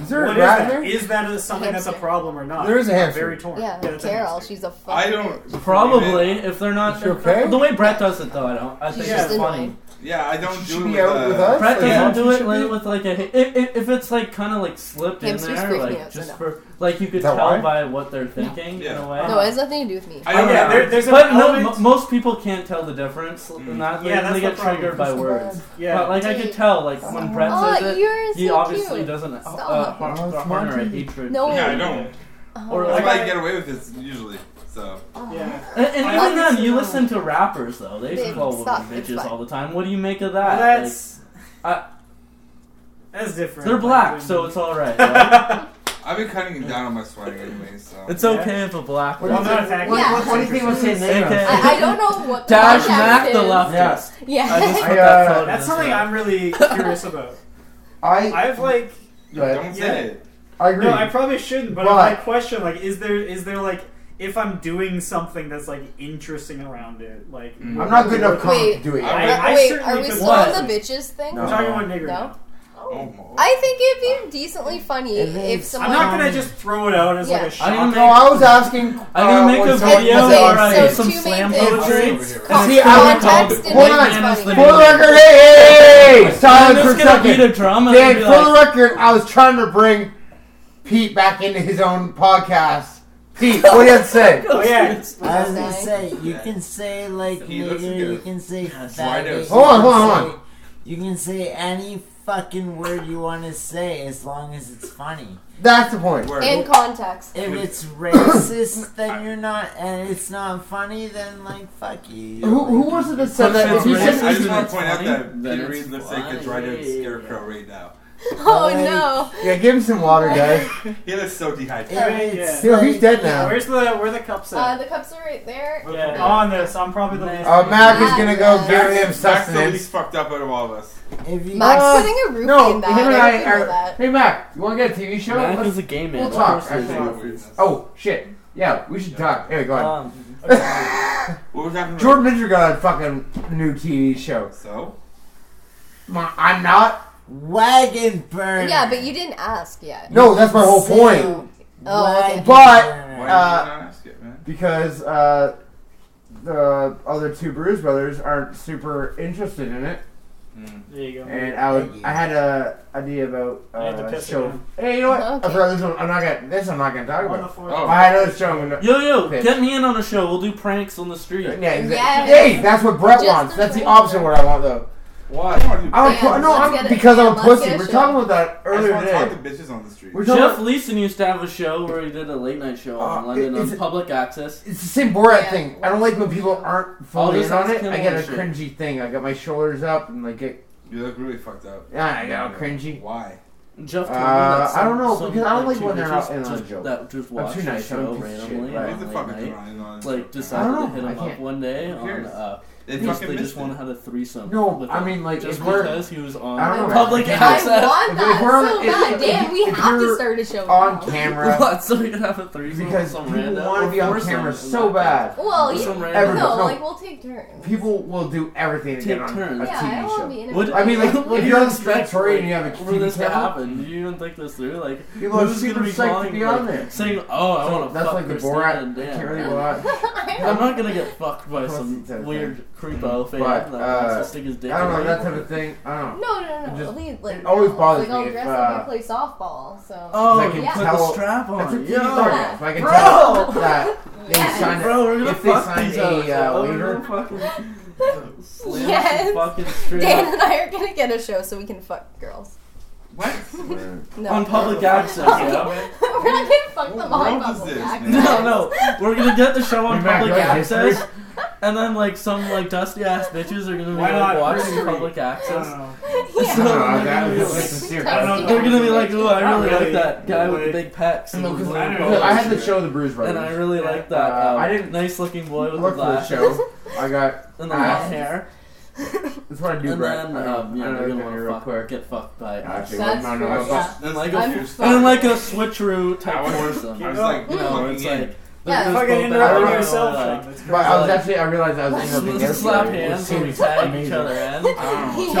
Speaker 2: Is there
Speaker 7: what
Speaker 2: a
Speaker 7: is
Speaker 2: rat in
Speaker 7: that?
Speaker 2: there?
Speaker 7: Is that a, something that's a
Speaker 4: Hamster.
Speaker 7: problem or not?
Speaker 2: There is a
Speaker 7: I'm
Speaker 2: hamster.
Speaker 7: Very torn.
Speaker 4: Yeah,
Speaker 7: that's a
Speaker 4: Carol,
Speaker 7: hamster.
Speaker 4: she's a fuck.
Speaker 6: I don't.
Speaker 3: Probably if they're not.
Speaker 2: Is she okay?
Speaker 3: The way Brett does it though, I don't. I think
Speaker 4: She's
Speaker 7: Yeah.
Speaker 3: it's
Speaker 4: just
Speaker 3: funny.
Speaker 4: annoying.
Speaker 6: Yeah, I don't
Speaker 2: Should
Speaker 6: do
Speaker 2: she
Speaker 6: it
Speaker 2: be
Speaker 6: with,
Speaker 2: out
Speaker 6: uh,
Speaker 2: with us?
Speaker 3: Brett
Speaker 2: Like,
Speaker 3: doesn't
Speaker 2: yeah.
Speaker 3: do
Speaker 2: Should
Speaker 3: it like,
Speaker 2: be-
Speaker 3: with like a if, if, if it's like kind of like slipped in
Speaker 4: Hamsters
Speaker 3: there,
Speaker 4: freak me
Speaker 3: like
Speaker 4: out,
Speaker 3: just
Speaker 4: so no.
Speaker 3: for like you could
Speaker 2: Is that
Speaker 3: tell
Speaker 2: why?
Speaker 3: by what they're thinking in
Speaker 6: Yeah.
Speaker 3: a way.
Speaker 4: No, it has nothing to do with me.
Speaker 6: I
Speaker 2: Oh,
Speaker 6: don't
Speaker 7: Yeah,
Speaker 6: know.
Speaker 7: there- there's an
Speaker 3: but no,
Speaker 7: element-
Speaker 3: m- most people can't tell the difference. in that
Speaker 7: Yeah,
Speaker 3: they,
Speaker 7: that's
Speaker 3: they
Speaker 7: the
Speaker 3: get
Speaker 7: problem.
Speaker 3: triggered by words.
Speaker 7: Yeah.
Speaker 3: But like I could tell, like when Brett
Speaker 4: Oh,
Speaker 3: says it,
Speaker 4: you're
Speaker 3: he
Speaker 4: so
Speaker 3: obviously
Speaker 4: cute.
Speaker 3: doesn't uh, uh,
Speaker 4: Stop.
Speaker 3: har-
Speaker 2: Oh, it's
Speaker 3: honor a
Speaker 2: Monty.
Speaker 3: hatred.
Speaker 4: No.
Speaker 6: Yeah, I don't.
Speaker 4: Oh,
Speaker 3: Or
Speaker 2: Oh.
Speaker 6: That's
Speaker 3: like,
Speaker 6: why I get away with this usually. So
Speaker 7: yeah.
Speaker 3: and, and
Speaker 7: I
Speaker 3: even
Speaker 7: like
Speaker 3: then, you
Speaker 7: to-
Speaker 3: listen to rappers though; they
Speaker 4: Babe,
Speaker 3: call women
Speaker 4: stop. It's
Speaker 3: bitches
Speaker 4: fine.
Speaker 3: all the time. What do you make of
Speaker 7: Well,
Speaker 3: that?
Speaker 7: that's
Speaker 3: I-
Speaker 7: that's
Speaker 3: Like,
Speaker 7: different.
Speaker 3: they're
Speaker 7: Like,
Speaker 3: black,
Speaker 7: when-
Speaker 3: so it's all right. right?
Speaker 6: I've been cutting down on my sweating anyway. So
Speaker 3: it's okay if a black.
Speaker 2: What
Speaker 7: I'm
Speaker 2: do you
Speaker 7: not
Speaker 2: think-
Speaker 7: attacking.
Speaker 2: what-
Speaker 4: Yeah.
Speaker 2: What what do you think was his name?
Speaker 3: Okay.
Speaker 4: I, I don't know what
Speaker 3: Dash
Speaker 4: podcast
Speaker 3: Mac
Speaker 4: it
Speaker 3: the
Speaker 4: is.
Speaker 3: leftist. I just
Speaker 4: Yeah.
Speaker 3: put
Speaker 2: I,
Speaker 3: that
Speaker 2: uh,
Speaker 3: photo
Speaker 7: That's
Speaker 3: in
Speaker 7: something
Speaker 3: there.
Speaker 7: I'm really curious about.
Speaker 2: I
Speaker 7: I've like
Speaker 2: go ahead.
Speaker 6: Don't
Speaker 7: Yeah.
Speaker 6: say it.
Speaker 2: I agree.
Speaker 7: no, I probably shouldn't, but,
Speaker 2: But-
Speaker 7: I question like, is there is there like if I'm doing something that's like interesting around it, like
Speaker 6: Mm.
Speaker 2: I'm not good enough comic to
Speaker 4: Wait.
Speaker 2: do it.
Speaker 6: I-
Speaker 2: yet.
Speaker 4: Are-
Speaker 7: I
Speaker 4: wait,
Speaker 7: certainly
Speaker 4: are we
Speaker 7: could
Speaker 4: still on
Speaker 3: watch
Speaker 4: the bitches thing?
Speaker 7: I'm
Speaker 2: No.
Speaker 7: talking about nigger.
Speaker 4: No?
Speaker 6: Oh, my.
Speaker 4: I think it'd be decently funny
Speaker 2: It is.
Speaker 4: if
Speaker 7: I'm
Speaker 4: someone.
Speaker 7: not gonna just throw it out as like
Speaker 4: Yeah.
Speaker 7: a shot.
Speaker 3: I'm
Speaker 2: No, I was asking.
Speaker 3: I'm gonna
Speaker 2: uh,
Speaker 3: make
Speaker 2: when
Speaker 3: a
Speaker 2: someone
Speaker 3: video
Speaker 2: was
Speaker 4: Okay,
Speaker 3: where
Speaker 2: on-
Speaker 3: I
Speaker 4: so
Speaker 3: do some
Speaker 4: two
Speaker 3: slam
Speaker 4: main things.
Speaker 3: poetry.
Speaker 4: Con-
Speaker 2: See, I would-
Speaker 4: context and
Speaker 2: Hold
Speaker 4: then
Speaker 2: on.
Speaker 4: it's funny.
Speaker 2: For the record, hey, hey, hey,
Speaker 3: I'm
Speaker 2: silence
Speaker 3: just
Speaker 2: for a
Speaker 3: gonna beat
Speaker 2: second.
Speaker 3: a drum and
Speaker 2: Dan,
Speaker 3: be
Speaker 2: for
Speaker 3: like,
Speaker 2: the record, I was trying to bring Pete back into his own podcast. Pete, what do you have to say?
Speaker 7: Oh yeah,
Speaker 5: I was gonna
Speaker 4: Okay.
Speaker 5: say you can say like
Speaker 6: He looks
Speaker 5: nigger, you
Speaker 6: good.
Speaker 5: can say
Speaker 6: why I do.
Speaker 5: faggot. you
Speaker 2: Hold on,
Speaker 5: can
Speaker 2: hold on, hold
Speaker 5: say- You can say any fucking word you want to say as long as it's funny.
Speaker 2: That's the point.
Speaker 6: Word.
Speaker 4: In context.
Speaker 5: If it's racist, then you're not, and it's not funny, then like fuck you.
Speaker 2: Who, who was it that said that? If you
Speaker 6: I just, I
Speaker 2: said
Speaker 6: just want
Speaker 3: it's
Speaker 6: to point out
Speaker 3: funny,
Speaker 6: that
Speaker 3: then
Speaker 6: Peter Reed
Speaker 3: it's
Speaker 6: looks like a dried out scarecrow right now.
Speaker 4: Oh
Speaker 5: Like-
Speaker 4: no.
Speaker 2: yeah, give him some water, guys.
Speaker 6: He looks so dehydrated.
Speaker 5: If it's,
Speaker 2: Yo, he's
Speaker 5: like-
Speaker 2: dead now.
Speaker 7: where's the where the cups
Speaker 4: Uh,
Speaker 7: at? Oh,
Speaker 4: the cups are right there.
Speaker 3: Yeah.
Speaker 7: On this, I'm probably the least.
Speaker 2: Uh, Mac is gonna go give him
Speaker 6: Zach's the
Speaker 2: sustenance.
Speaker 6: least fucked up out of all of us.
Speaker 5: If you
Speaker 4: Max
Speaker 2: Uh,
Speaker 4: putting a rupee
Speaker 2: No,
Speaker 4: in
Speaker 2: him
Speaker 4: that.
Speaker 2: and
Speaker 4: I,
Speaker 2: I
Speaker 4: don't feel
Speaker 2: are.
Speaker 4: that.
Speaker 2: Hey, Mac, you want to get a TV show?
Speaker 3: Mac
Speaker 2: Let's-
Speaker 3: is a gay man.
Speaker 2: we'll talk,
Speaker 3: Of course he
Speaker 2: actually.
Speaker 3: is.
Speaker 2: oh shit! Yeah, we should talk. Anyway, go
Speaker 7: Uh,
Speaker 2: on.
Speaker 3: Um, okay.
Speaker 6: What was happening?
Speaker 2: Jordan Ninja got a fucking new TV show.
Speaker 6: So?
Speaker 2: I'm not.
Speaker 5: Wagon burner.
Speaker 4: Yeah, but you didn't ask yet.
Speaker 2: No, that's my whole point.
Speaker 4: Oh, okay.
Speaker 2: But uh, because uh, the other two Bruise brothers aren't super interested in it,
Speaker 7: There you go.
Speaker 2: and I would, I had a idea about
Speaker 7: I had to
Speaker 2: uh,
Speaker 7: piss
Speaker 2: show.
Speaker 7: again.
Speaker 2: Hey, you know what?
Speaker 4: Okay.
Speaker 2: I forgot this one. I'm not gonna. This I'm not gonna talk
Speaker 7: On the
Speaker 2: about.
Speaker 7: floor.
Speaker 6: Oh.
Speaker 2: I had another show. I'm gonna-
Speaker 3: Yo, yo,
Speaker 2: Okay.
Speaker 3: get me in on a show. We'll do pranks on the street.
Speaker 2: Yeah, exactly.
Speaker 4: Yes.
Speaker 2: Hey, that's what Brett
Speaker 4: Just
Speaker 2: wants.
Speaker 4: the
Speaker 2: That's the
Speaker 4: flavor.
Speaker 2: opposite of what I want, though.
Speaker 6: Why? I want to do
Speaker 2: I'm a
Speaker 4: Yeah,
Speaker 2: pu- no,
Speaker 4: let's
Speaker 2: I'm
Speaker 4: get it.
Speaker 2: because I'm a
Speaker 4: Yeah, let's
Speaker 2: pussy.
Speaker 4: get a
Speaker 2: We're
Speaker 4: show.
Speaker 2: talking about that
Speaker 6: I
Speaker 2: earlier
Speaker 6: just
Speaker 2: today.
Speaker 6: want to talk to bitches on the street.
Speaker 2: We're talking
Speaker 3: Jeff
Speaker 2: about,
Speaker 3: Leeson used to have a show where he did a late night show on
Speaker 2: Uh,
Speaker 3: London
Speaker 2: it-
Speaker 3: on
Speaker 2: it's-
Speaker 3: public access.
Speaker 2: it's the same Borat
Speaker 4: Yeah.
Speaker 2: thing. I don't like when people aren't fully
Speaker 3: this
Speaker 2: in on
Speaker 3: sounds
Speaker 2: it. I get a
Speaker 3: Oh, kinda like
Speaker 2: cringy thing. I get my shoulders up and like get
Speaker 6: You look really fucked up.
Speaker 2: yeah, I got all cringy.
Speaker 6: Why?
Speaker 3: Jeff told me
Speaker 2: Uh,
Speaker 3: that some,
Speaker 2: I don't know,
Speaker 3: some,
Speaker 2: because I don't like
Speaker 3: two
Speaker 2: when they're not
Speaker 3: bitches
Speaker 2: in on
Speaker 3: just,
Speaker 2: a joke.
Speaker 3: That just
Speaker 2: too
Speaker 3: watched the
Speaker 2: nice, I'm a
Speaker 3: show
Speaker 2: piece of shit,
Speaker 3: randomly
Speaker 2: right.
Speaker 6: Leave the
Speaker 3: on
Speaker 6: fucking
Speaker 3: late night.
Speaker 6: Toronto on.
Speaker 3: Like
Speaker 2: I
Speaker 3: decided
Speaker 2: don't
Speaker 3: to
Speaker 2: know,
Speaker 3: hit
Speaker 2: I
Speaker 3: him up
Speaker 2: can't.
Speaker 3: one day
Speaker 6: Who
Speaker 3: on
Speaker 6: cares?
Speaker 3: uh,
Speaker 6: They
Speaker 3: because
Speaker 6: fucking
Speaker 3: they
Speaker 6: missed
Speaker 3: just want to
Speaker 6: it.
Speaker 3: have a threesome.
Speaker 2: No,
Speaker 3: with
Speaker 2: I
Speaker 3: him.
Speaker 2: mean, like,
Speaker 3: just
Speaker 2: if we're-
Speaker 3: because he was on
Speaker 2: I don't know.
Speaker 3: public
Speaker 2: If
Speaker 4: I
Speaker 3: access.
Speaker 4: want that
Speaker 2: If we're-
Speaker 4: so
Speaker 2: if-
Speaker 4: bad. Damn, we
Speaker 2: if
Speaker 4: have to
Speaker 2: you're
Speaker 4: start a show
Speaker 2: on
Speaker 4: now.
Speaker 2: camera
Speaker 3: What? So we could have a threesome with
Speaker 2: because
Speaker 3: some
Speaker 2: people
Speaker 3: random.
Speaker 2: want to be
Speaker 3: or
Speaker 2: on
Speaker 3: some
Speaker 2: camera
Speaker 3: in
Speaker 2: so
Speaker 3: that
Speaker 2: bad.
Speaker 4: Well,
Speaker 3: Or
Speaker 4: you,
Speaker 3: some
Speaker 4: no,
Speaker 3: random-
Speaker 2: no.
Speaker 4: like we'll take turns.
Speaker 2: People will do everything to
Speaker 3: Take
Speaker 2: get on
Speaker 3: turns.
Speaker 2: a
Speaker 4: yeah, I
Speaker 2: TV
Speaker 4: don't
Speaker 2: show.
Speaker 4: want to be in a
Speaker 3: Would-
Speaker 2: I mean, like,
Speaker 3: What
Speaker 2: if
Speaker 3: do
Speaker 2: you're
Speaker 3: you
Speaker 2: on the
Speaker 3: expect,
Speaker 2: Victoria
Speaker 3: like,
Speaker 2: and you have a
Speaker 3: for this
Speaker 2: TV
Speaker 3: to
Speaker 2: camera,
Speaker 3: happen? Do you even think this through? Like,
Speaker 2: people are
Speaker 3: who's
Speaker 2: super
Speaker 3: gonna be
Speaker 2: psyched to
Speaker 3: calling,
Speaker 2: be on
Speaker 3: like,
Speaker 2: there.
Speaker 3: saying, "Oh, I want to
Speaker 2: That's
Speaker 3: fuck
Speaker 2: like the
Speaker 3: Christina
Speaker 2: Borat.
Speaker 3: and
Speaker 2: I
Speaker 3: Dan"?
Speaker 2: can't really watch.
Speaker 3: I'm not gonna get fucked by some
Speaker 2: Pussy type
Speaker 3: weird creepo fan
Speaker 2: But,
Speaker 3: that wants
Speaker 2: uh,
Speaker 3: to stick his dick.
Speaker 2: I don't know
Speaker 3: in
Speaker 2: that
Speaker 3: me.
Speaker 2: type of thing. I don't know.
Speaker 4: No, no, no.
Speaker 2: It just-
Speaker 4: at least, like,
Speaker 2: it always bothers
Speaker 4: like, I'll
Speaker 2: me if,
Speaker 4: dress up
Speaker 2: uh,
Speaker 4: and play softball. So.
Speaker 3: Oh,
Speaker 2: If I
Speaker 3: you
Speaker 2: can
Speaker 3: put
Speaker 2: tell-
Speaker 3: the strap
Speaker 2: That's a
Speaker 3: on.
Speaker 2: TV
Speaker 3: Yo,
Speaker 2: target. If I can
Speaker 3: Bro!
Speaker 2: tell that they
Speaker 4: Yes.
Speaker 2: signed it.
Speaker 3: bro, we're gonna
Speaker 2: If they
Speaker 3: fuck
Speaker 2: sign
Speaker 3: these
Speaker 2: a, uh,
Speaker 3: assholes.
Speaker 2: waiver-
Speaker 3: We're gonna fucking slam
Speaker 4: Yes.
Speaker 3: some fucking straight
Speaker 4: Dan
Speaker 3: up
Speaker 4: and I are gonna get a show so we can fuck girls.
Speaker 6: What?
Speaker 4: No.
Speaker 3: on public access. Oh. Yeah.
Speaker 4: We're not gonna fuck
Speaker 6: What
Speaker 4: them on
Speaker 6: world is
Speaker 4: public
Speaker 6: this,
Speaker 4: access.
Speaker 6: man?
Speaker 3: No, no, we're gonna get the show on
Speaker 2: We're back,
Speaker 3: public
Speaker 2: right?
Speaker 3: access, and then like some like dusty ass bitches are gonna be
Speaker 7: Why
Speaker 3: like
Speaker 7: not?
Speaker 3: watching
Speaker 7: History. Uh,
Speaker 3: public
Speaker 7: I don't
Speaker 3: access.
Speaker 7: know.
Speaker 4: Yeah.
Speaker 2: No, no, that was
Speaker 3: Yes.
Speaker 2: just sincere.
Speaker 4: I don't
Speaker 3: They're gonna be like, "Oh, I
Speaker 7: Not
Speaker 3: really like
Speaker 7: really.
Speaker 3: that guy with the
Speaker 7: Like-
Speaker 3: big pecs." and
Speaker 2: No, 'cause
Speaker 3: blue
Speaker 7: I don't know.
Speaker 2: Look,
Speaker 3: collar."
Speaker 2: I had the show The Bruise
Speaker 3: And I
Speaker 2: Brothers.
Speaker 3: really
Speaker 7: Yeah.
Speaker 3: like that.
Speaker 2: Uh,
Speaker 3: um,
Speaker 2: I didn't
Speaker 3: nice looking boy with the
Speaker 2: Look for the
Speaker 3: black
Speaker 2: show. I got.
Speaker 3: and the
Speaker 2: I-
Speaker 3: long hair.
Speaker 2: That's what I do,
Speaker 3: And
Speaker 2: Brett.
Speaker 3: then,
Speaker 2: I don't-
Speaker 3: um, yeah,
Speaker 2: I don't
Speaker 3: they're
Speaker 2: know
Speaker 3: gonna
Speaker 2: if
Speaker 3: want
Speaker 2: you're
Speaker 3: to
Speaker 2: real quick.
Speaker 3: get fucked by us.
Speaker 2: Actually,
Speaker 4: That's
Speaker 2: no,
Speaker 4: true.
Speaker 2: no, no,
Speaker 4: Yeah.
Speaker 3: And like
Speaker 4: I'm
Speaker 3: a,
Speaker 4: fucked.
Speaker 3: and like a switcheroo
Speaker 6: I
Speaker 3: type
Speaker 6: was-
Speaker 3: foursome.
Speaker 6: I
Speaker 3: You
Speaker 6: was like,
Speaker 4: You know,
Speaker 3: know,
Speaker 6: going
Speaker 3: it's
Speaker 6: in.
Speaker 3: like
Speaker 4: Yeah,
Speaker 3: they're just
Speaker 7: Fucking
Speaker 3: both out
Speaker 7: interrupting
Speaker 3: there,
Speaker 7: yourself,
Speaker 3: like,
Speaker 7: Sean. That's crazy.
Speaker 2: But I was
Speaker 3: Like-
Speaker 2: actually, I realized I was in the
Speaker 3: Let's slap
Speaker 2: together.
Speaker 3: hands
Speaker 2: It
Speaker 3: and we
Speaker 2: was
Speaker 3: tag each
Speaker 2: amazing. Um,
Speaker 3: other in. To
Speaker 6: I don't know.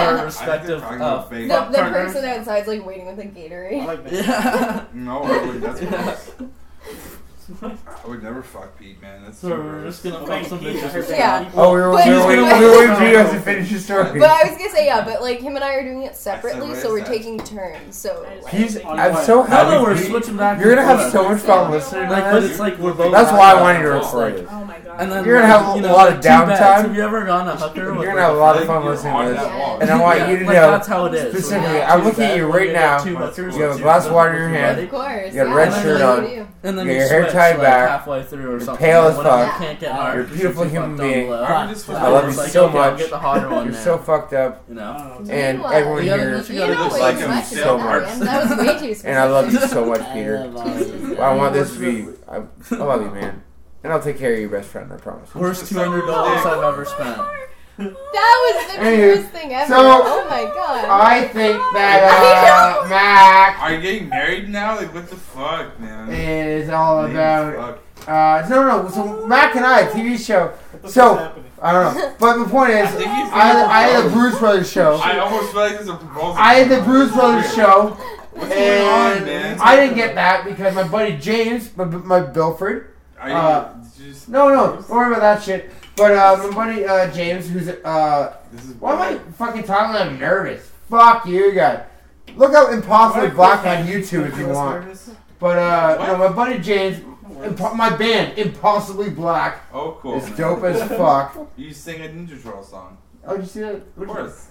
Speaker 3: our
Speaker 6: I think
Speaker 4: Yeah.
Speaker 6: they're
Speaker 3: respective
Speaker 6: talking
Speaker 3: uh,
Speaker 6: about vape.
Speaker 4: The, the
Speaker 3: partners.
Speaker 4: person outside's like waiting with a Gatorade.
Speaker 7: like that.
Speaker 3: Yeah.
Speaker 6: No, I wouldn't. That's gross. I would never fuck Pete, man. That's too
Speaker 3: So we're just
Speaker 6: gross.
Speaker 3: gonna fuck some bitches.
Speaker 4: Yeah.
Speaker 2: Oh, we were,
Speaker 4: But-
Speaker 2: we were waiting, we were waiting for you guys to finish your story.
Speaker 4: But I was gonna say yeah, but like him and I are doing it separately,
Speaker 6: what
Speaker 4: so
Speaker 6: is
Speaker 4: we're
Speaker 6: that?
Speaker 4: taking turns. So
Speaker 2: He's,
Speaker 7: On
Speaker 2: I'm
Speaker 7: what?
Speaker 2: so
Speaker 3: Hell
Speaker 2: happy.
Speaker 3: no, we're
Speaker 2: Pete.
Speaker 3: switching back.
Speaker 2: You're gonna
Speaker 3: and
Speaker 2: have
Speaker 3: forth.
Speaker 2: so much fun listening to
Speaker 3: Like, but
Speaker 2: us.
Speaker 3: it's like we're both.
Speaker 2: That's why I wanted to
Speaker 3: It's
Speaker 2: record.
Speaker 3: like-
Speaker 9: Oh my god.
Speaker 3: And then
Speaker 2: You're gonna
Speaker 3: like,
Speaker 2: have a
Speaker 3: you know,
Speaker 2: lot of
Speaker 3: like, two bets.
Speaker 2: downtime.
Speaker 3: Have you ever gone a hooker? with,
Speaker 2: You're
Speaker 3: like,
Speaker 2: gonna have a lot of fun
Speaker 6: You're
Speaker 2: listening
Speaker 6: on
Speaker 2: to
Speaker 6: that
Speaker 2: this.
Speaker 4: Yeah.
Speaker 6: wall.
Speaker 2: And I want you to
Speaker 3: like,
Speaker 2: know
Speaker 3: That's how it is.
Speaker 2: specifically-
Speaker 3: Like,
Speaker 2: I'm
Speaker 3: two
Speaker 2: looking at you
Speaker 3: bets,
Speaker 2: right
Speaker 3: we got
Speaker 2: now.
Speaker 3: two hookers,
Speaker 2: You have a
Speaker 3: two
Speaker 2: glass of water in
Speaker 3: hookers,
Speaker 2: your
Speaker 3: everybody.
Speaker 4: of course,
Speaker 2: You got a
Speaker 4: yeah,
Speaker 2: red
Speaker 4: that's
Speaker 2: shirt
Speaker 4: what
Speaker 2: on.
Speaker 4: we do.
Speaker 3: And then
Speaker 2: Your
Speaker 3: you
Speaker 2: hair
Speaker 3: switch,
Speaker 2: tied
Speaker 3: like,
Speaker 2: back.
Speaker 3: halfway through or
Speaker 2: You're
Speaker 3: something.
Speaker 2: pale as
Speaker 3: One of you
Speaker 4: fuck.
Speaker 3: Can't get
Speaker 6: You're
Speaker 3: hard
Speaker 2: a
Speaker 3: 'cause
Speaker 2: beautiful
Speaker 3: too
Speaker 2: human
Speaker 3: fucked on the
Speaker 2: being.
Speaker 3: low.
Speaker 6: I'm just
Speaker 3: Like,
Speaker 6: I love you
Speaker 3: it's like,
Speaker 2: so
Speaker 3: okay, I'll
Speaker 2: much.
Speaker 3: Get the harder one
Speaker 2: You're
Speaker 3: now.
Speaker 2: so fucked up,
Speaker 3: You know.
Speaker 7: I don't know.
Speaker 2: and
Speaker 4: Meanwhile,
Speaker 2: everyone
Speaker 3: you gotta
Speaker 2: here,
Speaker 3: do-
Speaker 4: You know
Speaker 6: Looks
Speaker 4: what
Speaker 6: like
Speaker 4: you
Speaker 6: him
Speaker 4: expected
Speaker 6: so
Speaker 4: that,
Speaker 6: hard.
Speaker 4: man. That was way too specific.
Speaker 2: and I love you so much, Peter.
Speaker 5: Peter.
Speaker 2: I want this to be. I, I love you, man. And I'll take care of your best friend. I promise.
Speaker 3: Worst two hundred dollars I've ever spent.
Speaker 4: That was the
Speaker 2: Anywho,
Speaker 4: weirdest thing ever.
Speaker 2: so-
Speaker 4: oh my god.
Speaker 2: I think that uh, Mac
Speaker 6: Are you getting married now? Like, what the fuck, man?
Speaker 2: uh, is all
Speaker 6: Ladies,
Speaker 2: about.
Speaker 6: fuck.
Speaker 2: Uh, no, no. So Mac and I, TV show.
Speaker 7: What the
Speaker 2: So-
Speaker 7: fuck's happening?
Speaker 2: I don't know. But the point
Speaker 6: I
Speaker 2: is,
Speaker 6: think he's.
Speaker 2: I, I had the Bruce Brothers show.
Speaker 6: I almost feel like there's a proposal.
Speaker 2: I had the Bruce Brothers show,
Speaker 6: What's going on, man?
Speaker 2: and I didn't get that because my buddy James, my, my Bilford,
Speaker 6: Are you
Speaker 2: uh,
Speaker 6: just?
Speaker 2: No, no, don't worry about that shit. But uh, my buddy uh, James, who's uh,
Speaker 6: This is.
Speaker 2: why am I fucking talking? like I'm nervous. Fuck you, guys. Look up Impossibly Black on YouTube if you want. But uh, no, my buddy James, impo- my band Impossibly Black
Speaker 6: Oh, cool.
Speaker 2: is
Speaker 6: man.
Speaker 2: dope as fuck.
Speaker 6: You sing a Ninja Turtle song.
Speaker 2: Oh, did you see that?
Speaker 6: Of course.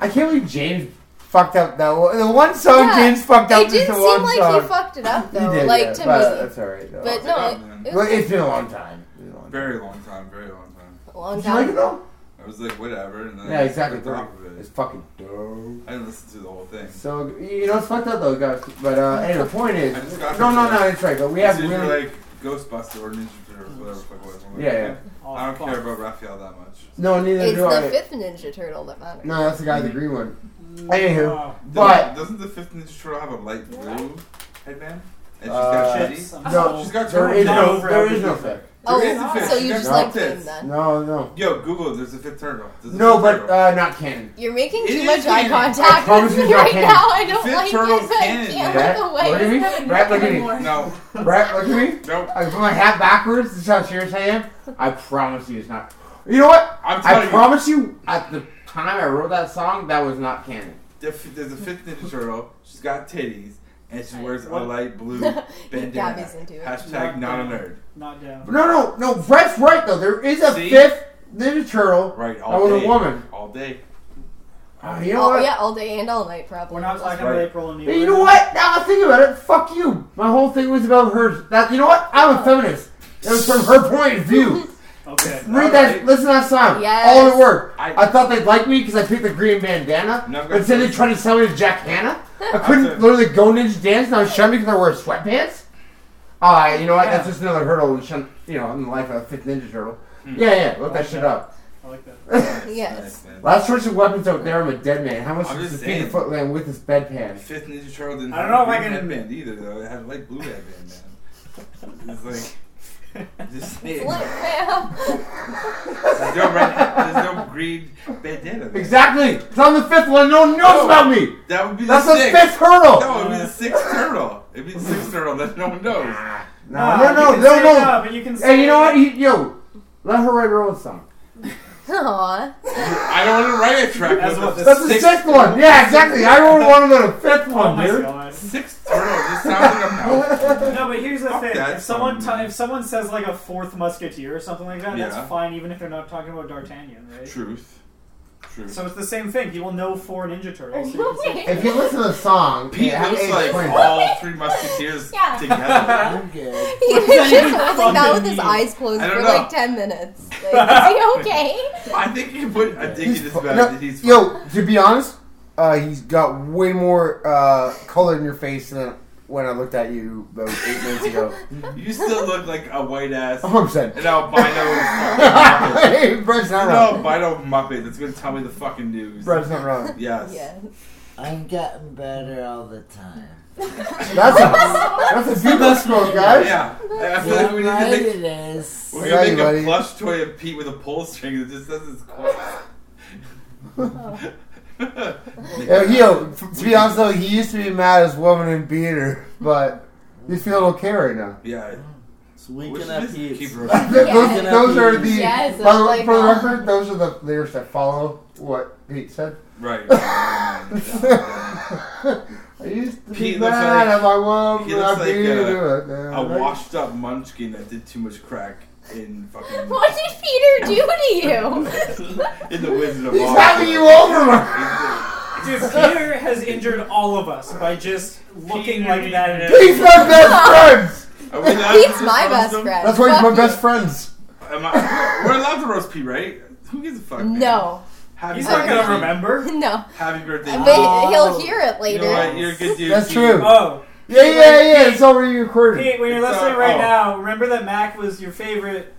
Speaker 2: I can't believe James fucked up that one. The one song
Speaker 4: Yeah,
Speaker 2: James fucked up
Speaker 4: it
Speaker 2: is the
Speaker 4: didn't
Speaker 2: one
Speaker 4: seem like
Speaker 2: song.
Speaker 4: he fucked it up
Speaker 2: He
Speaker 4: though.
Speaker 2: did,
Speaker 4: like
Speaker 2: yeah,
Speaker 4: to
Speaker 2: but
Speaker 4: me.
Speaker 2: that's alright though.
Speaker 4: But
Speaker 6: Fucked
Speaker 4: no,
Speaker 6: up,
Speaker 4: it,
Speaker 6: man.
Speaker 4: it
Speaker 2: Well,
Speaker 4: was
Speaker 2: it's been a long time. It's been a long time.
Speaker 6: Very long time. Very long time.
Speaker 4: a long
Speaker 2: Did you like it
Speaker 4: time.
Speaker 2: though?
Speaker 6: I was like, whatever. And then
Speaker 2: Yeah,
Speaker 6: I
Speaker 2: exactly.
Speaker 6: got off of
Speaker 2: It's
Speaker 6: it.
Speaker 2: fucking dope.
Speaker 6: I didn't listen to the whole thing.
Speaker 2: So you know it's fucked up though, guys. But uh, anyway, the point is,
Speaker 6: I just got
Speaker 2: no, no, no, it's right. But we
Speaker 6: It's
Speaker 2: have
Speaker 6: either,
Speaker 2: really,
Speaker 6: like Ghostbuster or Ninja Turtles, whatever the fuck it was. I'm like,
Speaker 2: yeah, yeah.
Speaker 7: Oh,
Speaker 6: I don't
Speaker 7: fuck.
Speaker 6: care about Raphael that much.
Speaker 2: No, neither
Speaker 4: It's
Speaker 2: do I.
Speaker 4: the fifth Ninja Turtle that matters.
Speaker 2: No, that's the guy with the green one.
Speaker 7: Mm,
Speaker 2: Anywho.
Speaker 7: wow.
Speaker 6: Doesn't-
Speaker 2: But-
Speaker 6: doesn't the fifth Ninja Turtle have a light blue headband? And she's
Speaker 2: Uh,
Speaker 6: got shitty.
Speaker 7: Chips, I'm
Speaker 2: No,
Speaker 7: so-
Speaker 6: She's got
Speaker 2: Uh, There
Speaker 6: turtles.
Speaker 2: is no,
Speaker 7: over
Speaker 2: there is no
Speaker 7: everything.
Speaker 2: fifth.
Speaker 4: Oh,
Speaker 6: There is a fish.
Speaker 4: so you
Speaker 6: They're
Speaker 4: just
Speaker 6: not
Speaker 4: like
Speaker 6: tits.
Speaker 4: them then?
Speaker 2: No, no.
Speaker 6: Yo, Google. There's a fifth turtle. There's a
Speaker 2: No,
Speaker 6: fifth
Speaker 2: but
Speaker 6: turtle.
Speaker 2: uh, not canon.
Speaker 4: You're making
Speaker 6: It
Speaker 4: too
Speaker 6: is
Speaker 4: much eye
Speaker 6: canon.
Speaker 2: I
Speaker 4: contact
Speaker 2: promise
Speaker 4: with
Speaker 2: you
Speaker 4: me
Speaker 2: it's not
Speaker 4: right
Speaker 2: canon.
Speaker 4: now. I don't
Speaker 6: Fifth
Speaker 4: like
Speaker 6: turtle's
Speaker 4: this. I
Speaker 6: canon,
Speaker 4: can't
Speaker 2: Brett,
Speaker 4: look
Speaker 2: look at
Speaker 4: away.
Speaker 2: me. Brett, look at me.
Speaker 6: No,
Speaker 2: Brett, look at me.
Speaker 6: no.
Speaker 2: I put my hat backwards. This is how serious I am. I promise you it's not. You know what? I
Speaker 6: I'm telling you,
Speaker 2: promise you, at the time I wrote that song, that was not canon.
Speaker 6: the f- there's a fifth Ninja Turtle. She's got titties and she wears a
Speaker 7: What?
Speaker 6: light blue bandana.
Speaker 4: Gabby's into it.
Speaker 6: Hashtag not a nerd.
Speaker 7: Not down.
Speaker 2: No, no, no. Brett's right though. There is a
Speaker 6: See?
Speaker 2: fifth Ninja Turtle.
Speaker 6: Right,
Speaker 2: That
Speaker 6: all
Speaker 2: was a
Speaker 6: day.
Speaker 2: woman.
Speaker 6: All day.
Speaker 2: Oh, you know
Speaker 4: Oh,
Speaker 2: what?
Speaker 4: yeah, all day and all night probably.
Speaker 7: We're not talking about
Speaker 6: Right.
Speaker 7: April and
Speaker 2: Hey, you know what? Now I think about it. Fuck you. My whole thing was about her. That you know what? I'm a feminist. It was from her point of view.
Speaker 7: Okay.
Speaker 2: Read that. Listen to that song.
Speaker 4: Yes.
Speaker 2: All at work.
Speaker 6: I-
Speaker 2: I, thought they'd like me because I picked the green bandana.
Speaker 6: No, I'm gonna-
Speaker 2: but then they tried to sell me to Jack Hanna. I couldn't
Speaker 6: That's it.
Speaker 2: literally go ninja dance. Now shun me because I wear sweatpants. Ah, you know what? That's just another hurdle. And shun, you know, in the life of a fifth ninja turtle.
Speaker 6: Hmm.
Speaker 2: Yeah, yeah. Look that shit up.
Speaker 7: I like that.
Speaker 4: Yes.
Speaker 6: Nice, man.
Speaker 2: Last choice of weapons out there. I'm a dead man. How much
Speaker 6: I'm
Speaker 2: does the
Speaker 6: just
Speaker 2: finger
Speaker 6: saying.
Speaker 2: foot land with this bedpan?
Speaker 6: Fifth Ninja Turtle didn't
Speaker 7: I don't
Speaker 6: have
Speaker 7: know
Speaker 6: a
Speaker 7: if I
Speaker 6: green
Speaker 7: can-
Speaker 6: headband either, though. It had light blue headband, man. It's like. Just saying.
Speaker 4: Look, ma'am.
Speaker 6: There's no, red, there's no green bandana. there.
Speaker 2: Exactly. It's on the fifth one. No one knows about me.
Speaker 6: That would be
Speaker 2: That's
Speaker 6: the
Speaker 2: the
Speaker 6: sixth.
Speaker 2: fifth hurdle.
Speaker 6: No, it'd be the sixth turtle. It'd be the sixth turtle that no one knows.
Speaker 2: No, no, no,
Speaker 7: you can
Speaker 2: no,
Speaker 7: say
Speaker 2: no.
Speaker 7: but you can
Speaker 2: Hey,
Speaker 7: say
Speaker 2: you know what? You- yo, let her write her own song.
Speaker 4: Aw.
Speaker 6: I don't want to write a track.
Speaker 7: That's
Speaker 6: with
Speaker 7: what
Speaker 6: the
Speaker 2: That's the sixth one. Yeah, exactly. I wrote one of the fifth
Speaker 7: Oh
Speaker 2: one,
Speaker 7: my
Speaker 2: dude.
Speaker 7: god.
Speaker 6: sixth turtle. Just sounds like a mouth.
Speaker 7: No, but here's the
Speaker 6: Fuck
Speaker 7: thing:
Speaker 6: that
Speaker 7: if someone
Speaker 6: song,
Speaker 7: t-
Speaker 6: man.
Speaker 7: if someone says like a fourth musketeer or something like that,
Speaker 6: Yeah.
Speaker 7: that's fine, even if they're not talking about D'Artagnan, right?
Speaker 6: Truth. Truth.
Speaker 7: So it's the same thing. He will know four Ninja Turtles. so you can say-
Speaker 2: If you listen to the song,
Speaker 6: Pete
Speaker 2: yeah,
Speaker 6: looks
Speaker 2: it's
Speaker 6: like
Speaker 2: funny.
Speaker 6: all three musketeers
Speaker 9: Yeah.
Speaker 6: together.
Speaker 5: I'm good.
Speaker 4: He was
Speaker 7: does that even
Speaker 4: just like that with
Speaker 7: fucking
Speaker 4: his
Speaker 7: mean?
Speaker 4: eyes closed
Speaker 6: I
Speaker 4: for
Speaker 6: don't know.
Speaker 4: like 10 minutes. Like, is he okay?
Speaker 6: I think you put a dick in his
Speaker 2: fu-
Speaker 6: mouth.
Speaker 2: no,
Speaker 6: and he's
Speaker 2: Yo, to be honest, uh, he's got way more uh, color in your face than when I looked at you about eight minutes ago.
Speaker 6: You still look like a white ass,
Speaker 2: A hundred percent.
Speaker 6: an albino, fucking muppet.
Speaker 2: Hey, Brett's not
Speaker 6: an
Speaker 2: wrong.
Speaker 6: albino muppet that's gonna tell me the fucking news.
Speaker 2: Brett's not wrong.
Speaker 6: Yes.
Speaker 4: Yes.
Speaker 5: I'm getting better all the time.
Speaker 2: That's a that's a beautiful quote, guys.
Speaker 6: Yeah. I feel like
Speaker 5: Yeah,
Speaker 6: we need to
Speaker 5: right
Speaker 6: make
Speaker 5: it is.
Speaker 6: We're
Speaker 2: I got
Speaker 6: gonna make
Speaker 2: you,
Speaker 6: a
Speaker 2: buddy.
Speaker 6: plush toy of Pete with a pull string that just says his quote.
Speaker 2: Yo, yo, f- to be honest though, he used to be mad as woman and beat her, but he's feeling okay right now.
Speaker 6: yeah.
Speaker 3: It's
Speaker 6: We
Speaker 3: winking
Speaker 6: should
Speaker 3: at
Speaker 6: just keep
Speaker 3: Pete's.
Speaker 6: roasting.
Speaker 2: Th-
Speaker 4: Yes.
Speaker 2: Those, those are the
Speaker 4: Yes,
Speaker 2: by the-
Speaker 4: that's like-
Speaker 2: for the record, those are the lyrics that follow what Pete said.
Speaker 6: Right. Yeah.
Speaker 2: I used to
Speaker 6: Pete
Speaker 2: be
Speaker 6: looks
Speaker 2: mad
Speaker 6: like-
Speaker 2: at my woman.
Speaker 6: he looks
Speaker 2: I
Speaker 6: like,
Speaker 2: beat
Speaker 6: uh,
Speaker 2: her, but
Speaker 6: A
Speaker 2: now I-
Speaker 6: washed up munchkin that did too much crack in fucking
Speaker 4: What did Peter do to you?
Speaker 6: in the Wizard of
Speaker 2: He's
Speaker 6: Oz.
Speaker 2: having you over.
Speaker 7: Dude, Peter has injured all of us by just looking like that. in-
Speaker 2: He's my best friends.
Speaker 6: Are we allowed to
Speaker 4: Pete's my
Speaker 6: roast
Speaker 4: best
Speaker 6: him?
Speaker 4: friend.
Speaker 2: That's why he's
Speaker 4: Fuck
Speaker 2: my
Speaker 4: you.
Speaker 2: best friends.
Speaker 6: Am I, we're allowed to roast Pete, right? Who gives a fuck? man?
Speaker 4: No,
Speaker 6: Happy
Speaker 7: He's not
Speaker 6: birthday,
Speaker 7: gonna
Speaker 6: Pete.
Speaker 7: remember.
Speaker 4: no.
Speaker 6: Happy birthday.
Speaker 4: But
Speaker 6: Pete.
Speaker 4: he'll hear it
Speaker 6: You
Speaker 4: later.
Speaker 6: know what? You're a good dude.
Speaker 2: That's
Speaker 6: Pete.
Speaker 2: true.
Speaker 7: Oh,
Speaker 2: Yeah, yeah, yeah. It's already recorded.
Speaker 7: Pete, when you're
Speaker 6: It's, uh,
Speaker 7: listening right
Speaker 6: oh.
Speaker 7: now, remember that Mac was your favorite,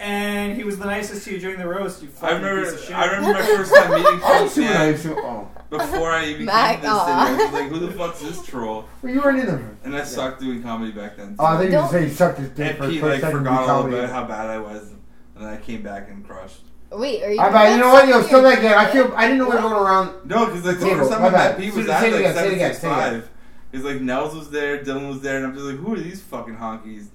Speaker 7: and he was the nicest to you during the roast. You
Speaker 6: I
Speaker 7: fucking piece
Speaker 6: remember.
Speaker 7: of shit.
Speaker 6: I remember my first time meeting
Speaker 2: Oh,
Speaker 6: Pete.
Speaker 2: super
Speaker 6: man.
Speaker 2: nice. Oh,
Speaker 6: before I even
Speaker 4: Mac,
Speaker 6: came to this city, I
Speaker 4: aw.
Speaker 6: was like, who the fuck's this troll?
Speaker 2: well, you weren't in them.
Speaker 6: And I sucked doing comedy back then.
Speaker 2: Oh, I think you
Speaker 4: Don't-
Speaker 2: just say he sucked his dick
Speaker 6: and
Speaker 2: for the
Speaker 6: Pete
Speaker 2: first
Speaker 6: like
Speaker 2: time in
Speaker 6: forgot all
Speaker 2: comedy.
Speaker 6: about how bad I was, and then I came back and crushed.
Speaker 4: Wait, are you?
Speaker 2: I bet you know what? Yo, still that good. I
Speaker 4: feel.
Speaker 2: feel I didn't know we were going around.
Speaker 6: No, because like the
Speaker 2: Table,
Speaker 6: first time
Speaker 2: my
Speaker 6: I met
Speaker 2: bad.
Speaker 6: Pete
Speaker 2: Say
Speaker 6: was
Speaker 2: it
Speaker 6: at like
Speaker 2: again, say it
Speaker 6: seven
Speaker 2: again,
Speaker 6: six
Speaker 2: say it again.
Speaker 6: five. It's like Nels was there, Dylan was there, and I'm just like, who are these fucking honkies?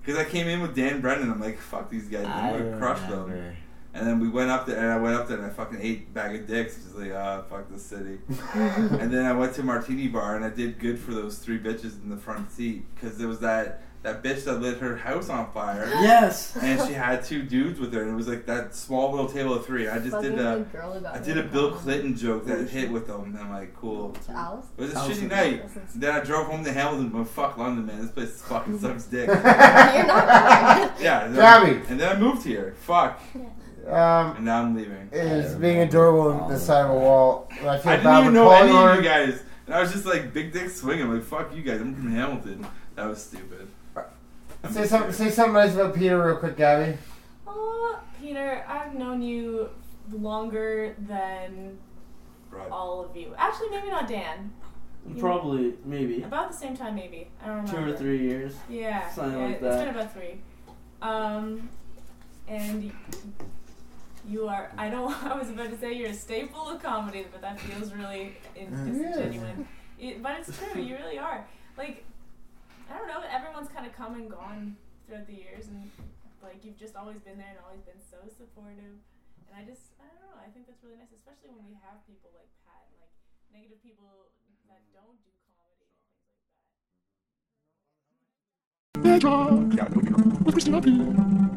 Speaker 6: Because I came in with Dan Brennan, I'm like, fuck these guys,
Speaker 5: I
Speaker 6: I'm gonna crush them.
Speaker 5: remember.
Speaker 6: And then we went up there, and I went up there, and I fucking ate bag of dicks. Just like, ah, fuck this city. and then I went to Martini Bar, and I did good for those three bitches in the front seat because there was that that bitch that lit her house on fire,
Speaker 3: Yes.
Speaker 6: and she had two dudes with her, and it was like that small little table of three. I just did a I did a Bill Clinton joke that hit with them, and I'm like, cool.
Speaker 4: Alice.
Speaker 6: It was a
Speaker 5: How's
Speaker 6: shitty
Speaker 5: it?
Speaker 6: night. Then I drove home to Hamilton, but fuck London, man. This place fucking sucks dick.
Speaker 4: You're not wrong.
Speaker 6: Yeah, and then,
Speaker 2: Gabby.
Speaker 6: and then I moved here. Fuck.
Speaker 2: Um,
Speaker 6: And now I'm leaving.
Speaker 2: is being adorable on the side of a wall. And I feel
Speaker 6: I
Speaker 2: bad
Speaker 6: didn't even
Speaker 2: for
Speaker 6: know
Speaker 2: calling
Speaker 6: any
Speaker 2: on
Speaker 6: of you
Speaker 2: her.
Speaker 6: guys. And I was just like, big dick swing. I'm like, fuck you guys. I'm from Hamilton. That was stupid. I'm
Speaker 2: Say
Speaker 6: just
Speaker 2: something.
Speaker 6: kidding.
Speaker 2: Say something nice about Peter, real quick, Gabby.
Speaker 9: Oh, Peter, I've known you longer than
Speaker 6: Right.
Speaker 9: all of you. Actually, maybe not Dan.
Speaker 3: Probably, maybe
Speaker 9: About the same time, maybe. I don't
Speaker 3: two
Speaker 9: remember.
Speaker 3: or three years.
Speaker 9: Yeah.
Speaker 3: Something
Speaker 9: yeah,
Speaker 3: like
Speaker 9: It's
Speaker 3: that.
Speaker 9: been about three. Um, and you are, I don't, I was about to say you're a staple of comedy, but that feels really in-
Speaker 5: Mm.
Speaker 9: disingenuine. It, but it's true, you really are. Like, I don't know, everyone's kind of come and gone throughout the years, and like you've just always been there and always been so supportive. And I just, I don't know, I think that's really nice, especially when we have people like Pat and like negative people that don't do comedy.
Speaker 12: Dialogue with Christina P.